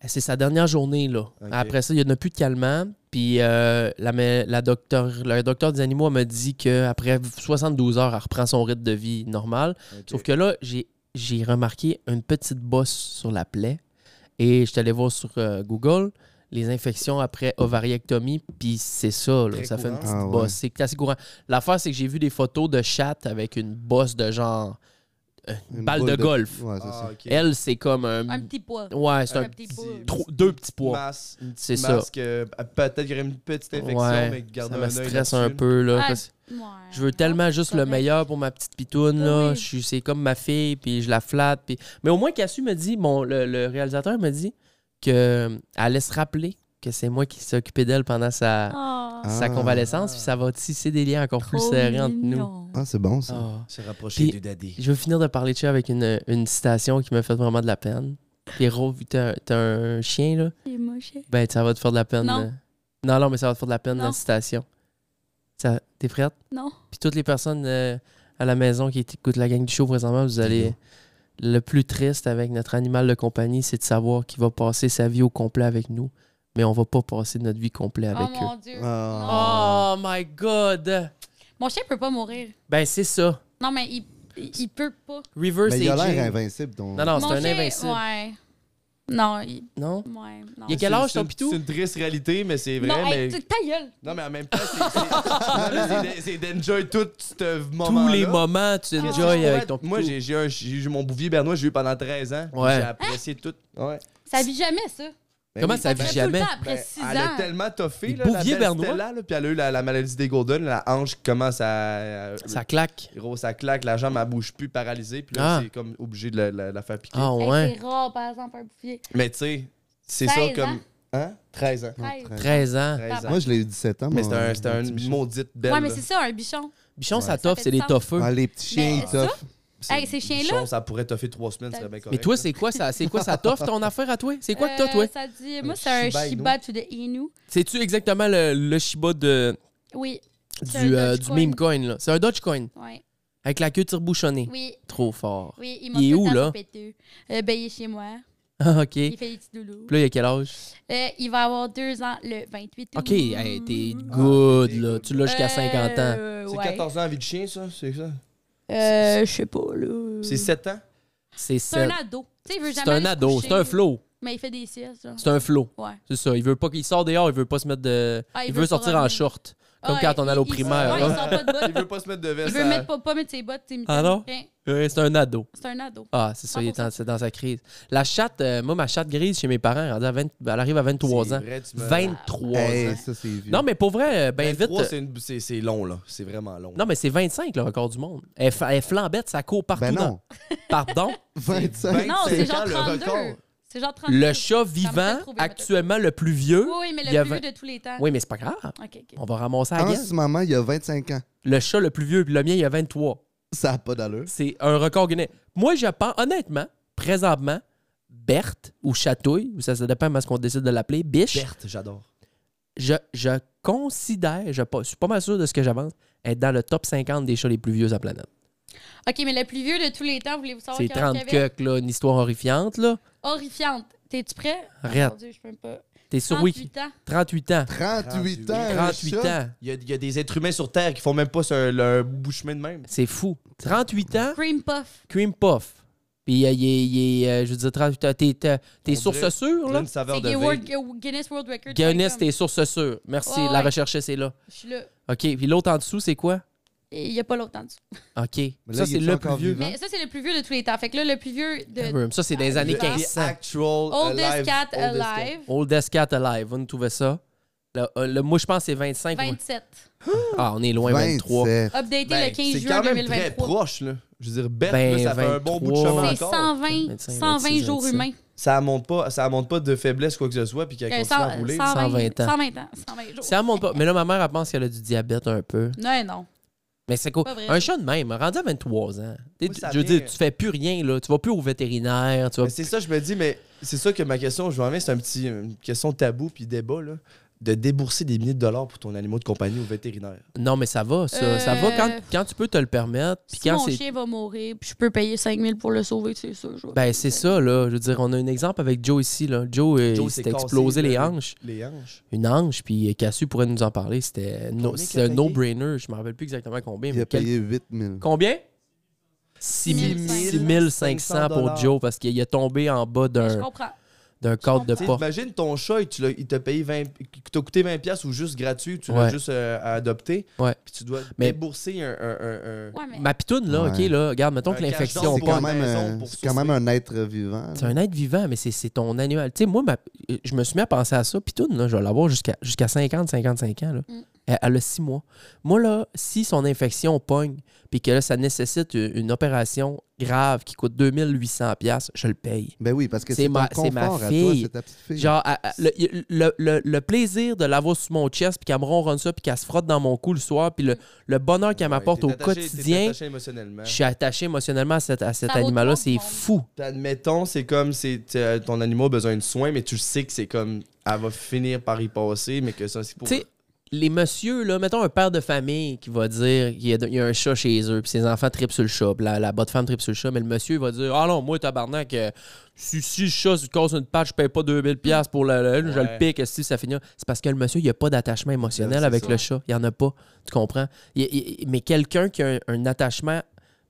Speaker 1: Eh, C'est sa dernière journée, là. Après ça, il n'y en a plus de calmant. Puis euh, la, me- la docteur, le docteur des animaux elle m'a dit qu'après 72 heures, elle reprend son rythme de vie normal. Sauf que là, j'ai- j'ai remarqué une petite bosse sur la plaie. Et je suis allé voir sur euh, Google les infections après ovariectomie. Puis c'est ça, là,
Speaker 4: Très
Speaker 1: ça fait une
Speaker 4: courant.
Speaker 1: petite
Speaker 2: Ah ouais.
Speaker 1: bosse. C'est assez courant. L'affaire, c'est que j'ai vu des photos de chattes avec une bosse de genre euh, une,
Speaker 2: Une
Speaker 1: balle
Speaker 2: boule
Speaker 1: de, golf.
Speaker 2: Ouais, c'est
Speaker 4: Ah,
Speaker 2: ça.
Speaker 4: ok.
Speaker 1: Elle, c'est comme un.
Speaker 5: Un petit poids.
Speaker 1: Ouais, c'est
Speaker 5: Un
Speaker 1: un,
Speaker 5: petit
Speaker 1: petit-
Speaker 5: bout.
Speaker 1: trois- deux petits pois.
Speaker 4: Masse, une petite
Speaker 1: C'est ça.
Speaker 4: masque, euh, peut-être qu'il y aurait une petite infection,
Speaker 1: Ouais,
Speaker 4: mais garde
Speaker 1: ça
Speaker 4: un
Speaker 1: me
Speaker 4: œil
Speaker 1: stresse un
Speaker 4: là-dessus.
Speaker 1: peu. Là,
Speaker 5: Ah,
Speaker 1: parce-
Speaker 5: Ouais.
Speaker 1: je veux tellement juste le
Speaker 5: correct.
Speaker 1: meilleur pour ma petite pitoune.
Speaker 5: Ben
Speaker 1: là.
Speaker 5: oui.
Speaker 1: Je suis- C'est comme ma fille, puis je la flatte. Puis... Mais au moins, Cassu me dit, bon, le, le réalisateur me dit qu'elle allait se rappeler que c'est moi qui s'est occupé d'elle pendant sa,
Speaker 5: Ah,
Speaker 2: Ah.
Speaker 1: sa convalescence, puis ça va tisser des liens encore plus
Speaker 5: trop
Speaker 1: serrés entre nous.
Speaker 5: mignon.
Speaker 2: Ah, c'est bon, ça.
Speaker 1: Ah.
Speaker 4: Se rapprocher
Speaker 1: Puis-
Speaker 4: du daddy.
Speaker 1: Je veux finir de parler de ça avec une, une citation qui m'a fait vraiment de la peine. Pierrot, vu que t'as t'as un chien, là,
Speaker 5: Il est moche.
Speaker 1: ben ça va te faire de la peine.
Speaker 5: Non.
Speaker 1: euh. Non, non, mais ça va te faire de la peine,
Speaker 5: Non.
Speaker 1: la citation. Ça- T'es prête?
Speaker 5: Non.
Speaker 1: Puis toutes les personnes euh, à la maison qui écoute la gang du show présentement, vous allez. Le plus triste avec notre animal de compagnie, c'est de savoir qu'il va passer sa vie au complet avec nous, mais on va pas passer notre vie complète avec
Speaker 5: oh mon
Speaker 1: eux.
Speaker 5: Dieu.
Speaker 2: Ah.
Speaker 1: Oh my God!
Speaker 5: Mon chien peut pas mourir.
Speaker 1: Ben, c'est ça.
Speaker 5: Non, mais il, il il peut pas.
Speaker 1: Reverse
Speaker 2: Mais Ben, il a l'air
Speaker 1: aging.
Speaker 2: invincible, ton.
Speaker 1: Non, non,
Speaker 5: Mon
Speaker 1: c'est un
Speaker 5: chien,
Speaker 1: invincible.
Speaker 5: Ouais. Non, il.
Speaker 1: Non?
Speaker 5: Ouais, non.
Speaker 1: Il y a quel
Speaker 4: C'est-
Speaker 1: âge,
Speaker 4: c'est
Speaker 1: ton
Speaker 4: une-
Speaker 1: pitou?
Speaker 4: C'est une triste réalité, mais c'est vrai.
Speaker 5: non, hey,
Speaker 4: mais...
Speaker 5: tu- ta gueule.
Speaker 4: Non, mais en même temps, c'est- c'est- non, mais c'est c'est d'enjoy tout ce moment.
Speaker 1: Tous les moments, tu enjoy avec ton pitou.
Speaker 4: Moi, j'ai j'ai un- j'ai eu mon bouvier bernois, j'ai eu pendant 13 ans.
Speaker 1: Ouais.
Speaker 4: J'ai apprécié tout. Ouais.
Speaker 5: Ça vit jamais, ça.
Speaker 4: Ben
Speaker 1: Comment
Speaker 4: oui.
Speaker 1: ça vit
Speaker 5: Après,
Speaker 1: jamais?
Speaker 5: Tout le temps, après
Speaker 4: Ben,
Speaker 5: 6
Speaker 4: elle a
Speaker 5: ans.
Speaker 4: tellement toffé,
Speaker 1: Les
Speaker 4: là, la
Speaker 1: Bouvier
Speaker 4: belle
Speaker 1: Bernois?
Speaker 4: Stella, là, puis elle a eu la, la maladie des Golden, la hanche qui commence à... à-
Speaker 1: Ça claque.
Speaker 4: Gros, ça claque, la jambe, elle bouge plus, paralysée, puis là,
Speaker 1: Ah.
Speaker 4: c'est comme obligé de la, la- la faire piquer.
Speaker 1: Ah
Speaker 5: Hey,
Speaker 1: ouais.
Speaker 5: C'est rare, par exemple, un bouffier.
Speaker 4: Mais tu sais, c'est ça
Speaker 5: 16
Speaker 4: comme...
Speaker 5: ans.
Speaker 4: Hein? 13
Speaker 1: Ah.
Speaker 4: ans.
Speaker 5: Hey.
Speaker 1: 13 ans.
Speaker 4: 13 ans.
Speaker 2: Moi, je l'ai eu 17 ans.
Speaker 4: Mais
Speaker 2: mon-
Speaker 4: c'était un, c'était
Speaker 2: mon
Speaker 4: un
Speaker 2: petit bichon.
Speaker 4: maudite belle.
Speaker 5: Ouais, mais
Speaker 4: là.
Speaker 5: c'est ça, un bichon.
Speaker 1: Bichon, ça
Speaker 5: Ouais.
Speaker 1: toffe,
Speaker 5: Ça fait
Speaker 1: c'est
Speaker 5: du
Speaker 1: les
Speaker 5: sens.
Speaker 1: toffeux.
Speaker 2: Ah, les petits chiens,
Speaker 5: Mais
Speaker 2: ils toffent.
Speaker 5: Hey, ces chiens-là-
Speaker 4: Bichon, ça pourrait toffer trois semaines, c'est bien correct.
Speaker 1: Mais toi, c'est quoi ça? C'est quoi ça toffe ton affaire à toi? C'est quoi que
Speaker 5: Euh,
Speaker 1: t'as, toi?
Speaker 5: Ça dit, moi,
Speaker 4: Un
Speaker 5: c'est un
Speaker 4: Shiba Inu.
Speaker 5: Shiba to the Inu.
Speaker 1: C'est-tu exactement le, le Shiba de,
Speaker 5: Oui,
Speaker 1: du,
Speaker 5: C'est un
Speaker 1: euh, du
Speaker 5: Dogecoin.
Speaker 1: meme coin? là? C'est un Dogecoin
Speaker 5: ouais.
Speaker 1: avec la queue tirebouchonnée.
Speaker 5: oui,
Speaker 1: Trop fort.
Speaker 5: oui. Il
Speaker 1: Il est
Speaker 5: m'a tout
Speaker 1: où,
Speaker 5: le
Speaker 1: là?
Speaker 5: temps péteux. Euh, ben, il est chez moi.
Speaker 1: Ah, OK.
Speaker 5: Il
Speaker 1: Puis
Speaker 5: fait des petits doulous.
Speaker 1: là, il y a quel âge?
Speaker 5: Euh, il va avoir deux ans le 28 août.
Speaker 1: OK, hey, t'es good, là. Tu l'as jusqu'à 50 ans.
Speaker 5: Mm. Euh,
Speaker 4: C'est
Speaker 5: ouais.
Speaker 4: 14 ans à vie de chien, ça? C'est ça?
Speaker 5: Euh, je sais pas, là.
Speaker 4: C'est 7 ans?
Speaker 1: C'est
Speaker 5: C'est un
Speaker 1: sept.
Speaker 5: ado. Tu sais, il veut jamais
Speaker 1: C'est un
Speaker 5: aller se
Speaker 1: ado.
Speaker 5: coucher.
Speaker 1: C'est un flow.
Speaker 5: Mais il fait des siestes, là.
Speaker 1: C'est un flow.
Speaker 5: Ouais.
Speaker 1: C'est ça. Il veut pas qu'il sort dehors. Il veut pas se mettre de.
Speaker 5: Ah,
Speaker 1: il,
Speaker 5: il
Speaker 1: veut,
Speaker 5: veut pas
Speaker 1: sortir en
Speaker 5: revenir.
Speaker 1: short. Comme
Speaker 5: Ah,
Speaker 1: quand on
Speaker 5: il-
Speaker 1: allait au
Speaker 5: il-
Speaker 1: primaire. hein.
Speaker 5: ouais, il sort pas de bottes.
Speaker 4: Il veut pas se mettre de veste.
Speaker 5: Il veut
Speaker 4: à-
Speaker 5: mettre, pas, pas mettre ses bottes, ses mitaines.
Speaker 1: Ah non?
Speaker 5: Rien.
Speaker 1: Ouais, c'est un ado.
Speaker 5: C'est un ado.
Speaker 1: Ah, c'est ça, il est en- c'est dans sa crise. La chatte, euh, moi, ma chatte grise chez mes parents, elle, rendue à 20 elle arrive à 23
Speaker 4: C'est
Speaker 1: ans.
Speaker 4: vrai, tu me-
Speaker 1: 23
Speaker 2: Hey,
Speaker 1: ans.
Speaker 2: ça, c'est vieux.
Speaker 1: Non, mais pour vrai, euh, ben
Speaker 4: 23,
Speaker 1: vite. euh,
Speaker 4: c'est une- c'est- C'est long, là. C'est vraiment long.
Speaker 1: Non, mais c'est 25 le record du monde. Elle, fa- elle flambette, ça court partout. Ben
Speaker 2: Ben
Speaker 1: dans-
Speaker 2: non.
Speaker 1: Pardon?
Speaker 2: 25.
Speaker 5: Non, c'est genre
Speaker 4: le
Speaker 5: 32.
Speaker 4: record.
Speaker 5: C'est genre 32.
Speaker 1: le chat
Speaker 5: Ça
Speaker 1: vivant,
Speaker 5: me fait trouver,
Speaker 1: actuellement le plus vieux.
Speaker 5: Oui, oui, mais le
Speaker 1: il y a
Speaker 5: plus vieux
Speaker 1: vingt-
Speaker 5: de tous les temps.
Speaker 1: Oui, mais c'est pas grave.
Speaker 5: OK, OK.
Speaker 1: On va ramasser la
Speaker 2: En
Speaker 1: gang.
Speaker 2: ce moment, il y a 25 ans.
Speaker 1: Le chat le plus vieux, puis le mien, il a 23.
Speaker 2: Ça n'a pas d'allure.
Speaker 1: C'est un record Guinness. Moi, je pense, honnêtement, présentement, Berthe ou Chatouille, ou ça, ça dépend de ce qu'on décide de l'appeler, Biche.
Speaker 4: Berthe, j'adore.
Speaker 1: je, je considère, je pas- je suis pas mal sûr de ce que j'avance, être dans le top 50 des chats les plus vieux de la planète.
Speaker 5: OK, mais le plus vieux de tous les temps, voulez-vous savoir
Speaker 1: c'est
Speaker 5: quel âge
Speaker 1: 30
Speaker 5: qu'il avait?
Speaker 1: cucks, là, une histoire horrifiante. là.
Speaker 5: Horrifiante. T'es-tu prêt?
Speaker 1: Arrête.
Speaker 5: Oh, mon Dieu, je peux même pas.
Speaker 1: T'es sur Wiki.
Speaker 5: 38 ans.
Speaker 1: 38 ans.
Speaker 2: 38 ans.
Speaker 1: 38
Speaker 2: le chat.
Speaker 1: ans.
Speaker 4: Il y, a, il y a des êtres humains sur Terre qui font même pas ce- le bout de chemin de même.
Speaker 1: C'est fou. 38 ans,
Speaker 5: Cream Puff.
Speaker 1: cream puff. Puis, euh, il est- il est, euh, je veux dire, 38 ans. T'es, t'es- t'es
Speaker 4: On
Speaker 1: source
Speaker 4: dirait-
Speaker 1: sûre,
Speaker 4: Il y a
Speaker 1: là?
Speaker 4: une saveur
Speaker 5: C'est
Speaker 4: de
Speaker 5: Guinness World-
Speaker 4: vague.
Speaker 5: Gu- Guinness World Record.
Speaker 1: Guinness,
Speaker 5: point com.
Speaker 1: t'es source sûre. Merci.
Speaker 5: Ouais,
Speaker 1: La
Speaker 5: ouais.
Speaker 1: recherche, c'est là.
Speaker 5: Je suis là.
Speaker 1: OK. Puis l'autre en dessous, c'est quoi?
Speaker 5: Et Il n'y a pas longtemps dessous.
Speaker 1: OK.
Speaker 2: Mais là,
Speaker 1: ça,
Speaker 2: il
Speaker 1: c'est
Speaker 2: est
Speaker 1: le
Speaker 2: encore
Speaker 1: plus vieux.
Speaker 2: vivant?
Speaker 5: Mais ça, c'est le plus vieux de tous les temps. Fait que là, le plus vieux de
Speaker 1: Ça, c'est des années
Speaker 4: The
Speaker 1: 1500.
Speaker 4: Actual alive-
Speaker 5: Oldest Cat
Speaker 4: oldest
Speaker 5: Alive,
Speaker 1: Oldest cat alive. Vous nous trouvez ça? Le- euh, le- moi, je pense que c'est 25. ou-
Speaker 5: 27.
Speaker 1: Ah, on est loin, 23.
Speaker 2: 27.
Speaker 5: Updaté
Speaker 4: Ben,
Speaker 5: le 15
Speaker 4: c'est
Speaker 5: juin
Speaker 4: quand même très
Speaker 5: 2023.
Speaker 4: proche, là. Je veux dire, Berthe,
Speaker 1: Ben,
Speaker 4: là, ça fait un bon bout de
Speaker 1: 23.
Speaker 4: chemin
Speaker 5: C'est
Speaker 4: encore.
Speaker 5: 120,
Speaker 1: 25,
Speaker 5: 120 jours
Speaker 1: 26.
Speaker 5: humains.
Speaker 4: Ça monte pas, ça monte pas de faiblesse, quoi que ce soit, puis qu'elle
Speaker 5: Euh,
Speaker 4: continue à
Speaker 5: 100,
Speaker 4: rouler.
Speaker 5: 120
Speaker 1: 120 ans.
Speaker 5: ans. 120 ans. 120 jours.
Speaker 1: Ça monte pas. Mais là, ma mère, elle pense qu'elle a du diabète un peu.
Speaker 5: Non, non.
Speaker 1: Mais c'est quoi?
Speaker 5: Pas vrai.
Speaker 1: Un chat de même, rendu à 23 ans. T'es-
Speaker 4: Moi, ça
Speaker 1: je veux dire,
Speaker 4: vient-
Speaker 1: tu fais plus rien, là. Tu vas plus au vétérinaire. Tu vas...
Speaker 4: Mais c'est ça, je me dis, mais c'est ça que ma question, je m'en mets, c'est un petit, une question tabou puis débat, là, de débourser des milliers de dollars pour ton animal de compagnie au vétérinaire.
Speaker 1: Non, mais ça va, ça. Ça va quand,
Speaker 5: Euh,
Speaker 1: quand tu peux te le permettre. Puis
Speaker 5: Si
Speaker 1: quand
Speaker 5: mon
Speaker 1: c'est.
Speaker 5: chien va mourir, puis je peux payer 5000 pour le sauver, c'est sûr. je vais-
Speaker 1: Ben, c'est ça, là. Je veux dire, on a un exemple avec Joe ici, là. Joe, euh,
Speaker 4: Joe
Speaker 1: il
Speaker 4: s'est
Speaker 1: s'est
Speaker 4: cassé
Speaker 1: explosé les
Speaker 4: le-
Speaker 1: hanches.
Speaker 4: Les hanches.
Speaker 1: Une hanche, puis euh, Cassu pourrait nous en parler. C'était no-
Speaker 4: Combien
Speaker 1: c'est
Speaker 4: qu'il a
Speaker 1: un
Speaker 4: payé?
Speaker 1: no-brainer. Je me rappelle plus exactement combien.
Speaker 2: Il
Speaker 1: Mais
Speaker 2: a
Speaker 1: quel-
Speaker 2: payé 8 000.
Speaker 1: Combien?
Speaker 5: 6
Speaker 1: 6500 pour Joe parce qu'il est tombé en bas
Speaker 5: Mais Je
Speaker 1: d'un
Speaker 5: comprends.
Speaker 1: d'un cadre de
Speaker 4: Tu sais,
Speaker 1: porte.
Speaker 4: Imagine ton chat, il, tu l'as- il t'a payé 20, il t'a coûté 20$ piastres ou juste gratuit, tu
Speaker 1: Ouais.
Speaker 4: l'as juste euh, à adopter.
Speaker 1: Ouais.
Speaker 4: Puis tu dois
Speaker 1: Mais-
Speaker 4: débourser un. un- un- un-
Speaker 5: Ouais, mais
Speaker 1: Ma pitoune, là,
Speaker 2: Ouais.
Speaker 1: OK, là, regarde, mettons
Speaker 4: Un
Speaker 1: que l'infection
Speaker 4: cache-dents,
Speaker 2: C'est
Speaker 4: pas
Speaker 2: quand,
Speaker 4: une
Speaker 2: même,
Speaker 4: maison
Speaker 2: euh,
Speaker 4: pour
Speaker 2: c'est quand même un être vivant.
Speaker 1: C'est un être vivant, mais c'est- c'est ton annuel. Tu sais, moi, ma- je me suis mis à penser à ça. Pitoune, là, je vais l'avoir jusqu'à jusqu'à 50, 55 ans. Là.
Speaker 5: Mm.
Speaker 1: Elle, elle a 6 mois. Moi, là, si son infection pogne, puis que là, ça nécessite une, une opération grave qui coûte 2800$, piastres, je le paye.
Speaker 2: Ben oui, parce que
Speaker 1: C'est
Speaker 2: c'est
Speaker 1: ma-
Speaker 2: ton
Speaker 1: c'est ma
Speaker 2: confort à toi,
Speaker 1: fille.
Speaker 2: c'est ta petite fille.
Speaker 1: Genre, à- à- le, le- le- le plaisir de l'avoir sous mon chest, puis qu'elle me ronronne ça, puis qu'elle se frotte dans mon cou le soir, puis le, le bonheur qu'elle
Speaker 4: Ouais,
Speaker 1: m'apporte
Speaker 4: t'es
Speaker 1: au
Speaker 4: attaché- t'es
Speaker 1: quotidien,
Speaker 4: attaché émotionnellement.
Speaker 1: je suis attaché émotionnellement à, cet- à cet
Speaker 5: Ça vaut
Speaker 1: animal-là.
Speaker 5: trois
Speaker 1: C'est
Speaker 5: secondes.
Speaker 1: fou.
Speaker 4: Puis Admettons, c'est comme c'est euh, ton animal a besoin de soins, mais tu sais que c'est comme elle va finir par y passer, mais que ça c'est pour.
Speaker 1: Tu sais, les messieurs, là, mettons un père de famille qui va dire qu'il y, a- il y a un chat chez eux, puis ses enfants tripent sur le chat, puis la, la bonne femme tripe sur le chat, mais le monsieur il va dire Ah non, moi, tabarnak, euh, si, si le chat se casse une patte, je paye pas 2000$ pour le, le- je le pique, si ça finit. C'est parce que le monsieur, il n'y a pas d'attachement émotionnel avec le chat. Il n'y en a pas. Tu comprends Il- il- Mais quelqu'un qui a un, un attachement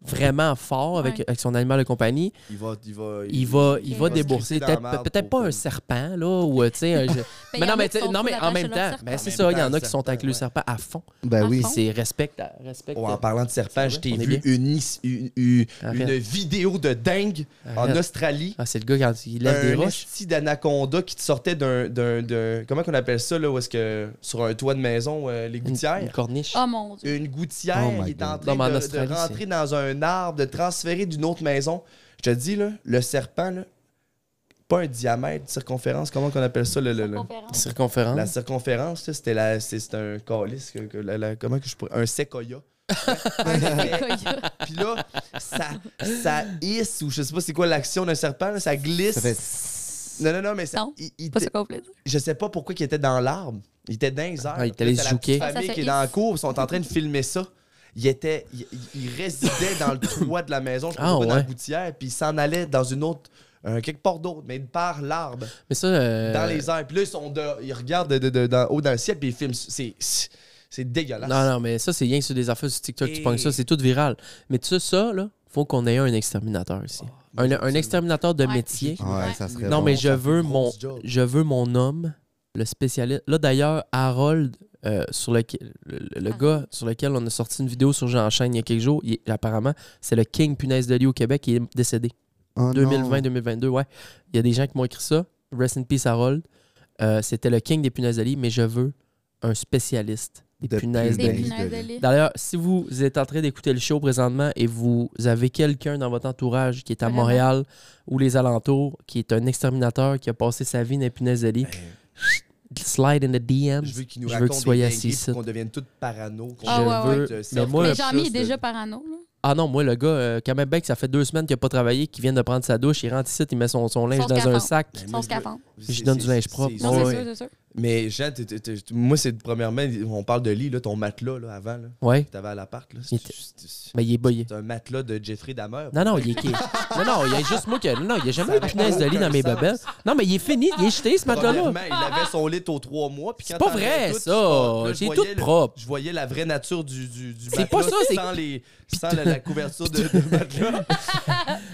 Speaker 1: vraiment fort avec,
Speaker 5: Ouais.
Speaker 1: avec son animal de compagnie,
Speaker 4: Il va, il va,
Speaker 1: il va, il va
Speaker 5: Il va se
Speaker 1: débourser.
Speaker 4: crisser dans la
Speaker 1: Peut-être
Speaker 4: marde
Speaker 1: peut-être
Speaker 4: pour
Speaker 1: pas un
Speaker 4: que-
Speaker 1: serpent, là, ou euh, tu sais, un- je-
Speaker 5: Ben,
Speaker 1: mais
Speaker 5: y en
Speaker 1: non,
Speaker 5: a
Speaker 1: mais,
Speaker 5: qui
Speaker 1: tu sais,
Speaker 5: sont
Speaker 1: non,
Speaker 5: fous
Speaker 1: mais
Speaker 5: de
Speaker 1: en même
Speaker 5: rattacher leur
Speaker 1: temps, ben,
Speaker 5: serpent.
Speaker 1: c'est
Speaker 4: En
Speaker 1: ça,
Speaker 4: même
Speaker 1: il y en
Speaker 4: temps,
Speaker 1: a
Speaker 4: le
Speaker 1: qui sont avec le serpent à fond.
Speaker 2: Ben oui.
Speaker 5: fond.
Speaker 1: C'est respecte. respecte.
Speaker 4: Oh, en parlant de serpent, je
Speaker 1: On
Speaker 4: t'ai
Speaker 1: est
Speaker 4: vu une, is- une, une-
Speaker 1: Arrête.
Speaker 4: une vidéo de dingue en
Speaker 1: Arrête.
Speaker 4: Australie.
Speaker 1: Ah, c'est le gars quand il lève des
Speaker 4: un
Speaker 1: roches.
Speaker 4: esti d'anaconda qui te sortait d'un. d'un- d'un- Comment qu'on appelle ça, là, où est-ce que. Sur un toit de maison, euh, les
Speaker 1: Une, une
Speaker 4: gouttières.
Speaker 1: corniche.
Speaker 5: Oh mon Dieu.
Speaker 4: Une gouttière,
Speaker 2: Oh my
Speaker 4: il est en
Speaker 2: God.
Speaker 4: train
Speaker 1: Non, mais en
Speaker 4: de- de,
Speaker 1: Australie,
Speaker 4: rentrer dans un arbre, de transférer d'une autre maison. Je te dis, là, le serpent, là, pas un diamètre, circonférence, comment qu'on appelle ça, le- le- le,
Speaker 5: Conférence.
Speaker 1: Circonférence.
Speaker 4: La circonférence, là, c'était la, c'est, c'est un calice, que- que la- la- comment que je pourrais, un séquoia. Euh, Puis là, ça, ça hisse, ou je sais pas c'est quoi l'action d'un serpent, là, ça glisse.
Speaker 2: Ça fait...
Speaker 4: Non, non, non, mais ça,
Speaker 5: Non,
Speaker 4: il- il
Speaker 5: Pas
Speaker 4: était-
Speaker 5: ça complet.
Speaker 4: je sais pas pourquoi il était dans l'arbre. Il était dans les airs.
Speaker 1: Ah, il était
Speaker 4: Puis là,
Speaker 1: allé
Speaker 4: t'as
Speaker 1: se
Speaker 4: la petite
Speaker 1: jouquer.
Speaker 4: famille
Speaker 5: Ah, ça
Speaker 4: qui est
Speaker 5: fait
Speaker 4: dans la
Speaker 5: hisse.
Speaker 4: cour, ils sont en train de filmer ça. Il, était, il, il- il résidait dans le toit de la maison, je
Speaker 1: Ah,
Speaker 4: crois pas, dans la
Speaker 1: ouais.
Speaker 4: gouttière, puis il s'en allait dans une autre, euh, quelque part d'autre, mais par l'arbre.
Speaker 1: Mais ça. euh,
Speaker 4: dans les airs. Puis là, ils, sont de- ils regardent de, de- de- d'en haut dans le ciel, puis ils filment. C'est, c'est dégueulasse.
Speaker 1: Non, non, mais ça, c'est rien que sur des affaires sur TikTok. Tu
Speaker 4: Et-
Speaker 1: pognes ça, c'est tout viral. Mais tu sais, ça, là, faut qu'on ait un exterminateur ici.
Speaker 4: Ah,
Speaker 1: un, un exterminateur de
Speaker 5: Ouais.
Speaker 1: métier.
Speaker 2: Ouais, ça serait
Speaker 1: Non,
Speaker 2: bon.
Speaker 1: mais
Speaker 4: bon,
Speaker 1: je
Speaker 4: ça fait
Speaker 1: veux,
Speaker 4: une
Speaker 1: mon,
Speaker 4: grosse job.
Speaker 1: je veux mon homme, le spécialiste. Là, d'ailleurs, Harold, euh, sur lequel, le, le- le gars sur lequel on a sorti une vidéo sur Jean Chaîne il y a quelques jours, il est- apparemment, c'est le king punaise de lit au Québec. Il est décédé.
Speaker 2: Oh non.
Speaker 1: 2020-2022, ouais. Il y a des gens qui m'ont écrit ça. Rest in peace, Harold. Euh, C'était le king des punaises de lit, mais je veux un spécialiste des
Speaker 2: De
Speaker 1: punaises de
Speaker 5: Des
Speaker 1: lit.
Speaker 5: punaises de lit.
Speaker 1: D'ailleurs, si vous êtes en train d'écouter le show présentement et vous avez quelqu'un dans votre entourage qui est à
Speaker 5: Vraiment.
Speaker 1: Montréal ou les alentours, qui est un exterminateur qui a passé sa vie dans les punaises de lit, slide in the DM.
Speaker 4: Ben, Je veux qu'ils nous
Speaker 1: Je veux
Speaker 4: racontent
Speaker 1: qu'il soit
Speaker 4: des
Speaker 1: assis
Speaker 4: dingueries,
Speaker 1: ici.
Speaker 4: puis qu'on devienne tous parano. qu'on
Speaker 5: Ah,
Speaker 4: devienne
Speaker 5: ouais,
Speaker 1: ouais.
Speaker 4: tous, euh,
Speaker 1: Mais moi,
Speaker 5: Mais
Speaker 4: self-conscious
Speaker 5: Jean-Mi est
Speaker 4: de-
Speaker 5: déjà parano.
Speaker 4: Ben,
Speaker 5: là.
Speaker 1: Ah non, moi, le gars, euh, quand même, ben, que ça fait deux semaines qu'il n'a pas travaillé, qu'il vient de prendre sa douche, il rentre ici, il met son, son linge dans un
Speaker 5: scaphandre.
Speaker 1: sac.
Speaker 4: Ben, moi,
Speaker 5: Son
Speaker 4: je veux-
Speaker 5: scaphandre.
Speaker 4: c'est-
Speaker 1: Je donne
Speaker 4: c'est-
Speaker 1: du linge propre.
Speaker 4: c'est-
Speaker 5: Non,
Speaker 1: Ouais,
Speaker 5: c'est
Speaker 1: ouais.
Speaker 5: sûr, c'est sûr.
Speaker 4: Mais Jean, t'es- t'es- t'es- moi, c'est premièrement, on parle de lit, là, ton matelas là, avant, là,
Speaker 1: Ouais,
Speaker 4: que t'avais à l'appart. Là,
Speaker 1: Il
Speaker 4: c'est,
Speaker 1: était-
Speaker 4: c'est- c'est-
Speaker 1: mais il est boyé.
Speaker 4: c'est un matelas de Jeffrey Dahmer.
Speaker 1: Non, non, il est. qui- Non, non, il y a juste moi qui. Non, non, il n'y a jamais eu de punaise de lit dans mes
Speaker 4: aucun
Speaker 1: babelles. Non, mais il est fini, il est jeté ce matelas-là.
Speaker 4: Premièrement, il avait son lit aux trois mois. puis
Speaker 1: C'est
Speaker 4: quand
Speaker 1: pas
Speaker 4: t'en avais
Speaker 1: vrai,
Speaker 4: tout,
Speaker 1: ça.
Speaker 4: là, je
Speaker 1: J'ai
Speaker 4: voyais
Speaker 1: tout
Speaker 4: le-
Speaker 1: propre.
Speaker 4: Je voyais la vraie nature du, du, du
Speaker 1: C'est pas
Speaker 4: matelas
Speaker 1: ça, c'est-
Speaker 4: sans, les, sans la, la couverture de, de matelas.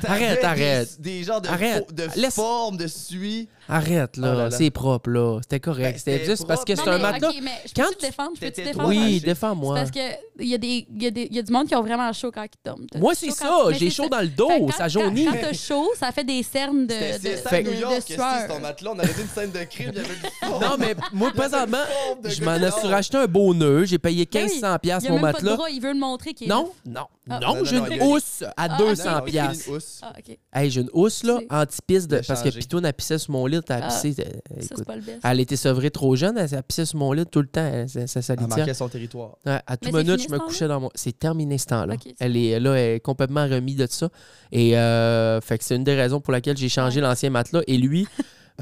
Speaker 4: T'avais
Speaker 1: Arrête,
Speaker 4: des-
Speaker 1: arrête.
Speaker 4: Des, genres de,
Speaker 1: Arrête.
Speaker 4: fo- de
Speaker 1: Laisse-
Speaker 4: forme, de suie.
Speaker 1: Arrête, là,
Speaker 4: Oh là là.
Speaker 1: c'est propre, là. C'était correct.
Speaker 4: Ben,
Speaker 1: C'était
Speaker 4: c'était
Speaker 1: juste parce que
Speaker 5: Non,
Speaker 1: c'est un
Speaker 5: mais,
Speaker 1: matelas.
Speaker 5: ok, mais je
Speaker 1: Quand
Speaker 5: peux-tu
Speaker 1: tu
Speaker 5: défendre? Je peux-tu
Speaker 4: t'étais
Speaker 5: défendre?
Speaker 4: trop
Speaker 1: Oui,
Speaker 4: Arrangé.
Speaker 5: C'est
Speaker 1: défends-moi.
Speaker 5: parce qu'il y, a des- y, a des- y a du monde qui ont vraiment chaud quand ils dorment. T'as-
Speaker 1: Moi,
Speaker 5: t'as
Speaker 1: c'est
Speaker 5: chaud quand-
Speaker 1: ça.
Speaker 5: mais
Speaker 1: J'ai
Speaker 5: c'est
Speaker 1: chaud dans le
Speaker 5: Fait
Speaker 1: dos.
Speaker 5: que
Speaker 1: Ça
Speaker 5: quand-
Speaker 1: jaunit.
Speaker 5: Quand, quand t'as chaud, ça fait des cernes de,
Speaker 4: C'était
Speaker 5: de,
Speaker 4: CSI
Speaker 5: de-
Speaker 4: à New
Speaker 5: de
Speaker 4: York, qu'est-ce que c'est,
Speaker 5: sueur.
Speaker 4: ton matelas. On avait dit une scène de crime, il y avait une forme.
Speaker 1: Non, mais moi,
Speaker 4: Il y avait une
Speaker 1: présentement,
Speaker 4: forme de
Speaker 1: je
Speaker 4: gars
Speaker 1: m'en
Speaker 4: qui
Speaker 1: ai
Speaker 4: dort.
Speaker 1: suracheté un beau nœud. J'ai payé
Speaker 5: Ben oui,
Speaker 1: 1500$
Speaker 5: Il y
Speaker 1: piastres
Speaker 5: a
Speaker 1: mon
Speaker 5: même pas de
Speaker 1: matelas.
Speaker 5: bras, il veut le montrer. qu'il est là.
Speaker 1: Non, non,
Speaker 5: Ah.
Speaker 1: non,
Speaker 4: Non, non,
Speaker 1: j'ai
Speaker 4: non, il
Speaker 1: une
Speaker 4: y a-
Speaker 1: housse à
Speaker 5: Ah,
Speaker 4: Non, non,
Speaker 1: 200$.
Speaker 4: il y a une
Speaker 1: piastres.
Speaker 4: housse.
Speaker 5: Ah, OK.
Speaker 1: Hey, j'ai une housse, là,
Speaker 5: C'est-
Speaker 1: anti-pisse de.
Speaker 4: De
Speaker 1: Parce que
Speaker 4: changer.
Speaker 1: Pitoune, elle pissait sur mon lit. Elle a
Speaker 5: Ah.
Speaker 1: pissé. euh,
Speaker 5: Ça,
Speaker 1: Écoute.
Speaker 5: c'est pas le best.
Speaker 1: Elle était sevrée trop jeune, elle elle pissait sur mon lit tout le temps, hein, elle- sa sa
Speaker 4: Elle
Speaker 1: salitière.
Speaker 4: marquait son territoire.
Speaker 1: Ouais, à tout
Speaker 5: Mais c'est
Speaker 1: minute,
Speaker 5: fini,
Speaker 1: je
Speaker 5: ce
Speaker 1: me
Speaker 5: temps-là?
Speaker 1: couchais dans mon. C'est terminé ce temps-là.
Speaker 5: Ok, c'est
Speaker 1: elle est là, elle est complètement remise de ça. Et euh, fait que c'est une des raisons pour laquelle j'ai changé l'ancien matelas. Et lui,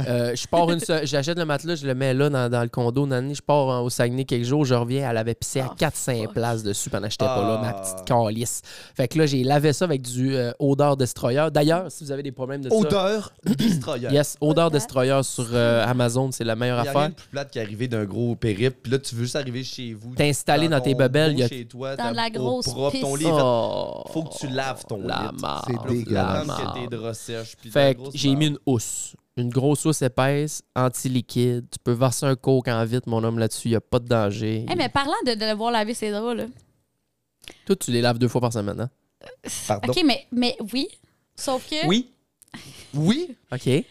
Speaker 1: euh, je pars une se- j'achète le matelas, je le mets là dans, dans le condo. nanani. je pars en- au Saguenay quelques jours, je reviens, elle avait pissé à
Speaker 5: Ah,
Speaker 1: 4-5
Speaker 5: fuck.
Speaker 1: places dessus pendant que j'étais pas là, ma
Speaker 4: Ah.
Speaker 1: petite calice. Fait que là, j'ai lavé ça avec du euh, odeur destroyer. D'ailleurs, si vous avez des problèmes de ça.
Speaker 4: Odeur destroyer.
Speaker 1: Yes, odeur
Speaker 5: Odeur.
Speaker 1: destroyer sur euh, Amazon, c'est la meilleure
Speaker 4: Il n'y a rien
Speaker 1: affaire.
Speaker 4: de plus plate qu'arriver d'un gros périple. Puis là, tu veux juste arriver chez vous.
Speaker 1: T'installer dans
Speaker 4: ton
Speaker 1: tes bebelles, il y a-
Speaker 4: beau Chez toi,
Speaker 5: Dans
Speaker 4: ta-
Speaker 5: de la
Speaker 4: au
Speaker 5: grosse
Speaker 4: propre, ton
Speaker 5: pisse.
Speaker 4: lit est fait
Speaker 1: Oh,
Speaker 4: faut que tu laves ton
Speaker 1: la
Speaker 4: lit.
Speaker 1: marde,
Speaker 2: C'est
Speaker 1: la
Speaker 2: dégueulasse.
Speaker 4: Là, faut que
Speaker 1: marde.
Speaker 4: t'aies des recettes. puis de la
Speaker 1: Oh, Fait que
Speaker 4: grosse
Speaker 1: j'ai
Speaker 4: merde.
Speaker 1: mis une housse. Une grosse housse épaisse, anti-liquide. Tu peux verser un coke en vite, mon homme, là-dessus. Il n'y a pas de danger.
Speaker 5: Hey, Eh, mais parlant de, de devoir laver ses draps, là.
Speaker 1: Toi, tu les laves deux fois par semaine, hein?
Speaker 4: Pardon?
Speaker 5: OK, mais, mais oui. Sauf que.
Speaker 1: Oui.
Speaker 4: Oui?
Speaker 1: OK. Hey,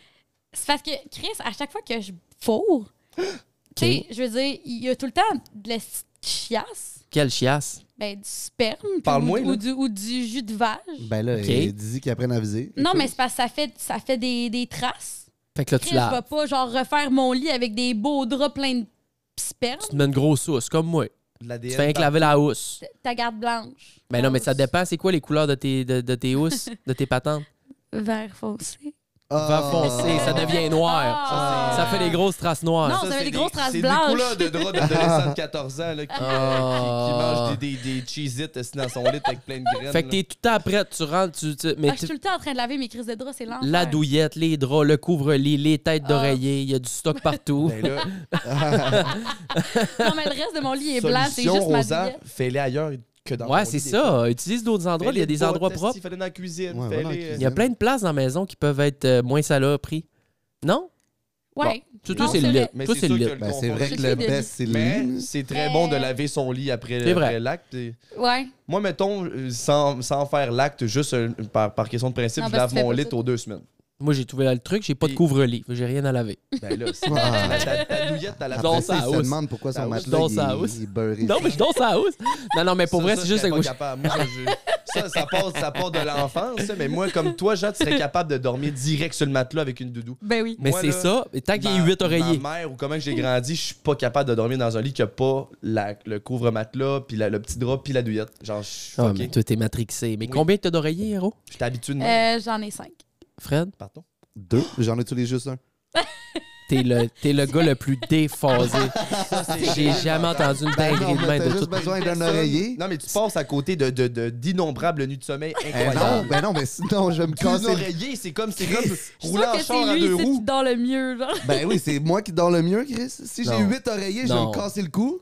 Speaker 5: C'est parce que, Chris, à chaque fois que je fourre, tu sais, je veux dire, il y a tout le temps de la petite chiasse,
Speaker 1: Quelle chiasse.
Speaker 5: ben, du sperme, puis
Speaker 4: Parle-moi,
Speaker 5: ou, ou
Speaker 4: là.
Speaker 5: du, ou du jus de vache.
Speaker 2: Ben là,
Speaker 1: Ok.
Speaker 2: il dit qu'il apprenne à viser.
Speaker 5: non, mais c'est parce que ça fait, ça fait des, des traces.
Speaker 1: Fait que là,
Speaker 5: Chris,
Speaker 1: tu
Speaker 5: je vais
Speaker 1: laves.
Speaker 5: pas, genre, refaire mon lit avec des beaux draps pleins de sperme.
Speaker 1: Tu te mets une grosse housse, comme moi.
Speaker 4: De
Speaker 1: Tu
Speaker 4: l'ADN.
Speaker 1: fais rien que laver la housse.
Speaker 5: Ta garde blanche.
Speaker 1: Mais non, mais ça
Speaker 5: Blanche.
Speaker 1: dépend. C'est quoi les couleurs de tes, de, de tes housses, de tes patentes?
Speaker 5: Vert foncé.
Speaker 2: Ah,
Speaker 1: va foncer, ça devient noir.
Speaker 5: Ah.
Speaker 1: Ça fait des grosses traces noires.
Speaker 5: Non, ça fait
Speaker 4: Ah, c'est
Speaker 5: des grosses traces
Speaker 4: c'est
Speaker 5: blanches.
Speaker 4: des couleurs de draps d'adolescents de 14 ans là, qui, qui
Speaker 1: Ah.
Speaker 4: mangent des, des, des Cheez-Its assis dans son lit avec plein de graines.
Speaker 1: Fait que t'es tout le temps prête, tu rentres, tu. tu- mais
Speaker 5: Ah, je
Speaker 1: tu-
Speaker 5: suis tout le temps en train de laver mes crises de draps, c'est l'enfer.
Speaker 1: la douillette, les draps, le couvre-lit, les
Speaker 5: Ah.
Speaker 1: têtes d'oreiller, il y a du stock partout.
Speaker 4: là. Ben là,
Speaker 5: Non, mais le reste de mon lit est blanc, c'est
Speaker 4: solution,
Speaker 5: juste ma
Speaker 4: Rosa,
Speaker 5: douillette.
Speaker 4: fais-les ailleurs que dans
Speaker 1: ouais,
Speaker 4: ton
Speaker 1: c'est
Speaker 4: lit, des fois.
Speaker 1: ça. Utilise d'autres endroits, il y a
Speaker 4: Fais-les
Speaker 1: des
Speaker 4: de
Speaker 1: endroits
Speaker 4: boîte,
Speaker 1: propres.
Speaker 4: esti, Fais-les dans la cuisine.
Speaker 2: Ouais,
Speaker 4: fais-les,
Speaker 2: voilà, la
Speaker 4: euh,
Speaker 1: Il y a plein de places dans la maison qui peuvent être euh, moins salopries. Non?
Speaker 5: Ouais.
Speaker 1: Tout,
Speaker 5: Non,
Speaker 1: tout, c'est
Speaker 5: c'est
Speaker 1: le
Speaker 5: vrai.
Speaker 4: Mais
Speaker 1: Tout,
Speaker 4: c'est
Speaker 1: c'est
Speaker 4: sûr
Speaker 1: le
Speaker 4: que le
Speaker 2: Ben, c'est
Speaker 4: confort-
Speaker 2: vrai
Speaker 5: Je
Speaker 2: que
Speaker 5: suis
Speaker 2: le
Speaker 5: de-
Speaker 2: best, c'est le
Speaker 4: Mais
Speaker 2: lit.
Speaker 4: c'est très bon de laver son lit après,
Speaker 1: C'est vrai.
Speaker 4: après l'acte. Et-
Speaker 5: Ouais.
Speaker 4: Moi, mettons, euh, sans, sans faire l'acte, juste euh, par, par question de principe,
Speaker 5: Non,
Speaker 4: je
Speaker 5: parce
Speaker 4: lave
Speaker 5: que tu fais
Speaker 4: mon
Speaker 5: pas
Speaker 4: lit
Speaker 5: ça.
Speaker 4: aux deux semaines.
Speaker 1: Moi, j'ai trouvé là le truc, j'ai pas de
Speaker 4: Et-
Speaker 1: couvre-lit. J'ai rien à laver.
Speaker 4: Ben là, c'est
Speaker 2: Ah.
Speaker 4: ta, ta douillette, t'as la
Speaker 1: Dans
Speaker 2: Après ça,
Speaker 1: sa
Speaker 2: il se
Speaker 1: housse.
Speaker 2: demande pourquoi
Speaker 4: Dans
Speaker 2: son
Speaker 1: sa
Speaker 2: matelas il est-
Speaker 1: housse.
Speaker 2: il est beurré.
Speaker 1: Non, mais je danse à la housse. Non, non, mais pour
Speaker 4: Ça,
Speaker 1: vrai,
Speaker 4: ça,
Speaker 1: c'est
Speaker 4: je
Speaker 1: juste.
Speaker 4: serais
Speaker 1: avec-
Speaker 4: pas capable. Moi, je- ça, ça part, ça part de l'enfance, mais moi, comme toi, Jean, tu serais capable de dormir direct sur le matelas avec une doudou.
Speaker 5: Ben oui.
Speaker 1: Mais
Speaker 4: Moi,
Speaker 1: c'est
Speaker 4: là,
Speaker 1: ça. Et tant qu'il y a
Speaker 4: Ma-
Speaker 1: huit oreillers.
Speaker 4: Ma mère, ou comment que j'ai grandi, je suis pas capable de dormir dans un lit qui a pas la- le couvre-matelas, puis la- le petit drap, puis la douillette. Genre, je suis
Speaker 1: Ah,
Speaker 4: fucké.
Speaker 1: mais toi, t'es matrixé. Mais
Speaker 4: Oui.
Speaker 1: combien t'as d'oreillers, héros?
Speaker 4: J'étais habitué de moi.
Speaker 5: Euh, J'en ai cinq.
Speaker 1: Fred?
Speaker 4: Pardon.
Speaker 2: Deux, j'en ai tous les juste un.
Speaker 1: T'es le, t'es le gars le plus déphasé.
Speaker 5: ah,
Speaker 1: J'ai jamais entendu une
Speaker 2: Ben
Speaker 1: dinguerie
Speaker 2: non,
Speaker 1: de
Speaker 2: mais
Speaker 1: même
Speaker 2: t'as
Speaker 1: de
Speaker 2: juste
Speaker 1: tout.
Speaker 2: besoin d'un oreiller.
Speaker 4: Non, mais tu passes à côté de- de- de- d'innombrables de, nuits de sommeil
Speaker 2: Eh non,
Speaker 4: incroyables.
Speaker 2: ben non, mais sinon, je vais me
Speaker 4: Un
Speaker 2: casser le
Speaker 4: oreiller, c'est comme, c'est comme
Speaker 5: Je suis
Speaker 4: rouler
Speaker 5: sûre
Speaker 4: en
Speaker 5: que
Speaker 4: char
Speaker 5: c'est
Speaker 4: à deux
Speaker 5: lui c'est qui
Speaker 4: roues.
Speaker 5: dort le mieux, genre.
Speaker 2: Ben oui, c'est moi qui dors le mieux, Chris. Si j'ai
Speaker 1: Non.
Speaker 2: huit oreillers, je vais
Speaker 1: Non.
Speaker 2: me casser le cou.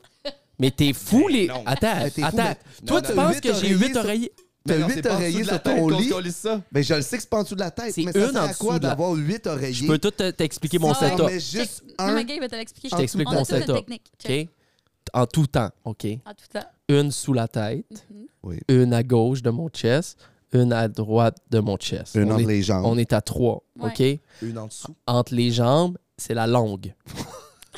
Speaker 1: Mais t'es fou, les.
Speaker 4: Ben non.
Speaker 1: Attends,
Speaker 2: Eh, t'es fou,
Speaker 1: attends.
Speaker 2: mais-
Speaker 1: Toi,
Speaker 2: Non,
Speaker 1: tu
Speaker 2: non,
Speaker 1: penses
Speaker 2: huit
Speaker 1: que j'ai
Speaker 2: oreillers
Speaker 1: huit
Speaker 2: sur-
Speaker 1: oreillers?
Speaker 2: T'as
Speaker 4: Ben Non,
Speaker 2: huit
Speaker 4: c'est pas en dessous
Speaker 2: oreillers
Speaker 4: de la
Speaker 2: sur
Speaker 4: tête
Speaker 2: ton
Speaker 4: qu'on
Speaker 2: lit.
Speaker 4: se lisse ça.
Speaker 2: Ben je le sais que c'est pas en dessous de la tête,
Speaker 1: C'est
Speaker 2: mais ça
Speaker 1: une
Speaker 2: sert
Speaker 1: en
Speaker 2: à
Speaker 1: dessous
Speaker 2: quoi
Speaker 1: de la-
Speaker 2: d'avoir huit oreillers?
Speaker 1: Je peux tout te- t'expliquer mon
Speaker 5: Ah ouais.
Speaker 1: setup.
Speaker 2: Mais juste
Speaker 5: Check- Non,
Speaker 2: un.
Speaker 5: mais gars, il va te l'expliquer.
Speaker 1: Je t'explique
Speaker 5: On
Speaker 1: mon
Speaker 5: a toute
Speaker 1: setup.
Speaker 5: une technique. Check.
Speaker 1: OK? En tout temps, OK?
Speaker 5: En tout temps.
Speaker 1: Une sous la tête,
Speaker 5: Mhm.
Speaker 2: Mm-hmm. Oui.
Speaker 1: une à gauche de mon chest, une à droite de mon chest.
Speaker 2: Un
Speaker 1: on,
Speaker 2: entre
Speaker 1: est,
Speaker 2: les jambes.
Speaker 1: on est à trois, OK?
Speaker 4: Une en dessous.
Speaker 1: Entre les jambes, c'est la longue.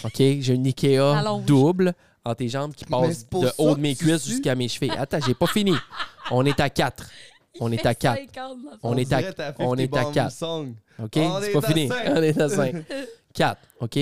Speaker 1: OK? J'ai une Ikea
Speaker 5: longe.
Speaker 1: double entre les jambes qui passe
Speaker 2: c'est pour
Speaker 1: de
Speaker 2: ça
Speaker 1: haut
Speaker 2: que
Speaker 1: de mes
Speaker 2: tu
Speaker 1: cuisses
Speaker 2: sues.
Speaker 1: jusqu'à mes cheveux. Attends, j'ai pas fini. On est à quatre. On
Speaker 5: Il
Speaker 1: est à
Speaker 5: fait
Speaker 1: quatre.
Speaker 5: 50 dans son-
Speaker 1: On est à-
Speaker 4: dirait ta
Speaker 1: on
Speaker 4: 50
Speaker 1: est à
Speaker 4: bomb
Speaker 1: quatre.
Speaker 4: song.
Speaker 1: OK?
Speaker 4: On
Speaker 1: C'est
Speaker 4: est
Speaker 1: pas
Speaker 4: à
Speaker 1: fini.
Speaker 4: cinq.
Speaker 1: On est à 5. 4. OK?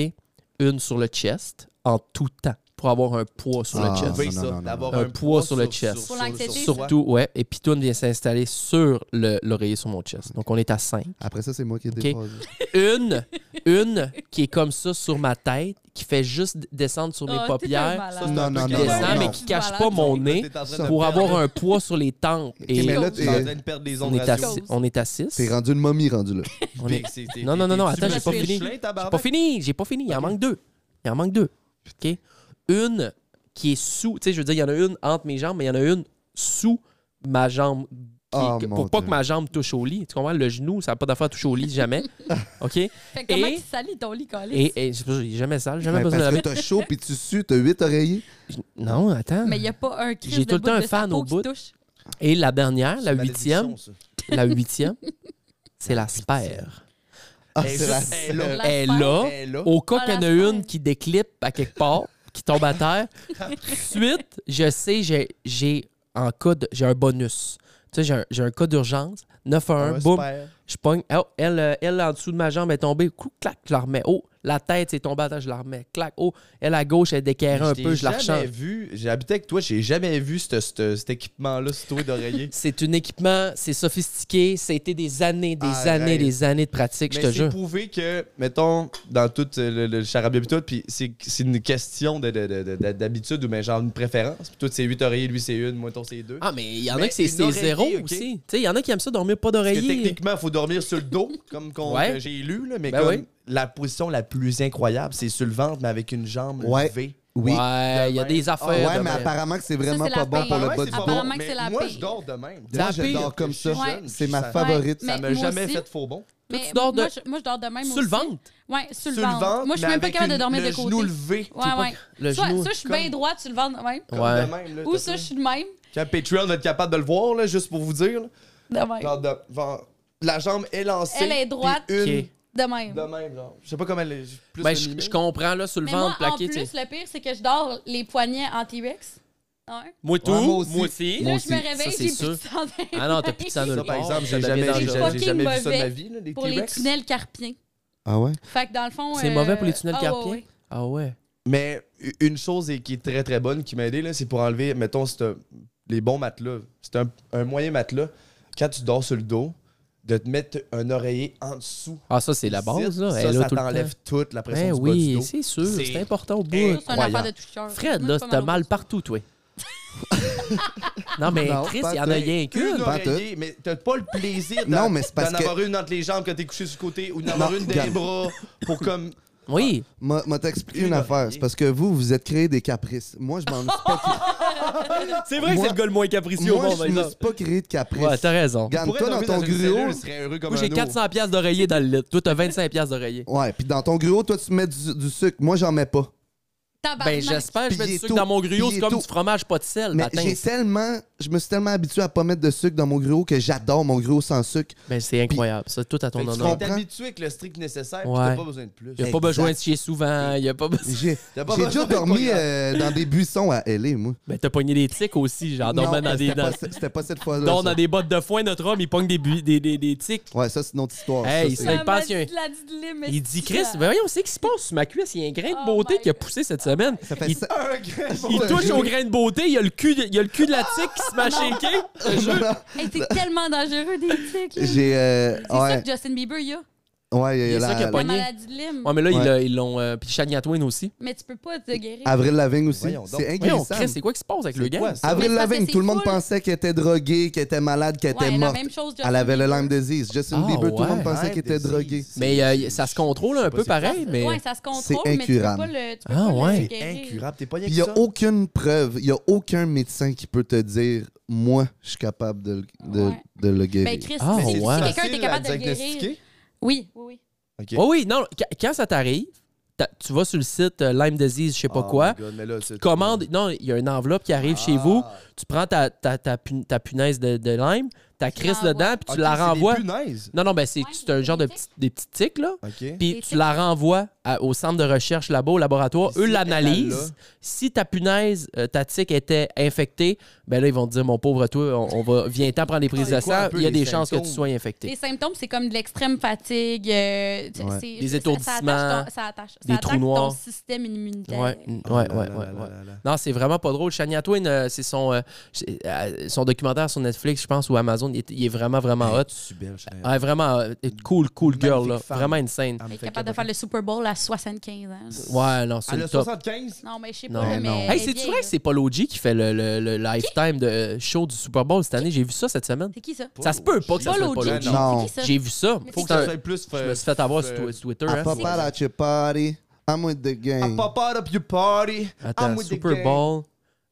Speaker 1: Une sur le chest en tout temps pour avoir un poids sur
Speaker 2: Ah,
Speaker 1: le chest.
Speaker 2: non,
Speaker 4: Oui,
Speaker 2: non, non,
Speaker 4: ça,
Speaker 2: non.
Speaker 4: d'avoir
Speaker 1: Un
Speaker 4: un
Speaker 1: poids sur le chest.
Speaker 5: Pour l'anxiété,
Speaker 4: sur-
Speaker 5: ça.
Speaker 1: Surtout, ouais. Et Pitoune vient s'installer sur le- l'oreiller sur mon chest. Donc, on est à 5.
Speaker 2: Après ça, c'est moi qui ai
Speaker 1: Ok.
Speaker 2: dépassé.
Speaker 1: Une, une qui est comme ça sur ma tête, qui fait juste descendre sur mes
Speaker 5: Ah, t'es un
Speaker 1: paupières,
Speaker 5: malade.
Speaker 4: Ça, c'est
Speaker 2: Non,
Speaker 4: un
Speaker 2: non,
Speaker 4: truc
Speaker 1: qui
Speaker 2: non,
Speaker 4: qui
Speaker 1: descend,
Speaker 2: non,
Speaker 1: mais
Speaker 2: non.
Speaker 1: qui cache pas mon nez
Speaker 4: T'es en train de
Speaker 1: pour
Speaker 4: perdre-
Speaker 1: avoir un poids sur les tempes.
Speaker 2: Ok,
Speaker 1: Et
Speaker 2: mais là,
Speaker 4: T'es en train
Speaker 2: t'es
Speaker 4: de perdre des
Speaker 1: on
Speaker 4: ondes
Speaker 1: est à
Speaker 4: radio.
Speaker 1: six- on est à 6.
Speaker 2: t'es rendu une momie rendu là.
Speaker 1: on est- Non, non, non, non, attends, j'ai pas fini. Pas fini, j'ai pas fini. Il en manque deux. Il en manque deux. OK? Une qui est sous. Tu sais, je veux dire, il y en a une entre mes jambes, mais il y en a une sous ma jambe. qui-
Speaker 2: Oh,
Speaker 1: que-
Speaker 2: mon
Speaker 1: pour pas
Speaker 2: Dieu.
Speaker 1: que ma jambe touche au lit. Tu comprends? Le genou, ça n'a pas d'affaire à toucher au lit, jamais. OK? Et,
Speaker 5: Fait que comment
Speaker 1: Et-
Speaker 5: tu salis ton lit, Colis?
Speaker 1: et c'est pour ça, il est jamais sale, jamais
Speaker 2: Mais
Speaker 1: besoin de
Speaker 2: Ben, parce que
Speaker 1: laver.
Speaker 2: t'as chaud puis tu sues, t'as huit oreillers.
Speaker 1: Non, attends.
Speaker 5: Mais il n'y a pas un cri
Speaker 1: J'ai tout le temps un fan au bout. Et la dernière, la huitième, la huitième, c'est la sphère.
Speaker 2: Ah,
Speaker 4: Eh,
Speaker 2: c'est la-
Speaker 4: juste- eh, là,
Speaker 5: La
Speaker 1: Elle est
Speaker 5: sphère.
Speaker 1: là.
Speaker 4: eh, là.
Speaker 1: Au cas
Speaker 5: Ah,
Speaker 1: qu'il y en
Speaker 5: la
Speaker 1: a
Speaker 5: sphère.
Speaker 1: une qui déclippe à quelque part, qui tombe à terre, suite, je sais, j'ai, j'ai en cas de- j'ai un bonus. Tu sais, j'ai un, j'ai un cas d'urgence, 9 à 1,
Speaker 4: Un
Speaker 1: boum,
Speaker 4: Ah super.
Speaker 1: je pogne. Oh, elle, euh, elle, en dessous de ma jambe est tombée, coup, clac, je la remets. Oh, la tête, c'est tombée à terre, je la remets. Clac, oh, elle à gauche, elle est décairée un
Speaker 4: t'ai
Speaker 1: peu, je la
Speaker 4: jamais
Speaker 1: rechange.
Speaker 4: vu, j'ai habité avec toi, j'ai jamais vu ce- ce- cet équipement-là, ce toit d'oreiller.
Speaker 1: C'est un équipement, c'est sophistiqué, ça a été des années, des
Speaker 4: Arrête.
Speaker 1: années, des années de pratique, je te
Speaker 4: Ah, Mais c'est
Speaker 1: jure.
Speaker 4: prouvé que, mettons, dans tout euh, le, le charabia pis tout, puis c'est c'est une question de- de- de- de- d'habitude ou ben, genre une préférence. Puis toi, c'est 8 oreillers, lui, c'est une, moi, ton, c'est deux.
Speaker 1: Ah, mais il y en a
Speaker 4: Mais
Speaker 1: que c'est
Speaker 4: une
Speaker 1: c'est
Speaker 4: oreiller,
Speaker 1: zéro
Speaker 4: ok.
Speaker 1: aussi. Tu sais, il y en a qui aiment ça dormir pas
Speaker 4: Parce que
Speaker 1: d'oreiller.
Speaker 4: techniquement, il faut dormir sur le dos, comme qu'on-
Speaker 1: Ouais.
Speaker 4: que j'ai lu, là, mais
Speaker 1: Ben
Speaker 4: comme
Speaker 1: oui.
Speaker 4: la position la plus incroyable, c'est sur le ventre, mais avec une jambe
Speaker 2: Ouais.
Speaker 4: levée.
Speaker 2: Oui. Ah
Speaker 1: Ouais, il y a des affaires.
Speaker 2: Ouais,
Speaker 1: de
Speaker 2: mais
Speaker 1: même.
Speaker 2: apparemment que c'est vraiment
Speaker 5: c'est
Speaker 2: pas
Speaker 5: la
Speaker 2: bon
Speaker 5: pire.
Speaker 2: pour le
Speaker 5: Ah
Speaker 2: bas
Speaker 5: ouais,
Speaker 2: du
Speaker 5: c'est
Speaker 2: dos.
Speaker 5: Apparemment que
Speaker 4: mais
Speaker 5: c'est la
Speaker 4: moi,
Speaker 5: pire.
Speaker 4: je dors de même.
Speaker 1: C'est la
Speaker 2: Moi, je
Speaker 1: pire.
Speaker 2: dors comme ça.
Speaker 5: Ouais.
Speaker 2: C'est ma
Speaker 4: Ça-
Speaker 2: favorite.
Speaker 5: Mais
Speaker 4: Ça m'a
Speaker 5: moi
Speaker 4: jamais
Speaker 5: aussi.
Speaker 4: fait faux bon.
Speaker 1: Toi,
Speaker 5: Mais
Speaker 1: tu dors de-
Speaker 5: moi, je, moi, je dors de même
Speaker 1: Sur
Speaker 5: aussi.
Speaker 1: le ventre.
Speaker 5: Ouais, sur,
Speaker 4: Sur le ventre,
Speaker 5: Moi, je suis
Speaker 4: mais
Speaker 5: même pas
Speaker 4: avec
Speaker 5: capable de
Speaker 4: une-
Speaker 5: dormir
Speaker 4: le
Speaker 5: de côté.
Speaker 4: genou levé.
Speaker 5: Ouais, ouais.
Speaker 1: Le
Speaker 5: Soit,
Speaker 1: genou.
Speaker 5: soit je suis
Speaker 4: Comme-
Speaker 5: bien droite sur le ventre de même.
Speaker 4: Comme
Speaker 1: Ouais.
Speaker 4: de même, là,
Speaker 5: Ou
Speaker 4: t'as
Speaker 5: ça,
Speaker 4: ça.
Speaker 5: je suis de même.
Speaker 4: Quand Patreon, on est capable de le voir, là, juste pour vous dire. là.
Speaker 5: De même.
Speaker 4: Genre de- genre, la jambe élancée.
Speaker 5: Elle est droite.
Speaker 4: puis Une
Speaker 1: Ok.
Speaker 5: De même.
Speaker 4: de même, genre. Je sais pas comment elle est. Plus
Speaker 1: Ben, je,
Speaker 4: animée.
Speaker 1: je comprends, là, sur le
Speaker 5: Mais
Speaker 1: ventre,
Speaker 5: moi, en
Speaker 1: plaqué,
Speaker 5: plus,
Speaker 1: tu sais.
Speaker 5: le pire, c'est que je dors les poignets en T-Rex. Ouais.
Speaker 1: Moi tout,
Speaker 2: Ouais, moi aussi.
Speaker 5: Puis
Speaker 2: Moi
Speaker 5: là, je me
Speaker 2: aussi.
Speaker 5: réveille,
Speaker 1: Ça, c'est
Speaker 5: j'ai plus
Speaker 1: sûr.
Speaker 5: de sang dans les
Speaker 1: Ah non, t'as plus de sang
Speaker 5: mains.
Speaker 1: nulle
Speaker 4: Ça, par
Speaker 1: part,
Speaker 4: exemple,
Speaker 1: ça
Speaker 4: j'ai
Speaker 1: devient
Speaker 4: jamais, j'ai-
Speaker 1: dangereux.
Speaker 5: fucking
Speaker 4: j'ai jamais vu ça de
Speaker 5: mauvais
Speaker 4: ma vie, là, les
Speaker 5: Pour les
Speaker 4: T-Rex.
Speaker 5: tunnels carpiens.
Speaker 2: Ah ouais?
Speaker 5: Fait que dans le fond.
Speaker 1: C'est
Speaker 5: euh,
Speaker 1: mauvais pour les tunnels
Speaker 5: ah,
Speaker 1: carpiens?
Speaker 5: ouais, ouais.
Speaker 1: Ah ouais.
Speaker 4: Mais une chose et qui est très très bonne qui m'a aidé, là, c'est pour enlever, mettons, c'est un- les bons matelas. C'est un, un moyen matelas. Quand tu dors sur le dos, de te mettre un oreiller en dessous.
Speaker 1: Ah, ça, c'est la base, là.
Speaker 4: Ça,
Speaker 1: Elle est là
Speaker 4: ça
Speaker 1: tout le temps.
Speaker 4: t'enlève toute la pression
Speaker 1: Ben
Speaker 4: du bas du
Speaker 1: oui,
Speaker 4: dos.
Speaker 1: c'est sûr.
Speaker 4: C'est-
Speaker 1: C'est important au bout.
Speaker 5: Ça, C'est une affaire
Speaker 1: Incroyable.
Speaker 5: de toucheur.
Speaker 1: Fred,
Speaker 5: Moi,
Speaker 1: là,
Speaker 5: c'est pas
Speaker 1: t'as
Speaker 5: mal
Speaker 1: mal partout, toi. non, mais
Speaker 2: Non,
Speaker 1: Chris,
Speaker 2: pas
Speaker 1: il y en a
Speaker 2: tout.
Speaker 1: rien
Speaker 4: Une
Speaker 1: qu'une.
Speaker 2: pas tout.
Speaker 4: oreiller, mais t'as pas le plaisir
Speaker 2: Non,
Speaker 4: d'en
Speaker 2: mais c'est parce
Speaker 4: d'en
Speaker 2: que-
Speaker 4: avoir une entre les jambes quand t'es couché sur le côté ou d'en avoir
Speaker 2: Non,
Speaker 4: une des
Speaker 2: regarde.
Speaker 4: bras pour comme.
Speaker 1: Oui.
Speaker 2: M'a m'a t'expliqué
Speaker 4: Une
Speaker 2: une affaire.
Speaker 4: oreiller.
Speaker 2: C'est parce que vous, vous êtes créé des caprices. Moi, je m'en suis pas créé.
Speaker 1: C'est
Speaker 2: vrai que Moi- c'est le
Speaker 1: gars le moins capricieux
Speaker 2: Moi, je me suis pas créé de caprices.
Speaker 1: Ouais, t'as raison.
Speaker 4: Pour
Speaker 2: Regarde-toi
Speaker 4: être
Speaker 2: dans
Speaker 4: dormi
Speaker 2: ton
Speaker 4: une cellule,
Speaker 2: gruau.
Speaker 4: je serais heureux comme
Speaker 1: Moi,
Speaker 4: un
Speaker 1: j'ai
Speaker 4: ours.
Speaker 1: 400 piastres d'oreiller dans le lit. Toi, t'as 25 piastres d'oreiller.
Speaker 2: Ouais, puis dans ton gruau, toi, tu mets du, du sucre. Moi, j'en mets pas.
Speaker 5: Tabarnak.
Speaker 1: Ben, j'espère que je mets
Speaker 2: Puis il
Speaker 1: du
Speaker 2: est
Speaker 1: sucre
Speaker 2: tôt.
Speaker 1: dans mon gruau.
Speaker 2: Puis il
Speaker 1: C'est
Speaker 2: est
Speaker 1: comme
Speaker 2: tôt.
Speaker 1: du fromage, pas de sel.
Speaker 2: Mais
Speaker 1: matin.
Speaker 2: j'ai tellement. Je me suis tellement habitué à pas mettre de sucre dans mon gruau que j'adore mon gruau sans sucre.
Speaker 1: Ben, c'est incroyable. Ça, tout à
Speaker 4: Fait
Speaker 1: ton
Speaker 4: que tu
Speaker 1: honneur.
Speaker 4: t'es habitué avec le strict nécessaire, puis
Speaker 1: Ouais.
Speaker 4: t'as pas besoin de plus.
Speaker 1: Il a pas
Speaker 2: Exact.
Speaker 1: besoin de chier souvent. Il a pas besoin.
Speaker 2: J'ai
Speaker 4: T'as pas
Speaker 2: j'ai
Speaker 4: besoin
Speaker 2: déjà
Speaker 4: de
Speaker 2: dormi
Speaker 4: programme.
Speaker 2: euh, dans des buissons à LA, moi.
Speaker 1: Ben, t'as pogné des tics aussi, genre,
Speaker 2: Non,
Speaker 1: dormant Ah, dans des
Speaker 2: c'était
Speaker 1: dents.
Speaker 2: pas, c'était pas cette fois-là.
Speaker 1: Donc,
Speaker 2: ça.
Speaker 1: dans des bottes de foin, notre homme, il pogne des, bu- des, des, des tics.
Speaker 2: Ouais, ça, c'est une autre histoire.
Speaker 1: Hey,
Speaker 2: Ça,
Speaker 1: il
Speaker 2: c'est-
Speaker 1: serait-
Speaker 5: La
Speaker 1: il pense qu'il y a un-
Speaker 5: maladie de la dilemme, mais
Speaker 1: Il dit,
Speaker 5: c'est
Speaker 1: Chris,
Speaker 5: ça.
Speaker 1: ben voyons, c'est qui se passe sur ma cuisse? Il y a un grain de
Speaker 5: Oh
Speaker 1: beauté
Speaker 5: my
Speaker 1: qui a poussé cette semaine.
Speaker 2: ça fait
Speaker 1: il-
Speaker 2: ça-
Speaker 4: Un grain pour
Speaker 1: Il
Speaker 4: le
Speaker 1: touche
Speaker 4: jeu.
Speaker 1: au grain de beauté, il y a le cul de, il y a le cul de la tique qui se met à shaker.
Speaker 5: Hey, c'est tellement dangereux des tics. là.
Speaker 2: J'ai. euh,
Speaker 5: C'est ça
Speaker 2: ouais,
Speaker 5: que Justin Bieber, il a.
Speaker 2: ouais, il y
Speaker 1: Il y
Speaker 2: a
Speaker 1: a ça
Speaker 2: la-
Speaker 1: qui a
Speaker 2: la-
Speaker 5: La
Speaker 1: Pogné.
Speaker 5: maladie de Lyme.
Speaker 1: Ouais, mais là, ils
Speaker 2: Ouais.
Speaker 1: l'a- ils l'ont. euh, puis Shania Twain aussi.
Speaker 5: Mais tu peux pas te guérir.
Speaker 2: Avril Lavigne aussi.
Speaker 4: Voyons donc.
Speaker 2: C'est
Speaker 1: Voyons,
Speaker 2: inguérissable.
Speaker 1: Chris, c'est quoi qui se passe avec
Speaker 4: C'est
Speaker 1: le gars?
Speaker 4: quoi, ça?
Speaker 2: Avril
Speaker 5: Mais parce que
Speaker 2: Lavigne,
Speaker 5: c'est
Speaker 2: tout le monde
Speaker 5: full.
Speaker 2: pensait qu'elle était droguée, qu'elle était malade, qu'elle
Speaker 5: Ouais,
Speaker 2: était
Speaker 5: la
Speaker 2: morte.
Speaker 5: même chose, Justin
Speaker 2: Elle avait le
Speaker 5: Bieber.
Speaker 2: Lyme disease. Justin
Speaker 1: Ah,
Speaker 2: Bieber, tout le
Speaker 1: ouais,
Speaker 2: monde pensait
Speaker 4: ouais,
Speaker 2: qu'elle était
Speaker 4: disease.
Speaker 2: droguée.
Speaker 1: Mais euh, ça se contrôle un peu pareil, mais.
Speaker 5: Ouais, ça se contrôle,
Speaker 2: C'est
Speaker 5: mais tu peux
Speaker 2: incurable.
Speaker 5: pas le, tu
Speaker 1: Ah,
Speaker 5: peux pas le
Speaker 1: ouais.
Speaker 5: guérir.
Speaker 4: Incurable, t'es pas rien
Speaker 2: Puis il
Speaker 4: que
Speaker 2: n'y
Speaker 4: ça.
Speaker 2: a aucune preuve, il n'y a aucun médecin qui peut te dire Moi, je suis capable de, le- de,
Speaker 5: Ouais.
Speaker 2: de le guérir.
Speaker 5: Ben, Chris,
Speaker 1: Ah,
Speaker 5: si
Speaker 1: ouais.
Speaker 5: si
Speaker 1: Facile
Speaker 5: quelqu'un était capable de le guérir. Oui, oui, oui.
Speaker 4: Ok.
Speaker 1: Oh oui, non, qu- quand ça t'arrive, t'as- tu vas sur le site euh, Lyme Disease, je sais pas
Speaker 4: Oh
Speaker 1: quoi.
Speaker 4: my God, mais là, c'est-
Speaker 1: Commande, non, il y a une enveloppe qui arrive chez vous.
Speaker 4: Ah.
Speaker 1: Tu prends ta, ta, ta, pun- ta punaise de, de lime, ta crisse
Speaker 5: l'envoies.
Speaker 1: dedans, puis tu
Speaker 4: Ok,
Speaker 1: la
Speaker 4: c'est des
Speaker 1: renvoies.
Speaker 4: punaises.
Speaker 1: Non, non, ben c'est
Speaker 5: Ouais,
Speaker 1: c'est un
Speaker 5: des
Speaker 1: genre de
Speaker 5: tics.
Speaker 1: petits- des petits tics, là.
Speaker 4: Ok.
Speaker 1: Puis
Speaker 5: Des
Speaker 1: tu
Speaker 5: tics.
Speaker 1: la renvoies à- au centre de recherche là-bas, au laboratoire.
Speaker 4: Puis
Speaker 1: Eux
Speaker 4: si
Speaker 1: l'analysent. Si ta punaise, euh, ta tique était infectée, ben là, ils vont te dire, mon pauvre toi, on, on va, viens-t'en prendre des prises
Speaker 4: C'est
Speaker 1: de
Speaker 4: quoi un
Speaker 1: sang,
Speaker 4: peu
Speaker 1: il y a
Speaker 4: les
Speaker 1: des chances que tu
Speaker 4: symptômes?
Speaker 1: sois
Speaker 5: Les
Speaker 1: infecté.
Speaker 5: symptômes, c'est comme de l'extrême fatigue. euh, tu-
Speaker 2: Ouais.
Speaker 5: c'est-
Speaker 1: Des
Speaker 5: ça-
Speaker 1: étourdissements,
Speaker 5: Ça attache, ton, ça attache,
Speaker 1: des
Speaker 5: ça
Speaker 1: trous
Speaker 5: attaque ton
Speaker 1: noirs.
Speaker 5: système immunitaire.
Speaker 1: Ouais, mm,
Speaker 4: Ah
Speaker 1: ouais, ouais, ouais, ouais. Non, c'est vraiment pas drôle. Shania Twain, euh, c'est son, euh, c'est, euh, son documentaire sur Netflix, je pense, ou Amazon. Il est, il est vraiment, vraiment hot.
Speaker 4: Tu Ben, belle, chérie.
Speaker 1: Ouais, vraiment euh, cool, cool girl.
Speaker 4: Magnifique
Speaker 1: Là.
Speaker 4: femme. Ah,
Speaker 1: Vraiment insane.
Speaker 4: Elle me
Speaker 5: Être
Speaker 4: fait
Speaker 5: capable de faire
Speaker 4: capoter.
Speaker 5: le Super Bowl à 75 ans.
Speaker 1: Ouais, non, c'est
Speaker 4: Elle
Speaker 1: le
Speaker 4: a
Speaker 1: top.
Speaker 4: 75?
Speaker 5: Non, mais je sais
Speaker 1: Non,
Speaker 5: pas. là,
Speaker 2: non.
Speaker 5: mais
Speaker 1: Hey,
Speaker 5: elle
Speaker 1: c'est-tu
Speaker 5: vieille,
Speaker 1: vrai
Speaker 5: là.
Speaker 1: que c'est Paul Oji qui fait le, le- le lifetime de euh, show du Super Bowl cette année? J'ai vu ça cette semaine.
Speaker 5: C'est qui ça?
Speaker 1: Ça se peut pas que ça
Speaker 5: Paul
Speaker 1: soit Paul
Speaker 5: O.G.
Speaker 1: Oji.
Speaker 2: Non.
Speaker 5: C'est qui ça?
Speaker 1: J'ai vu ça.
Speaker 5: Mais
Speaker 1: Faut que
Speaker 5: c'est
Speaker 1: ça-
Speaker 4: soit plus. euh,
Speaker 1: Je me suis fait avoir sur twi- sur Twitter.
Speaker 2: I
Speaker 4: Ah,
Speaker 1: hein.
Speaker 2: pop out at your party, I'm with the gang.
Speaker 4: I pop out of your party. I'm
Speaker 5: Ah,
Speaker 1: Attends,
Speaker 4: with the
Speaker 1: Super
Speaker 4: gang.
Speaker 1: Bowl,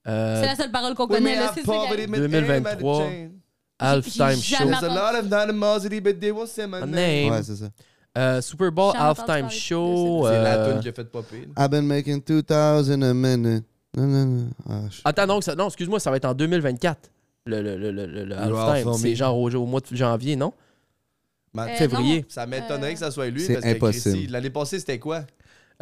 Speaker 1: euh,
Speaker 5: C'est la seule parole qu'on
Speaker 4: We may
Speaker 5: connaît. là,
Speaker 4: have
Speaker 5: C'est ça
Speaker 4: poverty,
Speaker 5: qu'elle-
Speaker 4: but aim at the
Speaker 1: 2023.
Speaker 4: chain.
Speaker 1: Halftime
Speaker 5: j'ai
Speaker 1: Show.
Speaker 5: jamais-
Speaker 4: There's a lot of animosity, but they will say
Speaker 1: My
Speaker 4: my name.
Speaker 1: name.
Speaker 2: Ouais, c'est ça.
Speaker 1: Euh, Super Bowl,
Speaker 5: J'ai entendu parler
Speaker 1: Halftime
Speaker 5: de
Speaker 1: Show.
Speaker 5: ça.
Speaker 4: C'est la
Speaker 1: euh,
Speaker 4: toune qui a fait popper. là.
Speaker 2: I've been making 2000 a minute. Non, non, non. Ah, je-
Speaker 1: Attends, donc, ça- non, excuse-moi, ça va être en 2024. Le, le, le, le, le- le
Speaker 4: You
Speaker 1: halftime.
Speaker 4: are for
Speaker 1: C'est
Speaker 4: me.
Speaker 1: genre au, au mois de janvier, non?
Speaker 4: Man,
Speaker 5: Euh,
Speaker 1: Février.
Speaker 4: Ça m'étonnerait
Speaker 5: Euh,
Speaker 4: que ça soit lui.
Speaker 2: C'est
Speaker 4: parce que
Speaker 2: impossible.
Speaker 4: Chrissy, L'année passée, c'était quoi?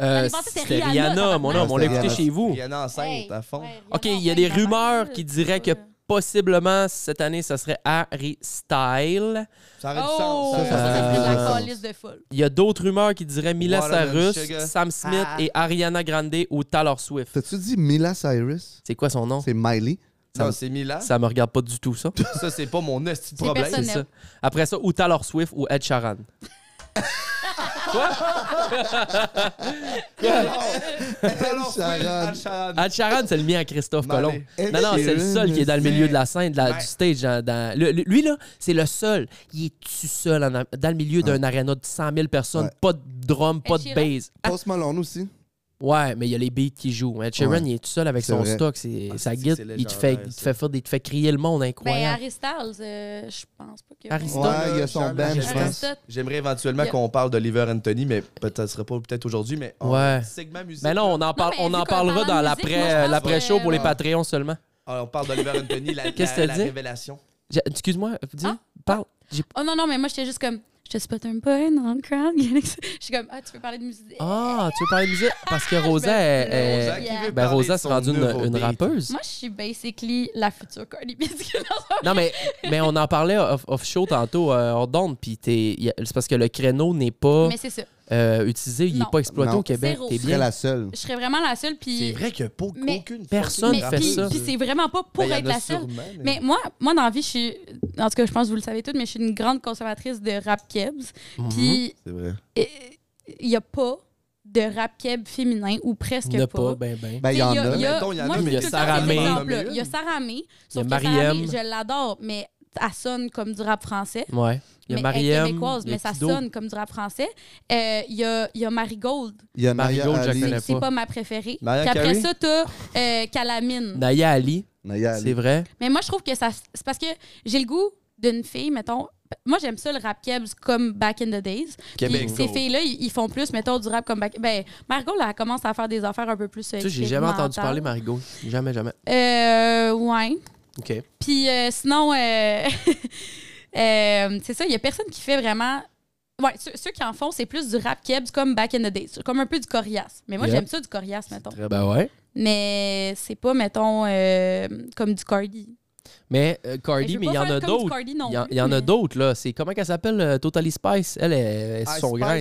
Speaker 1: Euh,
Speaker 5: L'année passée, c'était
Speaker 1: c'était
Speaker 5: Rihanna,
Speaker 1: Rihanna,
Speaker 5: tabarnak.
Speaker 1: mon homme. On l'a
Speaker 2: C'était
Speaker 1: écouté
Speaker 2: Rihanna.
Speaker 1: chez vous.
Speaker 4: Il y en a enceinte
Speaker 5: Hey,
Speaker 4: à fond.
Speaker 5: ouais,
Speaker 1: OK,
Speaker 5: Rihanna,
Speaker 1: il y a des
Speaker 5: ouais, la
Speaker 1: rumeurs
Speaker 5: parole,
Speaker 1: qui
Speaker 5: c'est
Speaker 1: diraient que
Speaker 5: pas-
Speaker 1: possiblement cette année, ça serait Harry Style.
Speaker 4: Ça aurait du
Speaker 5: Oh!
Speaker 4: sens.
Speaker 5: Ça,
Speaker 4: aurait
Speaker 5: ça, ça serait
Speaker 4: du sens.
Speaker 5: de
Speaker 1: Euh,
Speaker 5: la calice de folle.
Speaker 1: Il y a d'autres rumeurs qui diraient Mila
Speaker 4: Watermelon
Speaker 1: Cyrus,
Speaker 4: Sugar.
Speaker 1: Sam Smith
Speaker 4: Ah.
Speaker 1: et Ariana Grande ou Taylor Swift.
Speaker 2: T'as-tu dit Mila Cyrus?
Speaker 1: C'est quoi son nom?
Speaker 2: C'est Miley.
Speaker 4: Non, c'est Milan.
Speaker 1: Ça me regarde pas du tout, ça.
Speaker 4: Ça, c'est pas mon esti de
Speaker 5: C'est
Speaker 4: problème.
Speaker 1: C'est
Speaker 5: personnel.
Speaker 1: ça. Après ça, ou Taylor Swift ou Ed Sheeran.
Speaker 4: Alors,
Speaker 2: Sharon.
Speaker 4: Sharon.
Speaker 5: Ah.
Speaker 1: Ed Sheeran, Ah, c'est le mien à Christophe
Speaker 4: Malé.
Speaker 1: Colomb.
Speaker 2: Ed
Speaker 1: Non, non, c'est le
Speaker 2: Sheeran,
Speaker 1: seul qui est dans le milieu
Speaker 4: c'est-
Speaker 1: de la scène, de la-
Speaker 4: Ouais.
Speaker 1: du stage. dans- dans- le- le- lui, là, c'est le seul. Il est tout seul en- dans le milieu d'un aréna de 100 000 personnes.
Speaker 2: Ouais.
Speaker 1: Pas de drum, pas
Speaker 5: Ed
Speaker 1: de
Speaker 5: Sheeran?
Speaker 1: bass. Ah,
Speaker 2: Post Malone aussi.
Speaker 1: Ouais, mais il y a les beats qui jouent. Ed Sheeran,
Speaker 2: Ouais.
Speaker 1: il est tout seul avec
Speaker 2: C'est
Speaker 1: son
Speaker 2: vrai.
Speaker 1: stock. C'est,
Speaker 4: Ah,
Speaker 1: sa
Speaker 4: c'est-
Speaker 1: guide,
Speaker 4: c'est
Speaker 1: il te, fait, il, te fait, faire des- il te fait crier le monde
Speaker 5: Ben,
Speaker 1: incroyable.
Speaker 5: Harry Styles, euh, je pense pas que.
Speaker 1: Harry Style.
Speaker 2: Ouais, il y a son
Speaker 4: Charles,
Speaker 2: band,
Speaker 4: Charles,
Speaker 2: je
Speaker 5: Harry
Speaker 2: pense.
Speaker 5: Styles.
Speaker 4: J'aimerais éventuellement
Speaker 5: Yeah.
Speaker 4: qu'on parle d'Oliver Anthony, mais peut-être ce sera pas peut-être aujourd'hui, mais on-
Speaker 1: Ouais.
Speaker 4: segment musique.
Speaker 1: Mais non, on en, parle,
Speaker 5: mais
Speaker 1: on
Speaker 5: vu
Speaker 1: en
Speaker 5: qu'on
Speaker 1: parlera
Speaker 5: parle de
Speaker 1: dans
Speaker 5: musique,
Speaker 1: l'après-
Speaker 5: moi, je pense
Speaker 1: l'après-show
Speaker 5: que-
Speaker 1: pour les
Speaker 5: Ah.
Speaker 1: Patreons seulement.
Speaker 4: Ah, on parle d'Oliver Anthony, la,
Speaker 1: Qu'est-ce que t'as
Speaker 4: la- la
Speaker 1: dit?
Speaker 4: révélation.
Speaker 1: J'ai- Excuse-moi, dis.
Speaker 5: Ah.
Speaker 1: Parle. J'ai-
Speaker 5: Oh non, non, mais moi, j'étais juste comme. Je te spot un peu dans le crowd. Je suis comme, ah, tu peux parler de musique.
Speaker 1: Ah, tu veux parler de musique? Parce que
Speaker 5: Ah, je
Speaker 1: Rosa,
Speaker 5: me-
Speaker 1: est- est-
Speaker 5: Rosa
Speaker 4: qui
Speaker 5: Yeah.
Speaker 4: veut
Speaker 1: ben,
Speaker 4: parler
Speaker 1: Rosa
Speaker 4: de
Speaker 1: s'est
Speaker 4: son
Speaker 1: rendue une,
Speaker 4: nouveau
Speaker 1: une
Speaker 4: date.
Speaker 1: rappeuse.
Speaker 5: Moi, je suis basically la future Cardi B.
Speaker 1: Non, mais, mais on en parlait off- off-show tantôt, euh, hors d'onde, puis t'es- y a- c'est parce que le créneau n'est pas.
Speaker 5: Mais c'est ça.
Speaker 1: euh, utilisé, il n'est
Speaker 5: Non.
Speaker 1: pas exploité
Speaker 2: Non.
Speaker 1: au Québec.
Speaker 5: Zéro.
Speaker 1: T'es
Speaker 2: Je serais
Speaker 1: bien.
Speaker 2: la seule.
Speaker 5: Je serais vraiment la seule.
Speaker 4: C'est
Speaker 5: Puis
Speaker 4: vrai qu'il n'y a pas
Speaker 5: Mais-
Speaker 4: aucune
Speaker 1: Personne
Speaker 5: mais
Speaker 1: fait
Speaker 5: puis-
Speaker 1: ça.
Speaker 5: puis c'est vraiment pas pour
Speaker 4: Ben, il y en
Speaker 5: être
Speaker 4: a
Speaker 5: la seule.
Speaker 4: sûrement,
Speaker 5: Mais moi, moi, dans la vie, je suis. En tout cas, je pense que vous le savez toutes, mais je suis une grande consommatrice de rap kebs.
Speaker 1: Mhm.
Speaker 5: Puis, eh,
Speaker 4: C'est vrai.
Speaker 5: il n'y a pas de rap keb féminin, ou presque
Speaker 1: Il n'y en a
Speaker 5: pas.
Speaker 1: pas, ben, ben.
Speaker 2: Ben, il y en a.
Speaker 5: Il y a,
Speaker 4: Mettons, il y en a,
Speaker 5: moi, je
Speaker 4: mais
Speaker 5: dis
Speaker 1: il y a
Speaker 5: tout le temps cet
Speaker 1: Sarah May.
Speaker 5: exemple-là. Il y a Sarah May. sauf que Sarah
Speaker 1: Mariam.
Speaker 5: May, Je l'adore, mais elle sonne comme du rap français.
Speaker 1: Ouais. Il y a
Speaker 5: mais elle est
Speaker 1: Mariam.
Speaker 5: québécoise,
Speaker 1: il y a
Speaker 5: mais ça
Speaker 1: Kido.
Speaker 5: sonne comme du rap français. Euh, Il y, a, il y a Marigold.
Speaker 2: Il y a Maria
Speaker 1: Marigold, je la
Speaker 2: Ali.
Speaker 1: connais
Speaker 5: C'est
Speaker 1: pas.
Speaker 5: pas ma préférée.
Speaker 4: Mariah
Speaker 5: Puis après
Speaker 4: Carey?
Speaker 5: ça, t'as euh, Calamine.
Speaker 1: Naya Ali,
Speaker 2: Maria Ali.
Speaker 1: c'est vrai.
Speaker 5: Mais moi, je trouve que ça. C'est parce que j'ai le goût d'une fille, mettons. Moi, j'aime ça, le rap kebs comme back in the days. Puis
Speaker 4: Québec,
Speaker 5: ces
Speaker 4: go.
Speaker 5: filles-là, ils ils font plus, mettons, du rap comme back. Ben, Margot, là, elle commence à faire des affaires un peu plus. euh,
Speaker 1: Tu sais, j'ai jamais entendu parler
Speaker 5: Margot.
Speaker 1: Marigot. Jamais, jamais.
Speaker 5: Euh, ouais.
Speaker 1: OK.
Speaker 5: Puis euh, sinon, euh, euh, c'est ça, il y a personne qui fait vraiment. Ouais, ceux, ceux qui en font, c'est plus du rap kebs comme back in the days, comme un peu du coriace. Mais moi,
Speaker 1: Yep.
Speaker 5: j'aime ça du coriace, mettons.
Speaker 1: Ben ouais.
Speaker 5: Mais c'est pas, mettons, euh, comme du cardi.
Speaker 1: Mais euh, Cardi,
Speaker 5: je veux
Speaker 1: mais
Speaker 5: pas
Speaker 1: il y en
Speaker 5: faire
Speaker 1: a
Speaker 5: comme du
Speaker 1: d'autres.
Speaker 5: Cardi
Speaker 1: Il
Speaker 5: non
Speaker 1: y, en-
Speaker 5: plus,
Speaker 1: il y en a
Speaker 5: mais-
Speaker 1: d'autres, là. C'est comment qu'elle s'appelle, euh, Totally Spice? Elle est,
Speaker 4: Ice
Speaker 1: son
Speaker 4: Spice.
Speaker 1: grain.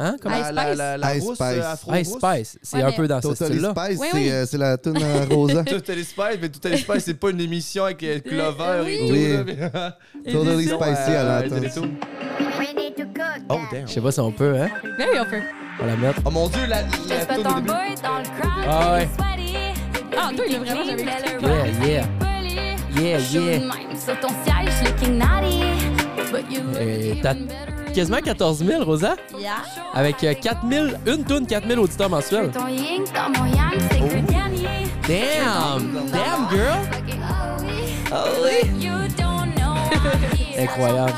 Speaker 1: Hein? Comment?
Speaker 5: Ice
Speaker 4: La, la,
Speaker 5: Spice.
Speaker 4: la, la
Speaker 2: Ice
Speaker 4: rousse
Speaker 2: Spice.
Speaker 4: euh, afro
Speaker 1: Ice Spice. C'est
Speaker 5: Ouais,
Speaker 1: un
Speaker 5: mais-
Speaker 1: peu dans ce
Speaker 2: Totally
Speaker 1: style-là.
Speaker 2: Spice,
Speaker 5: Oui,
Speaker 2: c'est
Speaker 5: oui.
Speaker 2: euh, c'est la toune euh, Rosa.
Speaker 4: Total Spice, mais Total Spice, c'est pas une émission avec euh, Clover et
Speaker 2: Oui.
Speaker 4: tout.
Speaker 2: Oui.
Speaker 4: là, mais-
Speaker 2: totally Spicy à la
Speaker 4: Euh,
Speaker 2: toune.
Speaker 4: c'est tout. Oh, damn.
Speaker 1: Je sais pas si on peut, hein?
Speaker 5: Là, il y a un peu.
Speaker 1: On va la mettre.
Speaker 4: Oh mon dieu, la, la toune au début.
Speaker 1: Ah ouais.
Speaker 5: Ah, toi, il a vraiment jamais vu.
Speaker 1: Yeah, yeah. Yeah, yeah. Euh, t'as quasiment 14 000, Rosa.
Speaker 5: Yeah.
Speaker 1: Avec euh, 4 000, une toune, 4 000 auditeurs mensuels. Oh. Damn! Damn, girl! Ah Incroyable.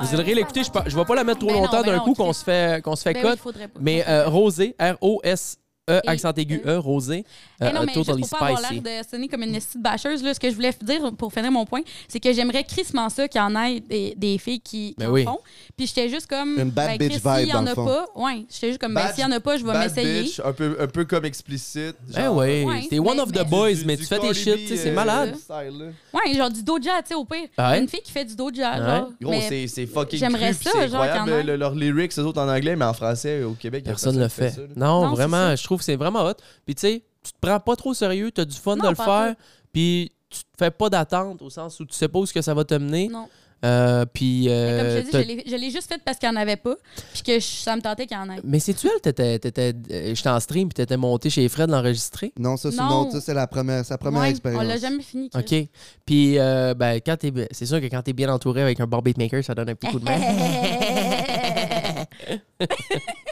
Speaker 1: Vous allez l'écouter, je, pa- je vais pas la mettre trop
Speaker 5: Ben non,
Speaker 1: longtemps
Speaker 5: ben
Speaker 1: d'un
Speaker 5: non,
Speaker 1: coup
Speaker 5: Chris.
Speaker 1: qu'on se fait, qu'on se fait
Speaker 5: Ben oui,
Speaker 1: cote.
Speaker 5: il faudrait pas.
Speaker 1: Mais euh, Rosé, R-O-S-E,
Speaker 5: Et-
Speaker 1: accent aigu E, Rosé,
Speaker 5: Eh
Speaker 1: euh,
Speaker 5: non,
Speaker 1: euh,
Speaker 5: mais
Speaker 1: Totally
Speaker 5: juste pour pas avoir
Speaker 1: Spicy.
Speaker 5: l'air de sonner comme une petite bâcheuse, là, ce que je voulais dire pour finir mon point, c'est que j'aimerais crissement ça qu'il y en ait des, des filles qui, qui
Speaker 1: Ben
Speaker 5: en
Speaker 1: oui.
Speaker 5: font. Puis j'étais juste comme...
Speaker 2: Une bad
Speaker 5: ben,
Speaker 2: bitch
Speaker 5: Chris, s'il
Speaker 2: vibe,
Speaker 5: y en
Speaker 2: dans
Speaker 5: a
Speaker 2: le fond.
Speaker 5: pas, ouais, j'étais juste comme, ben,
Speaker 4: Bad-
Speaker 5: s'il y en a pas, je vais
Speaker 4: Bad
Speaker 5: m'essayer.
Speaker 4: bitch, un peu, un peu comme explicite.
Speaker 1: Ben
Speaker 4: genre, euh,
Speaker 1: ouais,
Speaker 5: Ouais,
Speaker 1: t'es one
Speaker 5: mais-
Speaker 1: of the
Speaker 5: mais-
Speaker 1: boys,
Speaker 4: du-
Speaker 1: mais
Speaker 4: du
Speaker 1: tu fais tes
Speaker 4: Cardi
Speaker 1: shit,
Speaker 4: B,
Speaker 1: tu sais, c'est
Speaker 4: euh,
Speaker 1: malade.
Speaker 4: style, là.
Speaker 5: Ouais, genre du doja, tu sais, au pire.
Speaker 1: Ah Ouais.
Speaker 5: Une fille qui fait du doja,
Speaker 1: Ouais.
Speaker 5: genre.
Speaker 4: Gros,
Speaker 5: Mais-
Speaker 4: c'est- c'est fucking
Speaker 5: j'aimerais
Speaker 4: cru, puis
Speaker 5: ça,
Speaker 4: c'est
Speaker 5: genre,
Speaker 4: incroyable.
Speaker 5: qu'il y en ait.
Speaker 4: Euh, le- leurs lyrics, eux autres en anglais, mais en français, au Québec, y a
Speaker 1: Personne le
Speaker 4: qui
Speaker 1: fait.
Speaker 4: ça, là.
Speaker 1: non,
Speaker 5: Non, c'est
Speaker 1: vraiment,
Speaker 5: ça.
Speaker 1: je trouve que c'est vraiment hot. Puis tu sais, tu te prends pas trop au sérieux, t'as du fun
Speaker 5: Non,
Speaker 1: de le
Speaker 5: pas
Speaker 1: faire, puis tu te fais pas d'attente au sens où tu sais pas où ce que ça va te mener.
Speaker 5: Non.
Speaker 1: Euh, puis.
Speaker 5: Mais comme
Speaker 1: euh,
Speaker 5: je te dis,
Speaker 1: t'as-
Speaker 5: je l'ai- je l'ai juste faite parce qu'il n'y en avait pas, puis que je- ça me tentait qu'il y en ait.
Speaker 1: mais c'est-tu elle, t'étais- t'étais- euh, j'étais en stream, puis t'étais monté chez Fred l'enregistrer?
Speaker 2: Non, ça, c'est
Speaker 5: Non.
Speaker 2: non, ça, c'est la première, sa première
Speaker 5: Ouais,
Speaker 2: expérience.
Speaker 5: On l'a jamais fini. Chris.
Speaker 1: OK. Puis, euh, ben, quand t'es, c'est sûr que quand t'es bien entouré avec un bar beatmaker, ça donne un petit coup de main.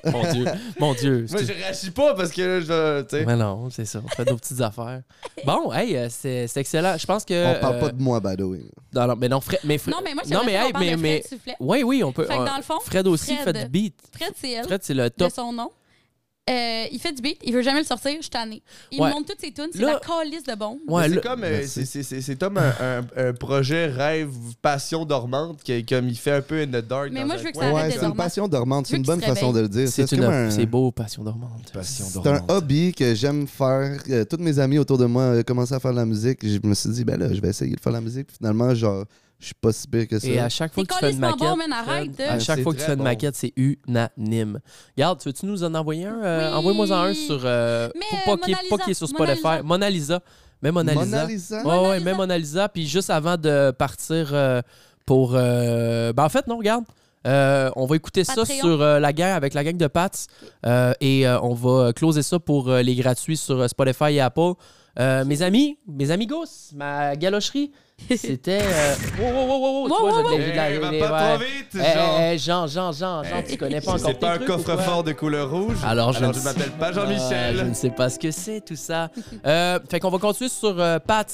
Speaker 1: mon Dieu. Mon Dieu.
Speaker 4: Moi, je réagis pas parce que là, je. tu sais.
Speaker 1: Mais non, c'est ça. On fait nos petites affaires. Bon, hey, euh, c'est, c'est excellent. Je pense que.
Speaker 2: On parle
Speaker 1: euh,
Speaker 2: pas de moi, by the way.
Speaker 1: non, non, mais non, Fred. Mais Fred-
Speaker 5: Non, mais moi, j'aimerais ça qu'on parle de Fred Soufflet.
Speaker 1: Oui, oui, on peut.
Speaker 5: Fait que
Speaker 1: euh,
Speaker 5: dans le fond,
Speaker 1: Fred aussi
Speaker 5: Fred- Oh.
Speaker 1: fait du beat.
Speaker 5: Fred, c'est elle.
Speaker 1: Fred, c'est le
Speaker 5: de
Speaker 1: top.
Speaker 5: son nom. Euh, il fait du beat, il veut jamais le sortir, je suis tannée. Il
Speaker 1: Ouais.
Speaker 5: me montre toutes ses tunes, c'est
Speaker 1: Là-
Speaker 5: la calice de bombe.
Speaker 1: Ouais, là- ben,
Speaker 4: Mais c'est comme, euh,
Speaker 1: Merci.
Speaker 4: c'est- c'est- c'est c'est comme un, un- un projet rêve, passion dormante, qui, comme il fait un peu in the dark.
Speaker 5: Mais
Speaker 4: dans
Speaker 5: moi,
Speaker 4: un
Speaker 5: je veux que
Speaker 4: coin.
Speaker 5: ça arrête
Speaker 2: Ouais,
Speaker 5: de
Speaker 2: c'est une
Speaker 5: dormir.
Speaker 2: passion dormante. C'est
Speaker 5: Veux
Speaker 2: une
Speaker 5: qu'il
Speaker 2: bonne
Speaker 5: se
Speaker 2: façon de le dire.
Speaker 1: c'est,
Speaker 2: comme
Speaker 1: une-
Speaker 2: un-
Speaker 1: c'est beau, Passion Dormante.
Speaker 2: C'est un hobby que j'aime faire. Euh, Toutes mes amis autour de moi euh, commençaient à faire de la musique. Je me suis dit, ben là, je vais essayer de faire de la musique. Puis finalement, genre, je suis pas si pire que ça.
Speaker 1: Et à chaque fois
Speaker 5: C'est
Speaker 1: que tu fais une
Speaker 5: calissement
Speaker 1: maquette.
Speaker 5: bon, man, arrête.
Speaker 1: Fred, Ah,
Speaker 5: de-
Speaker 1: à chaque
Speaker 4: C'est
Speaker 1: fois que tu
Speaker 4: très
Speaker 1: fais une
Speaker 4: bon.
Speaker 1: maquette, c'est unanime. Regarde, tu veux-tu nous en envoyer un? Euh,
Speaker 5: Oui.
Speaker 1: Envoie-moi en un sur. euh,
Speaker 5: Mais,
Speaker 1: pour
Speaker 5: euh,
Speaker 1: pas qu'il
Speaker 5: Mona
Speaker 1: pas qu'il est sur
Speaker 5: Lisa, Mona
Speaker 1: Spotify.
Speaker 5: Lisa.
Speaker 1: Mona Lisa. Mets Mona
Speaker 2: Mona
Speaker 1: Lisa.
Speaker 2: Lisa?
Speaker 1: Ouais, ouais, mets Mona Lisa. Puis juste avant de partir euh, pour. euh, Ben, en fait, non, regarde. Euh, on va écouter ça
Speaker 5: Patreon.
Speaker 1: sur euh, la gang avec la gang de Pats Euh, et euh, on va closer ça pour euh, les gratuits sur euh, Spotify et Apple. Euh, mes amis, mes amigos, ma galocherie, c'était. euh, Wow, wow, wow, wow, wow, tu
Speaker 5: Wow,
Speaker 1: vois,
Speaker 5: wow,
Speaker 1: je
Speaker 5: wow.
Speaker 1: l'ai- je l'ai-
Speaker 4: Eh, va
Speaker 1: ouais.
Speaker 4: pas trop vite,
Speaker 1: Eh,
Speaker 4: genre. Eh,
Speaker 1: eh, Jean, Jean, Jean, Jean, tu connais pas encore
Speaker 4: C'est pas un
Speaker 1: tes trucs ou quoi?
Speaker 4: coffre-fort de couleur rouge.
Speaker 1: Alors, je ne
Speaker 4: je
Speaker 1: sais-
Speaker 4: m'appelle pas
Speaker 1: Euh, je ne
Speaker 4: Jean-Michel.
Speaker 1: sais pas ce que c'est tout ça. Euh, fait qu'on va continuer sur euh, Pat.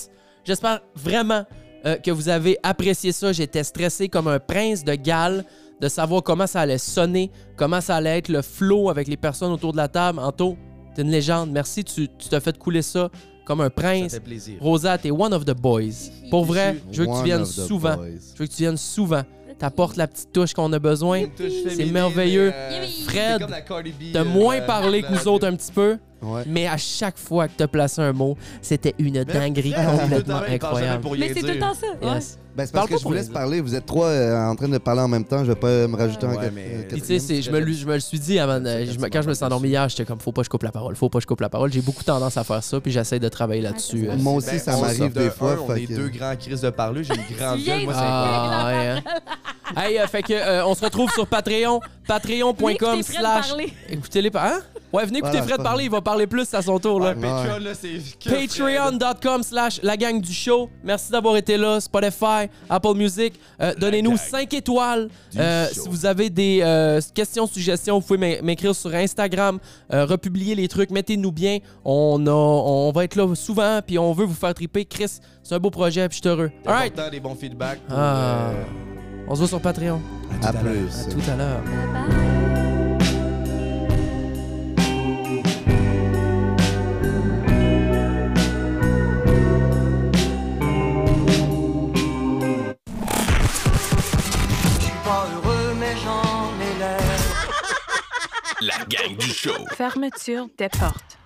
Speaker 1: J'espère vraiment euh, que vous avez apprécié ça. J'étais stressé comme un prince de Galles de savoir comment ça allait sonner, comment ça allait être le flow avec les personnes autour de la table. Anto, t'es une légende. Merci, tu tu t'as fait couler ça comme un prince.
Speaker 4: Ça fait plaisir.
Speaker 1: Rosa, t'es one of the boys. Pour vrai, je veux que tu
Speaker 2: One
Speaker 1: viennes
Speaker 2: of the
Speaker 1: souvent.
Speaker 2: boys.
Speaker 1: Je veux que tu viennes souvent. T'apportes la petite touche qu'on a besoin.
Speaker 4: Une touche féminine,
Speaker 1: merveilleux.
Speaker 4: euh,
Speaker 5: Yippee.
Speaker 4: c'est
Speaker 1: Fred,
Speaker 4: comme la Cardi B,
Speaker 1: T'as
Speaker 4: euh,
Speaker 1: moins
Speaker 4: euh,
Speaker 1: parlé que
Speaker 4: la-
Speaker 1: nous autres un petit peu.
Speaker 2: Ouais.
Speaker 1: Mais à chaque fois que tu plaçais un mot, c'était une dinguerie
Speaker 4: Bref, il est tout le temps
Speaker 1: complètement
Speaker 4: là, il parle jamais
Speaker 1: incroyable.
Speaker 4: pour rien
Speaker 5: Mais c'est tout
Speaker 4: dire.
Speaker 5: le temps ça. ouais.
Speaker 1: Yes.
Speaker 2: Ben,
Speaker 1: Parle
Speaker 2: c'est parce
Speaker 1: pas
Speaker 2: que je
Speaker 1: pour
Speaker 2: vous
Speaker 1: les
Speaker 2: laisse
Speaker 1: autres.
Speaker 2: parler. Vous êtes trois euh, en train de parler en même temps. Je vais pas me rajouter en
Speaker 4: Ouais,
Speaker 2: quat-
Speaker 4: mais-
Speaker 2: euh,
Speaker 1: Puis tu sais, c'est- je me, lu- je me le suis dit avant. de- je me- quand je me suis endormi hier, j'étais comme, faut pas que je coupe la parole, faut pas que je coupe la parole. J'ai beaucoup tendance à faire ça, puis j'essaie de travailler là-dessus.
Speaker 5: Ouais,
Speaker 1: euh.
Speaker 2: Moi aussi,
Speaker 4: Ben,
Speaker 2: ça
Speaker 4: on
Speaker 2: m'arrive
Speaker 4: sort de
Speaker 2: des fois.
Speaker 4: un, on
Speaker 2: fait
Speaker 4: est
Speaker 2: que-
Speaker 4: deux grands crises de parler, j'ai une grande
Speaker 5: Tu
Speaker 4: gueule. Moi,
Speaker 5: viens
Speaker 4: c'est
Speaker 1: Ah, ouais, hein. Hey, euh, fait que euh, on se retrouve sur Patreon, patreon.com
Speaker 5: Nick, t'es prêt de
Speaker 1: slash.
Speaker 5: parler.
Speaker 1: Écoutez les parents. Ouais, venez écouter
Speaker 2: Voilà,
Speaker 1: Fred
Speaker 2: pas-
Speaker 1: parler, il va parler plus à son tour là.
Speaker 2: Ah, Ouais.
Speaker 4: Patreon, là, c'est que Fred.
Speaker 1: Patreon.com slash la gang du show. Merci d'avoir été là. Spotify, Apple Music. Euh, Donnez-nous
Speaker 3: gang
Speaker 1: 5 étoiles. Euh,
Speaker 3: show.
Speaker 1: si vous avez des euh, questions, suggestions, vous pouvez m'é- m'écrire sur Instagram. Euh, republier les trucs. Mettez-nous bien. On, a, on va être là souvent. Puis on veut vous faire triper. Chris, c'est un beau projet. Puis je suis heureux.
Speaker 4: C'est
Speaker 1: All right.
Speaker 4: important, des bons feedbacks. pour,
Speaker 1: Ah.
Speaker 4: euh,
Speaker 1: On se voit sur Patreon.
Speaker 2: À plus.
Speaker 1: À tout à l'heure.
Speaker 3: La gang du show.
Speaker 9: Fermeture des portes.